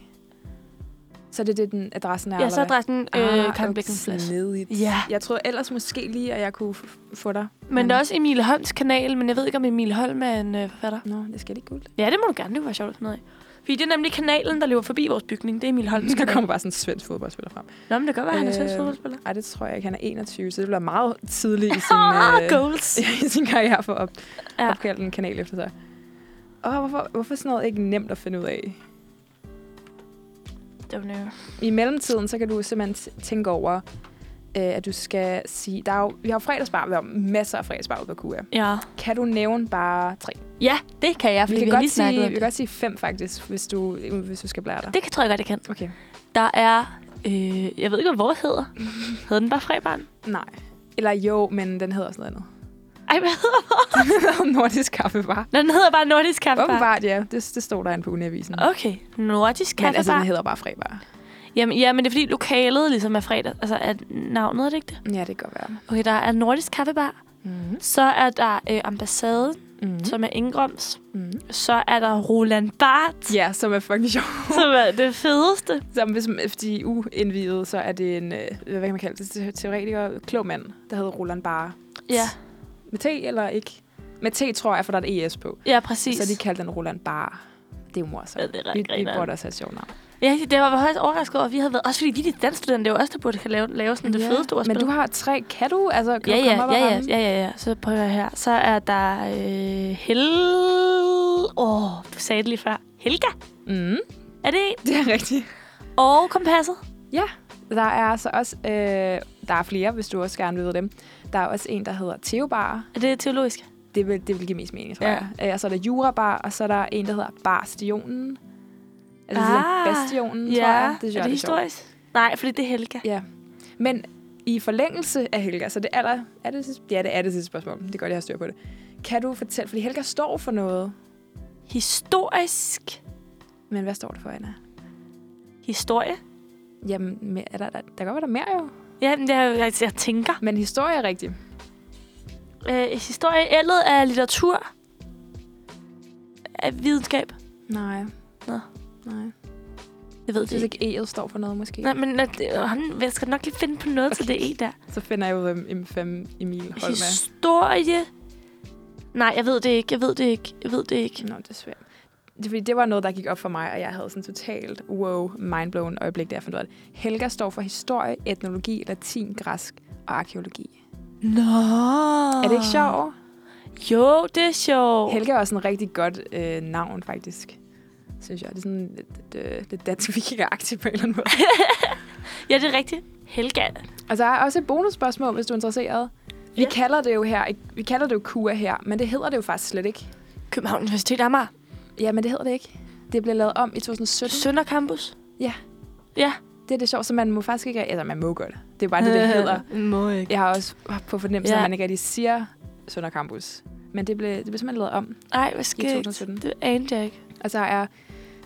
Speaker 2: så er det det, den adressen er,
Speaker 1: ja, så er
Speaker 2: eller
Speaker 1: adressen
Speaker 2: hvad?
Speaker 1: øh, Karen Bliksens plads.
Speaker 2: snedigt.
Speaker 1: Ja.
Speaker 2: Ah, Jeg troede ellers måske lige, at jeg kunne f- f- få dig.
Speaker 1: Men der er også Emil Holms kanal, men jeg ved ikke, om Emil Holm er en øh, forfatter.
Speaker 2: Nå, det skal det ikke
Speaker 1: [LAUGHS]
Speaker 2: guld.
Speaker 1: Ja, det må du gerne. Det var sjovt at finde ud af. Fordi det er nemlig kanalen, der løber forbi vores bygning. Det er Emil [LAUGHS] Holms
Speaker 2: Der
Speaker 1: kanal.
Speaker 2: kommer bare sådan en svensk fodboldspiller frem.
Speaker 1: Nå, men det kan godt være, at han er svensk
Speaker 2: Øh,
Speaker 1: fodboldspiller.
Speaker 2: Ej, det tror jeg ikke. Han er 21, så det bliver meget
Speaker 1: [LAUGHS]
Speaker 2: tidligt i sin,
Speaker 1: Ah,
Speaker 2: øh,
Speaker 1: [LAUGHS] goals!
Speaker 2: [LAUGHS] i sin karriere for at op,
Speaker 1: Ja.
Speaker 2: ja. opkalde en kanal efter sig. Åh, hvorfor, hvorfor er sådan noget ikke nemt at finde ud af?
Speaker 1: Don't know.
Speaker 2: I mellemtiden, så kan du simpelthen t- tænke over, øh, at du skal sige... Der er jo, vi har jo fredagsbar, vi har masser af fredagsbar ude på KUA.
Speaker 1: Ja.
Speaker 2: Kan du nævne bare tre?
Speaker 1: ja, det kan jeg,
Speaker 2: vi
Speaker 1: fordi vi,
Speaker 2: kan,
Speaker 1: har
Speaker 2: godt
Speaker 1: lige snakket
Speaker 2: sige,
Speaker 1: om
Speaker 2: vi kan
Speaker 1: det.
Speaker 2: godt sige fem, faktisk, hvis du, hvis du skal blære dig.
Speaker 1: Det kan, tror jeg godt, jeg kan.
Speaker 2: Okay.
Speaker 1: Der er... Øh, jeg ved ikke, hvad vores hedder. Hedder den bare Frebarn?
Speaker 2: Nej. Eller jo, men den hedder også noget andet.
Speaker 1: Ej, hvad hedder [LAUGHS] den?
Speaker 2: Den hedder [LAUGHS] Nordisk Kaffebar.
Speaker 1: Nå, den hedder bare Nordisk Kaffebar.
Speaker 2: Åbenbart, ja. Det, det stod der inde på Uniavisen.
Speaker 1: Okay, Nordisk
Speaker 2: Men altså,
Speaker 1: Kaffebar.
Speaker 2: den hedder bare Frebar.
Speaker 1: Jamen, ja, men det er fordi lokalet ligesom er fredag. Altså, er navnet, er det ikke det?
Speaker 2: Ja, det kan godt være.
Speaker 1: Okay, der er Nordisk Kaffebar.
Speaker 2: Mm-hmm.
Speaker 1: Så er der øh, Ambassaden,
Speaker 2: Mm-hmm.
Speaker 1: som er Ingrams.
Speaker 2: Mm-hmm.
Speaker 1: Så er der Roland
Speaker 2: [LAUGHS]
Speaker 1: Barth,
Speaker 2: Ja, som er fucking sjov.
Speaker 1: som er det fedeste.
Speaker 2: [LAUGHS] Som hvis man- hvis de er uindvidede, så er det en, øh, hvad kan man kalde det, Te- teoretiker, klog mand, der hedder Roland Barre.
Speaker 1: Ja,
Speaker 2: Med T eller ikke? Med T, tror jeg, for der er et ES på.
Speaker 1: ja præcis.
Speaker 2: Så de kaldte den Roland Barre. Det er jo
Speaker 1: Ja,
Speaker 2: morsomt.
Speaker 1: det er ret
Speaker 2: Vi, vi
Speaker 1: grineren.
Speaker 2: burde også have et sjovt navn.
Speaker 1: Ja, det var faktisk overrasket over, at vi havde været... Også fordi vi er de danskstudenter, det er jo også der burde kan lave, lave sådan det fedeste ordspil.
Speaker 2: Men du har tre. Kan du? Altså, kan
Speaker 1: ja,
Speaker 2: du komme
Speaker 1: ja,
Speaker 2: op
Speaker 1: ja,
Speaker 2: og
Speaker 1: ja,
Speaker 2: ramme?
Speaker 1: ja, ja, ja. Så prøver jeg her. Så er der øh, Hel... Åh, oh, du sagde det lige før. Helga,
Speaker 2: Mm,
Speaker 1: er det en?
Speaker 2: [LAUGHS] det er rigtigt.
Speaker 1: Og kompasset.
Speaker 2: Ja, der er altså også, øh, der er flere, hvis du også gerne vil vide dem. Der er også en, der hedder Theobar.
Speaker 1: Er det teologisk?
Speaker 2: Det vil, det vil give mest mening, tror
Speaker 1: Ja.
Speaker 2: ja. jeg. Øh, og så er der Jurabar, og så er der en, der hedder Barstionen. Altså ah,
Speaker 1: Ah,
Speaker 2: Bastionen,
Speaker 1: ja.
Speaker 2: tror jeg.
Speaker 1: Det
Speaker 2: synes
Speaker 1: er,
Speaker 2: jeg
Speaker 1: det
Speaker 2: sjovt.
Speaker 1: historisk? Nej, fordi det er Helga.
Speaker 2: Ja. Men i forlængelse af Helga, så det er der... Er det, sidste- ja, det er det sidste spørgsmål. Det er godt, jeg har styr på det. Kan du fortælle... Fordi Helga står for noget.
Speaker 1: Historisk
Speaker 2: Men hvad står det for, Anna?
Speaker 1: historie.
Speaker 2: Jamen, me- er der, der, der kan godt være der er mere jo.
Speaker 1: Ja, men det er, jo- jeg, jeg tænker.
Speaker 2: Men historie er rigtigt.
Speaker 1: Øh, historie ældet af litteratur. Af videnskab.
Speaker 2: Nej.
Speaker 1: Nå.
Speaker 2: Nej.
Speaker 1: Jeg ved
Speaker 2: Jeg
Speaker 1: det
Speaker 2: synes
Speaker 1: ikke.
Speaker 2: ikke, E'et står for noget, måske.
Speaker 1: Nej, men øh, det- øh, han, jeg skal nok lige finde på noget okay. til det E
Speaker 2: [LAUGHS]
Speaker 1: der.
Speaker 2: Så finder jeg jo, hvem M5 Emil Holm er.
Speaker 1: Historie. Nej, jeg ved det ikke. Jeg ved det ikke. Jeg ved det ikke.
Speaker 2: Nå, det er svært. Det, er fordi det var noget, der gik op for mig, og jeg havde sådan totalt wow, mindblown øjeblik, da jeg fandt ud af det. Helga står for historie, etnologi, latin, græsk og arkeologi.
Speaker 1: Nå.
Speaker 2: Oh. Er det ikke
Speaker 1: Ah.
Speaker 2: sjovt?
Speaker 1: Jo, det er sjovt.
Speaker 2: Helga er også en rigtig godt øh, navn, faktisk. Synes jeg. Det er sådan lidt, lidt, øh, lidt dansk [LAUGHS] vikingeragtigt på en eller anden måde.
Speaker 1: Ja, det er rigtigt. Helga.
Speaker 2: Og der er også et bonusspørgsmål, hvis du er interesseret. Vi
Speaker 1: Ja.
Speaker 2: kalder det jo her, vi kalder det jo KUA her, men det hedder det jo faktisk slet ikke.
Speaker 1: København Universitet Amager.
Speaker 2: Ja, men det hedder det ikke. Det blev lavet om i 2017.
Speaker 1: Sønder Campus.
Speaker 2: Ja.
Speaker 1: Ja.
Speaker 2: Det er det sjovt, så man må faktisk ikke... Altså, man må godt. Det er
Speaker 1: [LAUGHS]
Speaker 2: bare det, det hedder.
Speaker 1: Øh, Må ikke.
Speaker 2: Jeg har også på fornemmelsen,
Speaker 1: Ja.
Speaker 2: ja. at man ikke rigtig siger Sønder Campus. Men det blev, det blev simpelthen lavet om.
Speaker 1: Ej, hvad skægt.
Speaker 2: 2017.
Speaker 1: Det anede jeg ikke.
Speaker 2: Og så er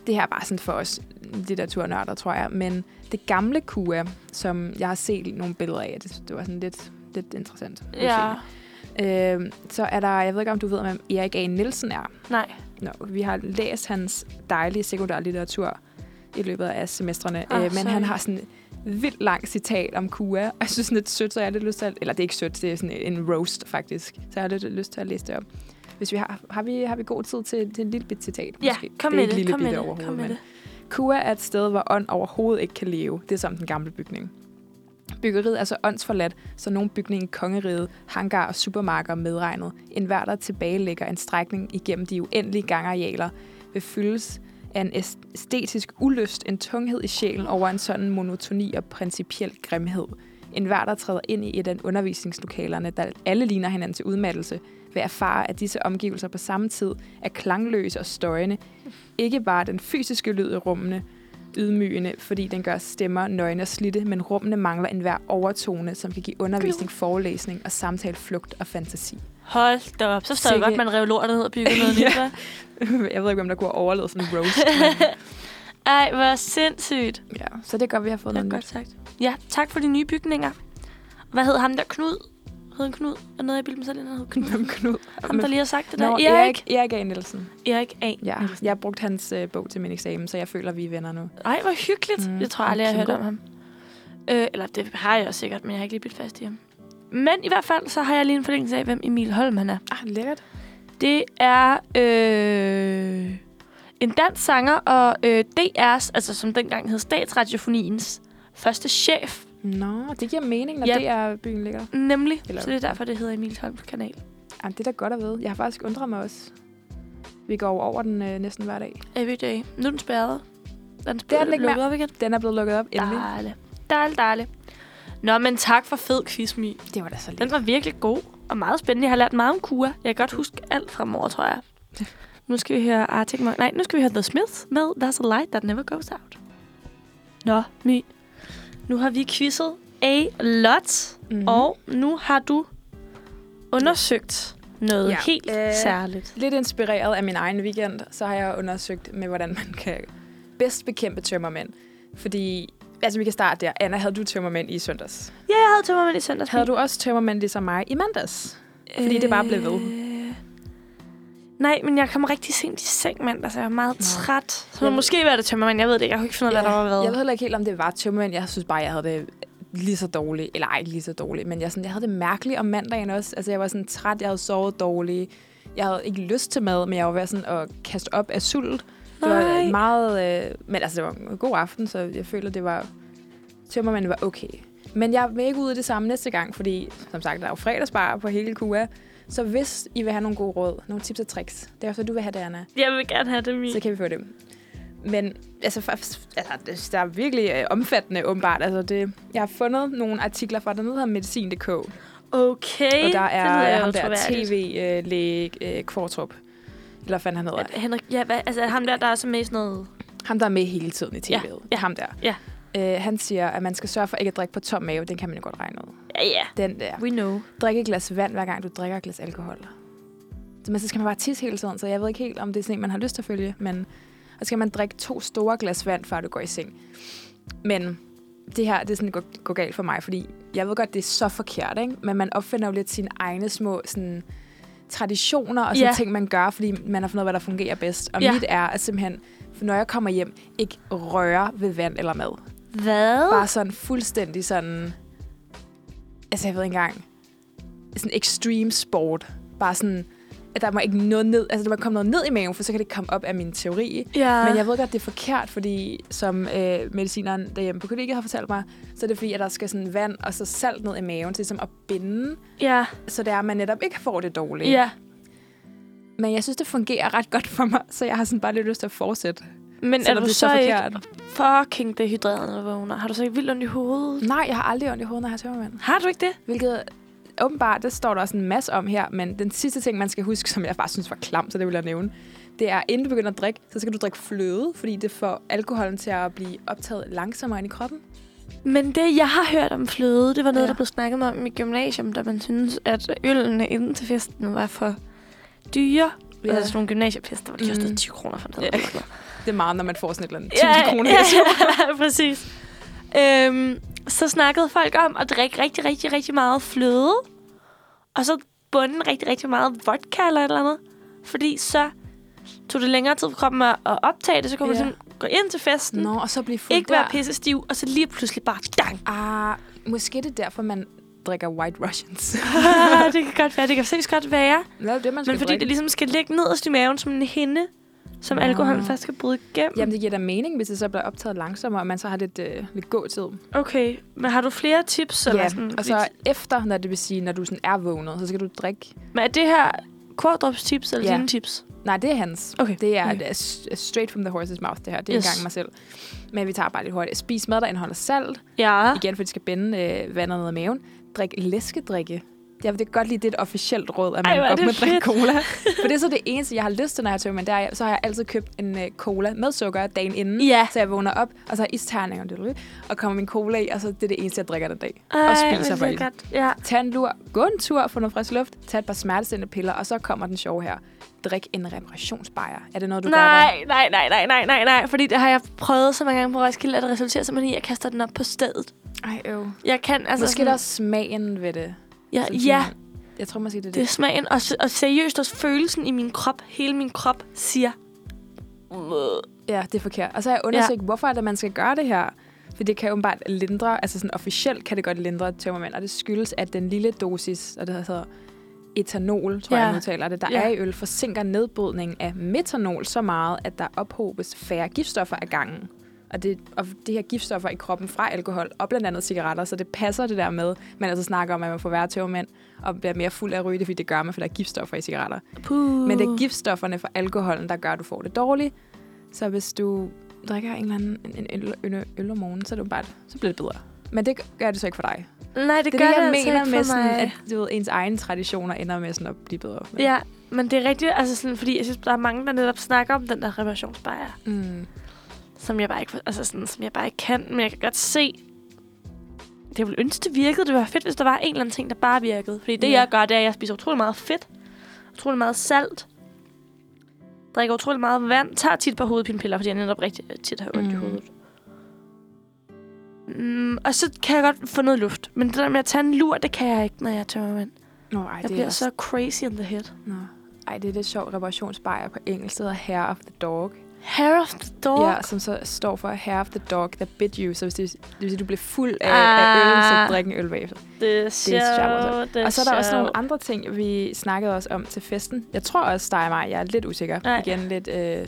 Speaker 2: det her bare sådan for os litteraturnørder, tror jeg. Men det gamle KUA, som jeg har set nogle billeder af, det, det var sådan lidt, lidt interessant.
Speaker 1: Ja.
Speaker 2: Øh, så er der, jeg ved ikke om du ved, hvem Erik A. Nielsen er.
Speaker 1: Nej.
Speaker 2: Nå, vi har læst hans dejlige sekundærlitteratur i løbet af semestrene,
Speaker 1: Ah,
Speaker 2: ah, øh, men
Speaker 1: sorry.
Speaker 2: han har sådan et vildt langt citat om KUA, og jeg synes sådan lidt sødt, så jeg har lidt lyst til at, eller det er ikke sødt, det er sådan en roast faktisk, så jeg har lidt lyst til at læse det op. Hvis vi har, har vi, har vi god tid til, til en lille bit citat?
Speaker 1: Ja,
Speaker 2: måske?
Speaker 1: kom
Speaker 2: det er
Speaker 1: med
Speaker 2: ikke
Speaker 1: det.
Speaker 2: lille
Speaker 1: Kom med
Speaker 2: bitte
Speaker 1: det.
Speaker 2: overhovedet,
Speaker 1: Kom med
Speaker 2: men
Speaker 1: det.
Speaker 2: KUA er et sted, hvor ånd overhovedet ikke kan leve. Det er som den gamle bygning. Byggeriet er så åndsforladt, så nogle bygninger i kongeriget, hangar og supermarkeder medregnet, en hver, der tilbagelægger en strækning igennem de uendelige gangarealer, vil fyldes af en æstetisk ulyst, en tunghed i sjælen over en sådan monotoni og principiel grimhed. En hver, der træder ind i et af undervisningslokalerne, der alle ligner hinanden til udmattelse, vil erfare, at disse omgivelser på samme tid er klangløse og støjende, ikke bare den fysiske lyd i rummene, ydmygende, fordi den gør stemmer nøgne og slitte, men rummene mangler enhver overtone, som kan give undervisning, forelæsning og samtale, flugt og fantasi. [LAUGHS]
Speaker 1: Hold da op. Så står det
Speaker 2: Sikke-
Speaker 1: godt, man rev lortet ned og byggede
Speaker 2: [LAUGHS]
Speaker 1: noget
Speaker 2: Ja.
Speaker 1: nyt, hva'?
Speaker 2: jeg ved ikke, om der kunne have overlevet sådan en roast.
Speaker 1: [LAUGHS] Ej, hvor sindssygt.
Speaker 2: men, ja. Så det er godt, vi har fået
Speaker 1: Det er
Speaker 2: noget
Speaker 1: godt
Speaker 2: nyt.
Speaker 1: sagt. Ja, tak for de nye bygninger. Hvad hed ham der? Knud? Hed han Knud? Er noget, jeg bildte mig selv ind, han hed Knud?
Speaker 2: Hvem Knud?
Speaker 1: Ham, der lige har sagt det der.
Speaker 2: Nå,
Speaker 1: Erik.
Speaker 2: Erik, Erik A. Nielsen.
Speaker 1: Erik A.
Speaker 2: Ja, jeg har brugt hans øh, bog til min eksamen, så jeg føler, vi er venner nu.
Speaker 1: Ej, hvor hyggeligt.
Speaker 2: Mm,
Speaker 1: Mm, jeg tror aldrig, jeg har
Speaker 2: han er
Speaker 1: hørt om ham. Øh, eller det har jeg også sikkert, men jeg har ikke lige bidt fast i ham. Men i hvert fald, så har jeg lige en forlængelse af, hvem Emil Holm han er.
Speaker 2: Ah, lækkert.
Speaker 1: Det er øh, en dansk sanger og øh, DR's, altså som dengang hed Statsradiofoniens, første chef,
Speaker 2: Nå, det giver mening, når
Speaker 1: Ja.
Speaker 2: det er byen ligger.
Speaker 1: nemlig.
Speaker 2: Eller-
Speaker 1: Så det er derfor, det hedder Emil Holms kanal.
Speaker 2: Ah, det er da godt at vide. Jeg har faktisk undret mig også. Vi går jo over den øh, næsten hver dag.
Speaker 1: Everyday. Nu er den spærret. Er Den
Speaker 2: Det er
Speaker 1: er
Speaker 2: den ikke
Speaker 1: lukket op igen.
Speaker 2: Den er blevet lukket op endelig.
Speaker 1: Dejligt. Dejligt, dejligt. Nå, men tak for fed quiz, Mi.
Speaker 2: Det var da så lidt.
Speaker 1: Den var virkelig god og meget spændende. Jeg har lært meget om Kua. Jeg kan godt huske alt fremover, tror jeg. [LAUGHS] Nu skal vi høre Arctic Monkeys. Nej, nu skal vi høre The Smiths med There's a Light That Never Goes Out. Nå, My. Nu har vi quizzet a lot,
Speaker 2: Mhm.
Speaker 1: mm. og nu har du undersøgt noget
Speaker 2: Ja,
Speaker 1: ja. helt
Speaker 2: øh,
Speaker 1: øh, særligt.
Speaker 2: Lidt inspireret af min egen weekend, så har jeg undersøgt med, hvordan man kan bedst bekæmpe tømmermænd. Fordi, altså vi kan starte der. Anna, havde du tømmermænd i søndags?
Speaker 1: Ja, jeg havde tømmermænd i søndags.
Speaker 2: Havde du også tømmermænd ligesom mig i mandags? fordi det bare blev ved?
Speaker 1: Øh, Nej, men jeg kom rigtig sent i seng mandag, så jeg var meget Nå. træt. Så
Speaker 2: Jeg-
Speaker 1: måske var det tømmermænd, jeg ved det ikke. Jeg kunne ikke finde ud af, hvad der var
Speaker 2: Jeg
Speaker 1: været.
Speaker 2: ved heller ikke helt, om det var tømmermænd. Jeg synes bare, jeg havde det lige så dårligt. Eller ej, ikke lige så dårligt. Men jeg, sådan, jeg havde det mærkeligt om mandagen også. Altså, jeg var sådan træt. Jeg havde sovet dårligt. Jeg havde ikke lyst til mad, men jeg var ved sådan at kaste op af sult. Det var
Speaker 1: Nej.
Speaker 2: meget... Øh, men altså, det var en god aften, så jeg føler, det var... Tømmermænd var okay. Men jeg vil ikke ud i det samme næste gang, fordi som sagt, der er jo fredagsbar på hele KUA. Så hvis I vil have nogle gode råd, nogle tips og tricks, det er også, hvad du vil have det, Anna
Speaker 1: Jeg vil gerne have det, min.
Speaker 2: så kan vi få dem. Men altså, for, altså det- der er virkelig øh, omfattende, åbenbart. Altså, det, jeg har fundet nogle artikler fra den, der hedder medicin.dk, og
Speaker 1: Okay.
Speaker 2: der
Speaker 1: det lyder
Speaker 2: er
Speaker 1: jo
Speaker 2: ham der
Speaker 1: troværdigt.
Speaker 2: tv-læge Kvartrup. Eller hvad fanden han hedder.
Speaker 1: At Henrik, ja, hvad, altså er ham der, der er så med i sådan noget...
Speaker 2: Ham, der er med hele tiden i tv'et.
Speaker 1: Ja, ja,
Speaker 2: Ham der.
Speaker 1: ja.
Speaker 2: Øh, han siger, at man skal sørge for ikke at drikke på tom mave. Den kan man jo godt regne ud.
Speaker 1: Ja, ja.
Speaker 2: Den der.
Speaker 1: We know.
Speaker 2: Drikke et glas vand, hver gang du drikker et glas alkohol. Så, men så skal man bare tisse hele tiden, så jeg ved ikke helt, om det er sådan en, man har lyst til at følge. Men, og så skal man drikke to store glas vand, før du går i seng. Men det her, det er sådan, går, går galt for mig, fordi jeg ved godt, det er så forkert, ikke? Men man opfinder jo lidt sine egne små sådan, traditioner og sådan
Speaker 1: Ja.
Speaker 2: ting, man gør, fordi man har fundet ud af, hvad der fungerer bedst. Og
Speaker 1: Ja.
Speaker 2: mit er at simpelthen, for når jeg kommer hjem, ikke røre ved vand eller mad
Speaker 1: Hvad?
Speaker 2: bare sådan fuldstændig sådan... Altså, jeg ved ikke engang. Sådan extreme sport. Bare sådan, at der må ikke noget ned... Altså, der må komme noget ned i maven, for så kan det ikke komme op af min teori.
Speaker 1: Ja.
Speaker 2: Men jeg ved godt, det er forkert, fordi som øh, medicineren derhjemme på kollegiet har fortalt mig, så er det fordi, at der skal sådan vand og så salt ned i maven til ligesom at binde,
Speaker 1: Ja.
Speaker 2: så det er, at man netop ikke får det dårligt.
Speaker 1: Ja.
Speaker 2: Men jeg synes, det fungerer ret godt for mig, så jeg har sådan bare lidt lyst til at fortsætte.
Speaker 1: Men er
Speaker 2: selvom
Speaker 1: du
Speaker 2: det
Speaker 1: så, ikke
Speaker 2: forkert.
Speaker 1: fucking dehydreret, når du vågner? Har du så ikke vildt ondt i hovedet?
Speaker 2: Nej, jeg har aldrig ondt i hovedet, når jeg har tømmermænd.
Speaker 1: Har du ikke det?
Speaker 2: Hvilket åbenbart, det står der også en masse om her, men den sidste ting, man skal huske, [LAUGHS] som jeg bare synes var klam, så det vil jeg nævne, det er, inden du begynder at drikke, så skal du drikke fløde, fordi det får alkoholen til at blive optaget langsommere ind i kroppen.
Speaker 1: Men det, jeg har hørt om fløde, det var noget,
Speaker 2: Ja.
Speaker 1: ja. der blev snakket om i gymnasium, da man syntes, at ølene inden til festen var for dyre. Ja. Altså sådan nogle gymnasiefester, hvor de
Speaker 2: Mm.
Speaker 1: kostede 10 kroner for en
Speaker 2: Ja.
Speaker 1: ja. eller noget.
Speaker 2: Det er meget, når man får sådan et eller andet 1000
Speaker 1: Ja,
Speaker 2: kroner.
Speaker 1: ja,
Speaker 2: i SU.
Speaker 1: [LAUGHS] ja, præcis. Øhm, så snakkede folk om at drikke rigtig, rigtig, rigtig meget fløde, og så bunden rigtig, rigtig meget vodka eller et eller andet. Fordi så tog det længere tid for kroppen at at optage det, så kunne
Speaker 2: Ja.
Speaker 1: man sådan gå ind til festen, [LAUGHS]
Speaker 2: Nå, og så blive fuld
Speaker 1: ikke
Speaker 2: der.
Speaker 1: være pisse stiv, og så lige pludselig bare dang.
Speaker 2: [LAUGHS] Ah, måske det er derfor, man drikker White Russians. [LAUGHS] Ah,
Speaker 1: det kan godt være, det kan faktisk godt være.
Speaker 2: Hvad er det, man skal
Speaker 1: Men fordi
Speaker 2: drikke?
Speaker 1: det ligesom skal ligge nederst i maven som en hinde, som alkoholen først skal bryde igennem.
Speaker 2: Ah. Jamen, det giver da mening, hvis det så bliver optaget langsommere, og man så har lidt, øh, lidt gåtid.
Speaker 1: Okay, men har du flere tips? Eller
Speaker 2: ja, altså,
Speaker 1: sådan?
Speaker 2: og så efter, når det vil sige, når du sådan er vågnet, så skal du drikke
Speaker 1: Men er det her Kvordrups tips eller
Speaker 2: Ja.
Speaker 1: ja. dine tips?
Speaker 2: Nej, det er hans.
Speaker 1: Okay.
Speaker 2: Det er
Speaker 1: Okay.
Speaker 2: okay. straight from the horse's mouth, det her. Det er yes.
Speaker 1: Yes.
Speaker 2: engang mig selv. Men vi tager bare lidt hurtigt. Spis mad, der indeholder salt.
Speaker 1: Ja.
Speaker 2: Igen, for det skal binde øh, vandet ned i maven. Drik læskedrikke. jeg vil godt lide, det er et officielt råd, at
Speaker 1: Ej,
Speaker 2: man
Speaker 1: hvor er
Speaker 2: godt
Speaker 1: det
Speaker 2: må drikke
Speaker 1: fedt. [LAUGHS]
Speaker 2: cola. For det er så det eneste, jeg har lyst til, når jeg tømmer men der, så har jeg altid købt en øh, cola med sukker dagen inden.
Speaker 1: Ja.
Speaker 2: Så jeg vågner op, og så har isterninger, og, det- og kommer min cola i, og så det er det eneste, jeg drikker den dag.
Speaker 1: Ej,
Speaker 2: og
Speaker 1: hvor er
Speaker 2: spiser
Speaker 1: det
Speaker 2: for det.
Speaker 1: lækkert. Ja.
Speaker 2: Tag en lur, gå en tur, få noget frisk luft, tag et par smertestillende piller, og så kommer den sjove her. Drik en reparationsbajer. Er det noget, du gør der?
Speaker 1: Nej, nej, nej, nej, nej, nej, nej. Fordi det har jeg prøvet så mange gange på Roskilde, at det resulterer simpelthen i, at jeg kaster den op på stedet.
Speaker 2: Ej, øv.
Speaker 1: Jeg kan altså...
Speaker 2: Altså, Måske er det også smagen ved det.
Speaker 1: Ja,
Speaker 2: som
Speaker 1: ja,
Speaker 2: sådan- Jeg tror måske, det er
Speaker 1: det er
Speaker 2: det.
Speaker 1: smagen. Og, se- og seriøst også følelsen i min krop. Hele min krop siger... "Ugh."
Speaker 2: Ja, det er forkert. Og så har jeg undersøgt, ja. hvorfor er det, man skal gøre det her. For det kan åbenbart lindre, altså sådan officielt kan det godt lindre tømmermænd, og det skyldes, at den lille dosis, og det hedder etanol, tror
Speaker 1: Ja.
Speaker 2: ja. jeg, man udtaler det, der
Speaker 1: Ja.
Speaker 2: ja. er i øl, forsinker nedbrydningen af metanol så meget, at der ophobes færre giftstoffer ad gangen. Og det, og det her giftstoffer i kroppen fra alkohol og blandt andet cigaretter, så det passer det der med, man altså snakker om, at man får værre tømmermænd og bliver mere fuld af ryge, det er, fordi det gør man, for der er giftstoffer i cigaretter.
Speaker 1: Puh.
Speaker 2: Men det er giftstofferne fra alkoholen, der gør, at du får det dårligt. Så hvis du drikker en eller anden en, en øl, øl, øl om morgenen, så, er det bare, så bliver det bedre. Men det gør det så ikke for dig.
Speaker 1: Nej, det,
Speaker 2: Det, det
Speaker 1: gør
Speaker 2: er det, jeg
Speaker 1: det altså
Speaker 2: mener
Speaker 1: ikke
Speaker 2: med,
Speaker 1: for mig.
Speaker 2: sådan, at du ved, ens egne traditioner ender med sådan at blive bedre. Men-
Speaker 1: Ja, men det er rigtigt, altså sådan, fordi jeg synes, der er mange, der netop snakker om den der reparationsbajer,
Speaker 2: Mm.
Speaker 1: som jeg bare ikke, altså sådan, som jeg bare ikke kan, men jeg kan godt se, det ville ønske, det virkede. Det var fedt, hvis der var en eller anden ting, der bare virkede. Fordi det,
Speaker 2: Ja.
Speaker 1: jeg gør, det er, at jeg spiser utrolig meget fedt, utrolig meget salt, drikker utrolig meget vand, tager tit på hovedpinepiller, fordi jeg netop rigtig tit har ondt mm. i
Speaker 2: Mm.
Speaker 1: hovedet. Mm, og så kan jeg godt få noget luft. Men det der med at tage en lur, det kan jeg ikke, når jeg tømmer vand.
Speaker 2: Nå, ej,
Speaker 1: Jeg
Speaker 2: det er
Speaker 1: bliver
Speaker 2: også...
Speaker 1: så crazy in the head.
Speaker 2: Nå. Ej, det er lidt sjovt reparationsbajer på engelsk, det hedder Hair of the Dog.
Speaker 1: Hair of the dog.
Speaker 2: Ja, som så står for Hair of the Dog that bit you. Så hvis det, det vil sige, at du bliver fuld af, af øl,
Speaker 1: Ah.
Speaker 2: så drik en øl bagefter.
Speaker 1: Det er
Speaker 2: sjovt, altså.
Speaker 1: sjovt. Det
Speaker 2: Og så er der også
Speaker 1: sjovt.
Speaker 2: nogle andre ting, vi snakkede også om til festen. Jeg tror også, dig og mig, jeg er lidt usikker.
Speaker 1: Nej.
Speaker 2: Nej. Igen lidt øh,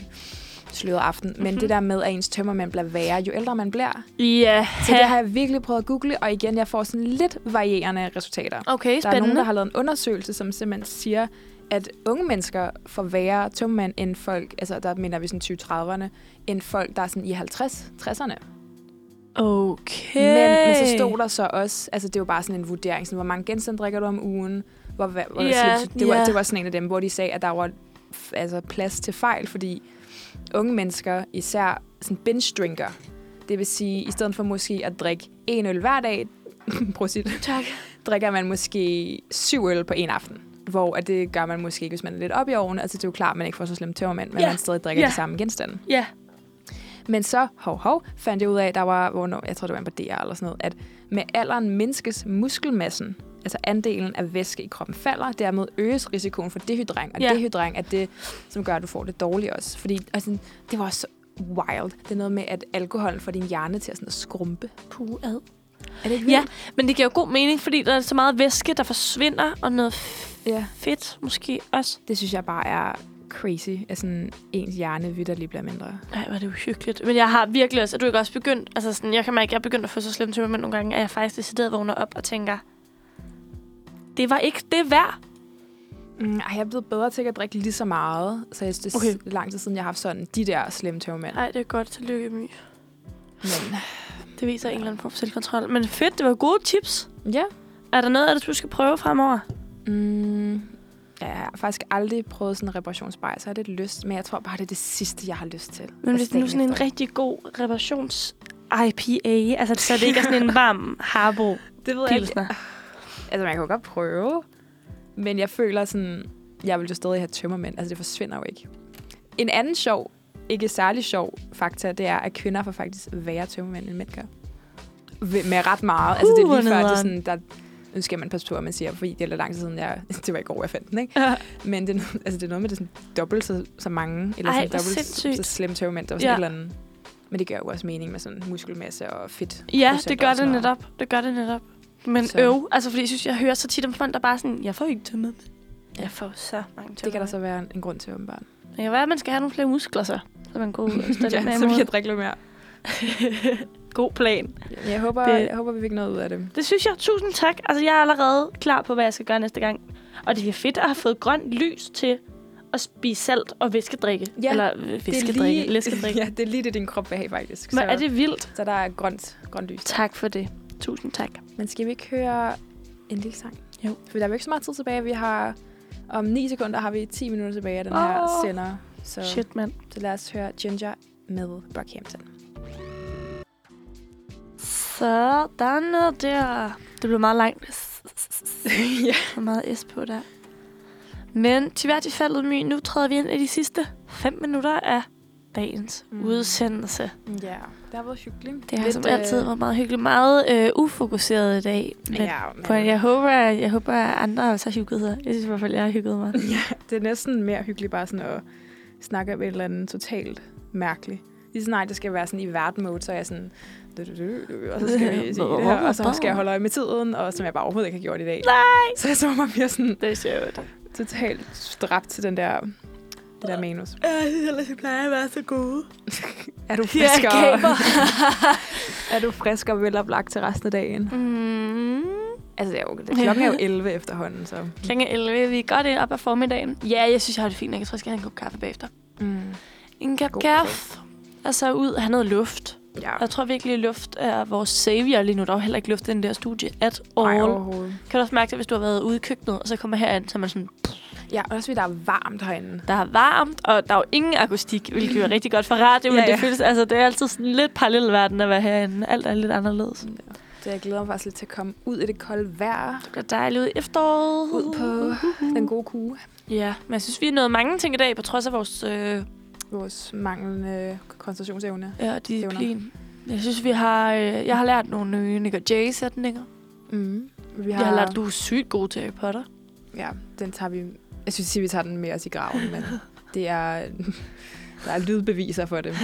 Speaker 2: sløret aften. Men
Speaker 1: Mhm.
Speaker 2: det der med, at ens tømmermand bliver værre, jo ældre man bliver.
Speaker 1: Ja.
Speaker 2: Så det har jeg virkelig prøvet at google, og igen, jeg får sådan lidt varierende resultater.
Speaker 1: Okay,
Speaker 2: Der er nogen,
Speaker 1: spændende.
Speaker 2: der har lavet en undersøgelse, som simpelthen siger, at unge mennesker får værre tømmermænd end folk, altså der mener vi sådan 20-30'erne, end folk, der er sådan i 50 60'erne.
Speaker 1: Okay.
Speaker 2: Men, men så stod der så også, altså det var bare sådan en vurdering, sådan, hvor mange genstande drikker du om ugen? Hvor, hvor, hvor,
Speaker 1: Ja,
Speaker 2: yeah, det, var,
Speaker 1: ja.
Speaker 2: det var sådan en af dem, hvor de sagde, at der var f- altså, plads til fejl, fordi unge mennessker især sådan binge drinker. Det vil sige, i stedet for måske at drikke en øl hver dag, [LAUGHS] prosit,
Speaker 1: Tak.
Speaker 2: drikker man måske syv øl på en aften. Hvor at det gør man måske ikke, hvis man er lidt op i årene. Altså det er jo klart, at man ikke får så slemt tømmermænd, men
Speaker 1: Ja,
Speaker 2: man stadig drikker
Speaker 1: ja.
Speaker 2: de samme genstande.
Speaker 1: Ja.
Speaker 2: Men så, hov, hov, fandt jeg ud af, der var, hvornår, jeg tror, det var på DR eller sådan noget, at med alderen mindskes muskelmassen, altså andelen af væske i kroppen falder, dermed øges risikoen for dehydrering, og
Speaker 1: Ja.
Speaker 2: ja. dehydrering er det, som gør, at du får det dårligt også. Fordi altså, det var også wild. Det er noget med, at alkoholen får din hjerne til at, sådan at skrumpe.
Speaker 1: Puh, ad.
Speaker 2: Er det ikke
Speaker 1: Ja,
Speaker 2: vildt?
Speaker 1: men det giver jo god mening, fordi der er så meget væske, der forsvinder, og noget f-
Speaker 2: ja.
Speaker 1: fedt måske også.
Speaker 2: Det synes jeg bare er crazy, at sådan ens hjerne vidderligt bliver mindre.
Speaker 1: Nej, hvor er det uhyggeligt. Men jeg har virkelig også, er du ikke også begyndt, altså sådan, jeg kan mærke, jeg er begyndt at få så slemt tømme nogle gange, at jeg faktisk decideret vågner op og tænker, det var ikke det værd.
Speaker 2: Mm, ej, jeg er blevet bedre til ikke at drikke lige så meget, så jeg synes, det er
Speaker 1: Okay.
Speaker 2: okay. lang tid siden, jeg har haft sådan de der slemme tøvmænd.
Speaker 1: Nej, det er godt. Tillykke, My.
Speaker 2: Men
Speaker 1: Det viser en eller anden form for selvkontrol. Men fedt, det var gode tips.
Speaker 2: ja,
Speaker 1: Er der noget af det, du skal prøve fremover?
Speaker 2: Mm, ja, jeg har faktisk aldrig prøvet sådan en reparationsbej, så jeg har lidt lyst, men jeg tror bare, det er det sidste, jeg har lyst til.
Speaker 1: Men hvis det nu er
Speaker 2: dagen
Speaker 1: sådan en
Speaker 2: efter.
Speaker 1: rigtig god reparations IPA, altså så det ikke er
Speaker 2: [LAUGHS]
Speaker 1: sådan en varm harbo
Speaker 2: Det ved jeg ikke.
Speaker 1: pilsner.
Speaker 2: Altså, man kan jo godt prøve, men jeg føler sådan, jeg vil jo stadig have tømmermænd. Altså, det forsvinder jo ikke. En anden sjov, ikke særlig sjov fakta, det er, at kvinder får faktisk værre tømmermænd end mænd gør. Ved- Med ret meget. Altså, det
Speaker 1: Puh,
Speaker 2: er lige
Speaker 1: Uh, hvor
Speaker 2: før, det er
Speaker 1: nederen.
Speaker 2: sådan, der nu skal man passe på, at man siger, fordi det er lidt lang tid siden, jeg, [LAUGHS] det var i går, jeg fandt den, ikke?
Speaker 1: Ja.
Speaker 2: Men det, er no- altså, det er noget med, det er sådan dobbelt så, så mange, eller
Speaker 1: Ej,
Speaker 2: sådan
Speaker 1: hvor
Speaker 2: dobbelt
Speaker 1: sindssygt.
Speaker 2: så, så slem tøvmænd, der var sådan
Speaker 1: Ja.
Speaker 2: ja. et eller andet. Men det gør jo også mening med sådan muskelmasse og
Speaker 1: [LAUGHS]
Speaker 2: fedt.
Speaker 1: ja,
Speaker 2: procent
Speaker 1: det
Speaker 2: og
Speaker 1: gør det
Speaker 2: sådan noget.
Speaker 1: netop. Det gør det netop. Men
Speaker 2: Så.
Speaker 1: øv, altså fordi jeg synes, jeg hører så tit om folk, der bare er sådan, jeg får ikke tømmet. Jeg får så mange tømmer.
Speaker 2: Det kan der så være en- en grund til, åbenbart.
Speaker 1: Det kan være, at man skal have nogle flere muskler så, så man
Speaker 2: Uh,
Speaker 1: går ud
Speaker 2: [LAUGHS]
Speaker 1: og stille
Speaker 2: ja,
Speaker 1: med
Speaker 2: så vi kan
Speaker 1: imod.
Speaker 2: drikke lidt mere.
Speaker 1: God plan.
Speaker 2: Jeg håber,
Speaker 1: Det-
Speaker 2: det... jeg håber vi fik noget ud af det.
Speaker 1: Det synes jeg. Tusind tak. Altså, jeg er allerede klar på, hvad jeg skal gøre næste gang. Og det er fedt at have fået grønt lys til at spise salt og væskedrikke.
Speaker 2: Ja,
Speaker 1: Eller øh, væskedrikke, læskedrikke.
Speaker 2: [LAUGHS] ja, det er lige det, din krop vil have, faktisk.
Speaker 1: Men
Speaker 2: så,
Speaker 1: er det vildt?
Speaker 2: så der er grønt, grønt lys.
Speaker 1: Tak for det. Tusind tak.
Speaker 2: Men skal vi ikke høre en lille sang?
Speaker 1: Jo.
Speaker 2: For der er jo ikke så meget tid tilbage. Vi har... Om 9 sekunder har vi 10 minutter tilbage af den
Speaker 1: Åh.
Speaker 2: her sender. Så,
Speaker 1: Shit, mand.
Speaker 2: så lad os høre Ginger med Brockhampton. [LAUGHS]
Speaker 1: Sådan og der. Det blev meget langt.
Speaker 2: ja.
Speaker 1: For meget S på der. Men tyværr de faldet my. Nu træder vi ind i de sidste 5 minutter af dagens
Speaker 2: Mm.
Speaker 1: mm. udsendelse.
Speaker 2: ja, det har været hyggeligt.
Speaker 1: Det har som
Speaker 2: øh,
Speaker 1: altid været meget hyggeligt. Meget øh, ufokuseret i dag. Men øh, ja,
Speaker 2: Ja, men
Speaker 1: på, jeg, håber, at, jeg håber, at andre også har hygget sig. Jeg synes i hvert fald, jeg har hygget [LAUGHS] mig.
Speaker 2: det er næsten mere hyggeligt bare sådan at snakke om et eller andet totalt mærkeligt. Lige så snart det skal være sådan i verden mode, så er jeg sådan... du, du, du, du, Og så skal vi sige det her, og så skal jeg holde øje med tiden, og som jeg bare overhovedet ikke har gjort i dag.
Speaker 1: Nej!
Speaker 2: Så jeg tror, man bliver sådan
Speaker 1: Det er sjovt.
Speaker 2: totalt dræbt til den der, det der manus.
Speaker 1: Jeg synes ellers, jeg plejer at være så gode.
Speaker 2: Er [LAUGHS] du
Speaker 1: Jeg
Speaker 2: frisk,
Speaker 1: [LAUGHS]
Speaker 2: og,
Speaker 1: gaber.
Speaker 2: er du frisk og veloplagt til resten af dagen?
Speaker 1: mm.
Speaker 2: Altså, det er jo, klokken er [LAUGHS] jo 11 efterhånden, så...
Speaker 1: Klokken er 11. Vi er godt ind op ad formiddagen. Ja, jeg synes, jeg har det fint. Jeg tror, jeg skal have en kop kaffe bagefter.
Speaker 2: Mm.
Speaker 1: En kop
Speaker 2: God
Speaker 1: kaffe. Og så ud og have noget luft.
Speaker 2: Ja,
Speaker 1: Og Jeg tror virkelig, at luft er vores savior lige nu. Der er jo heller ikke luft i den der studie at all.
Speaker 2: Ej, overhovedet.
Speaker 1: Kan du også mærke det, hvis du har været ude i køkkenet, og så kommer herind, så er man sådan,
Speaker 2: Ja, og også fordi der er varmt herinde.
Speaker 1: der er varmt, og der er jo ingen akustik, hvilket jo er rigtig godt for radio, men
Speaker 2: Ja,
Speaker 1: [LAUGHS] ja, ja.
Speaker 2: ja.
Speaker 1: det føles, altså det er altid sådan lidt parallel verden at være herinde. Alt er lidt anderledes. Det
Speaker 2: Så jeg glæder mig faktisk lidt til at komme ud i det kolde vejr.
Speaker 1: bliver dejligt ud i efteråret.
Speaker 2: Ud på den gode kuge.
Speaker 1: Ja, men jeg synes, vi er nået mange ting i dag, på trods af vores øh,
Speaker 2: Vores manglende koncentrationsevne.
Speaker 1: ja, disciplin. Jeg synes, vi har, øh, jeg har lært nogle nye Nick og Jay-sætninger.
Speaker 2: Mm. Vi
Speaker 1: Ja. Jeg har lært, at du er sygt god til Harry Potter.
Speaker 2: Ja, den tager vi... Jeg synes, at vi tager den med os i graven,
Speaker 1: [LAUGHS]
Speaker 2: men det er... Der er lydbeviser
Speaker 1: [LAUGHS]
Speaker 2: for det.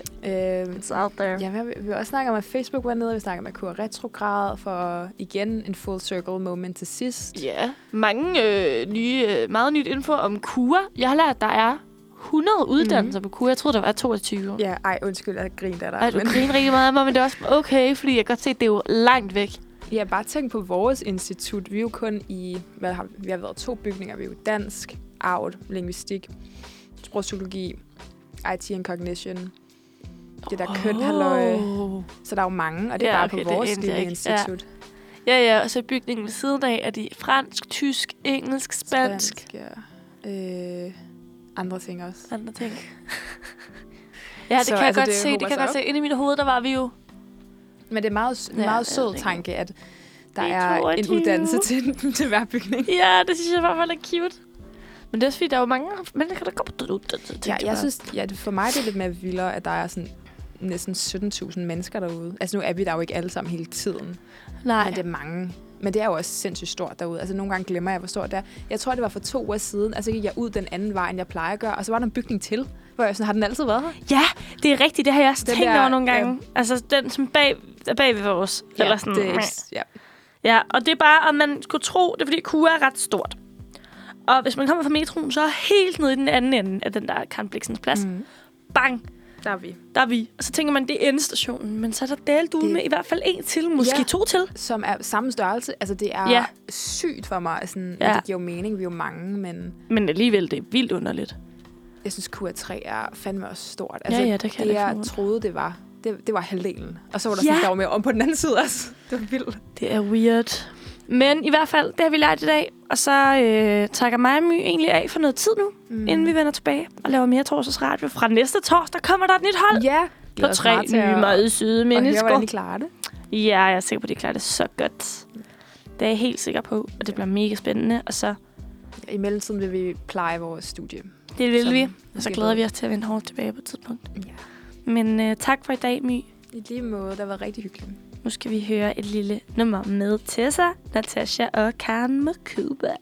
Speaker 2: øhm,
Speaker 1: It's out there.
Speaker 2: ja, vi, vi har også snakket om, at Facebook var nede, og vi snakker om, at kur retrograd for igen en full circle moment til sidst.
Speaker 1: Ja, mange øh, nye, øh, meget nyt info om KUA. Jeg har lært, at der er 100 uddannelser mm. på KUA. Jeg troede, der var 22. Ja,
Speaker 2: Mhm. Ja, ej, undskyld, jeg griner af dig.
Speaker 1: Ej, du
Speaker 2: men-
Speaker 1: griner rigtig meget af mig, men det er også okay, fordi jeg kan godt se, at det er jo langt væk.
Speaker 2: Ja, bare tænk på vores institut. Vi er jo kun i, hvad har, vi har været to bygninger. Vi er jo dansk, art, lingvistik, sprogpsykologi, IT and cognition. Det der køn, halløj.
Speaker 1: Oh.
Speaker 2: Så der er jo mange, og det er
Speaker 1: Ja,
Speaker 2: bare
Speaker 1: okay,
Speaker 2: på
Speaker 1: det
Speaker 2: vores
Speaker 1: anede
Speaker 2: lille
Speaker 1: jeg ikke.
Speaker 2: institut.
Speaker 1: Ja, ja, og så bygningen ved siden af er de fransk, tysk, engelsk, spansk.
Speaker 2: Dansk, ja. Øh, andre ting også.
Speaker 1: Andre ting. [LAUGHS] ja, det
Speaker 2: Så,
Speaker 1: så, kan jeg
Speaker 2: altså,
Speaker 1: godt
Speaker 2: det
Speaker 1: se. Det
Speaker 2: hober
Speaker 1: kan jeg
Speaker 2: sig
Speaker 1: godt se. Inde i mit hoved, der var vi jo...
Speaker 2: Men det er meget,
Speaker 1: Ja,
Speaker 2: ja, meget
Speaker 1: det
Speaker 2: sød
Speaker 1: ved jeg
Speaker 2: tanke, at der
Speaker 1: Vi er
Speaker 2: er
Speaker 1: 22.
Speaker 2: en uddannelse til, til hver bygning.
Speaker 1: Ja, det synes jeg i hvert fald er cute. Men det er også fordi, der er jo mange mennesker, der går på det uddannelse. tænkte
Speaker 2: Ja, jeg
Speaker 1: bare.
Speaker 2: synes, ja, det- for mig er det lidt mere vildere, at der er sådan næsten 17.000 mennesker derude. Altså nu er vi der jo ikke alle sammen hele tiden.
Speaker 1: Nej,
Speaker 2: Men det er mange. Men det er jo også sindssygt stort derude. Altså, nogle gange glemmer jeg, hvor stort det er. Jeg tror, det var for to uger siden. Altså, gik jeg ud den anden vej, end jeg plejer at gøre. Og så var der en bygning til, hvor jeg sådan, har den altid været her?
Speaker 1: Ja, det er rigtigt. Det har jeg også
Speaker 2: Den
Speaker 1: tænkt
Speaker 2: der,
Speaker 1: over nogle gange. Altså den, som bag, er bag ved vores. Ja, eller sådan.
Speaker 2: det, er- ja.
Speaker 1: Ja, og det er bare, om man skulle tro, det er fordi KUA er ret stort. Og hvis man kommer fra metroen, så er helt nede i den anden ende af den der Karen Bliksens plads. Mm. Bang,
Speaker 2: Der er vi.
Speaker 1: der er vi. Og så tænker man, det er endestationen. Men så er der delt du
Speaker 2: Det-
Speaker 1: med i hvert fald en til, måske
Speaker 2: Ja.
Speaker 1: to til.
Speaker 2: Som er samme størrelse. Altså, det
Speaker 1: Ja.
Speaker 2: er ja. sygt for mig. Sådan,
Speaker 1: Ja.
Speaker 2: ja. Det giver jo mening. Vi er jo mange, men
Speaker 1: Men alligevel, det er vildt underligt.
Speaker 2: jeg synes, QR3 er fandme også stort. Altså,
Speaker 1: ja, det kan jeg
Speaker 2: det
Speaker 1: ikke
Speaker 2: jeg
Speaker 1: finde ud af.
Speaker 2: troede, det var. Det, det var halvdelen. Og så var der
Speaker 1: Ja.
Speaker 2: sådan, der var mere om på den anden side også. Det var vildt.
Speaker 1: Det er weird. Men i hvert fald, det har vi lært i dag. Og så øh, takker mig og My egentlig af for noget tid nu, mm. inden vi vender tilbage og laver mere torsdags radio. Fra næste torsdag kommer der et nyt hold
Speaker 2: Ja.
Speaker 1: på tre nye meget søde
Speaker 2: mennesker. Og høre, hvordan I
Speaker 1: mennesker.
Speaker 2: klarer det.
Speaker 1: Ja, jeg er sikker på, at de klarer det så godt. Det er jeg helt sikker på, og det bliver mega spændende. Og så
Speaker 2: I mellemtiden vil vi pleje vores studie.
Speaker 1: det vil
Speaker 2: Som
Speaker 1: vi, og så
Speaker 2: måske
Speaker 1: glæder
Speaker 2: ved.
Speaker 1: vi os til at vende hårdt tilbage på et tidspunkt.
Speaker 2: Ja.
Speaker 1: Men øh, tak for i dag, My.
Speaker 2: I lige måde, der var rigtig hyggeligt.
Speaker 1: Nu skal vi høre et lille nummer med Tessa, Natasha og Karen med Cuba.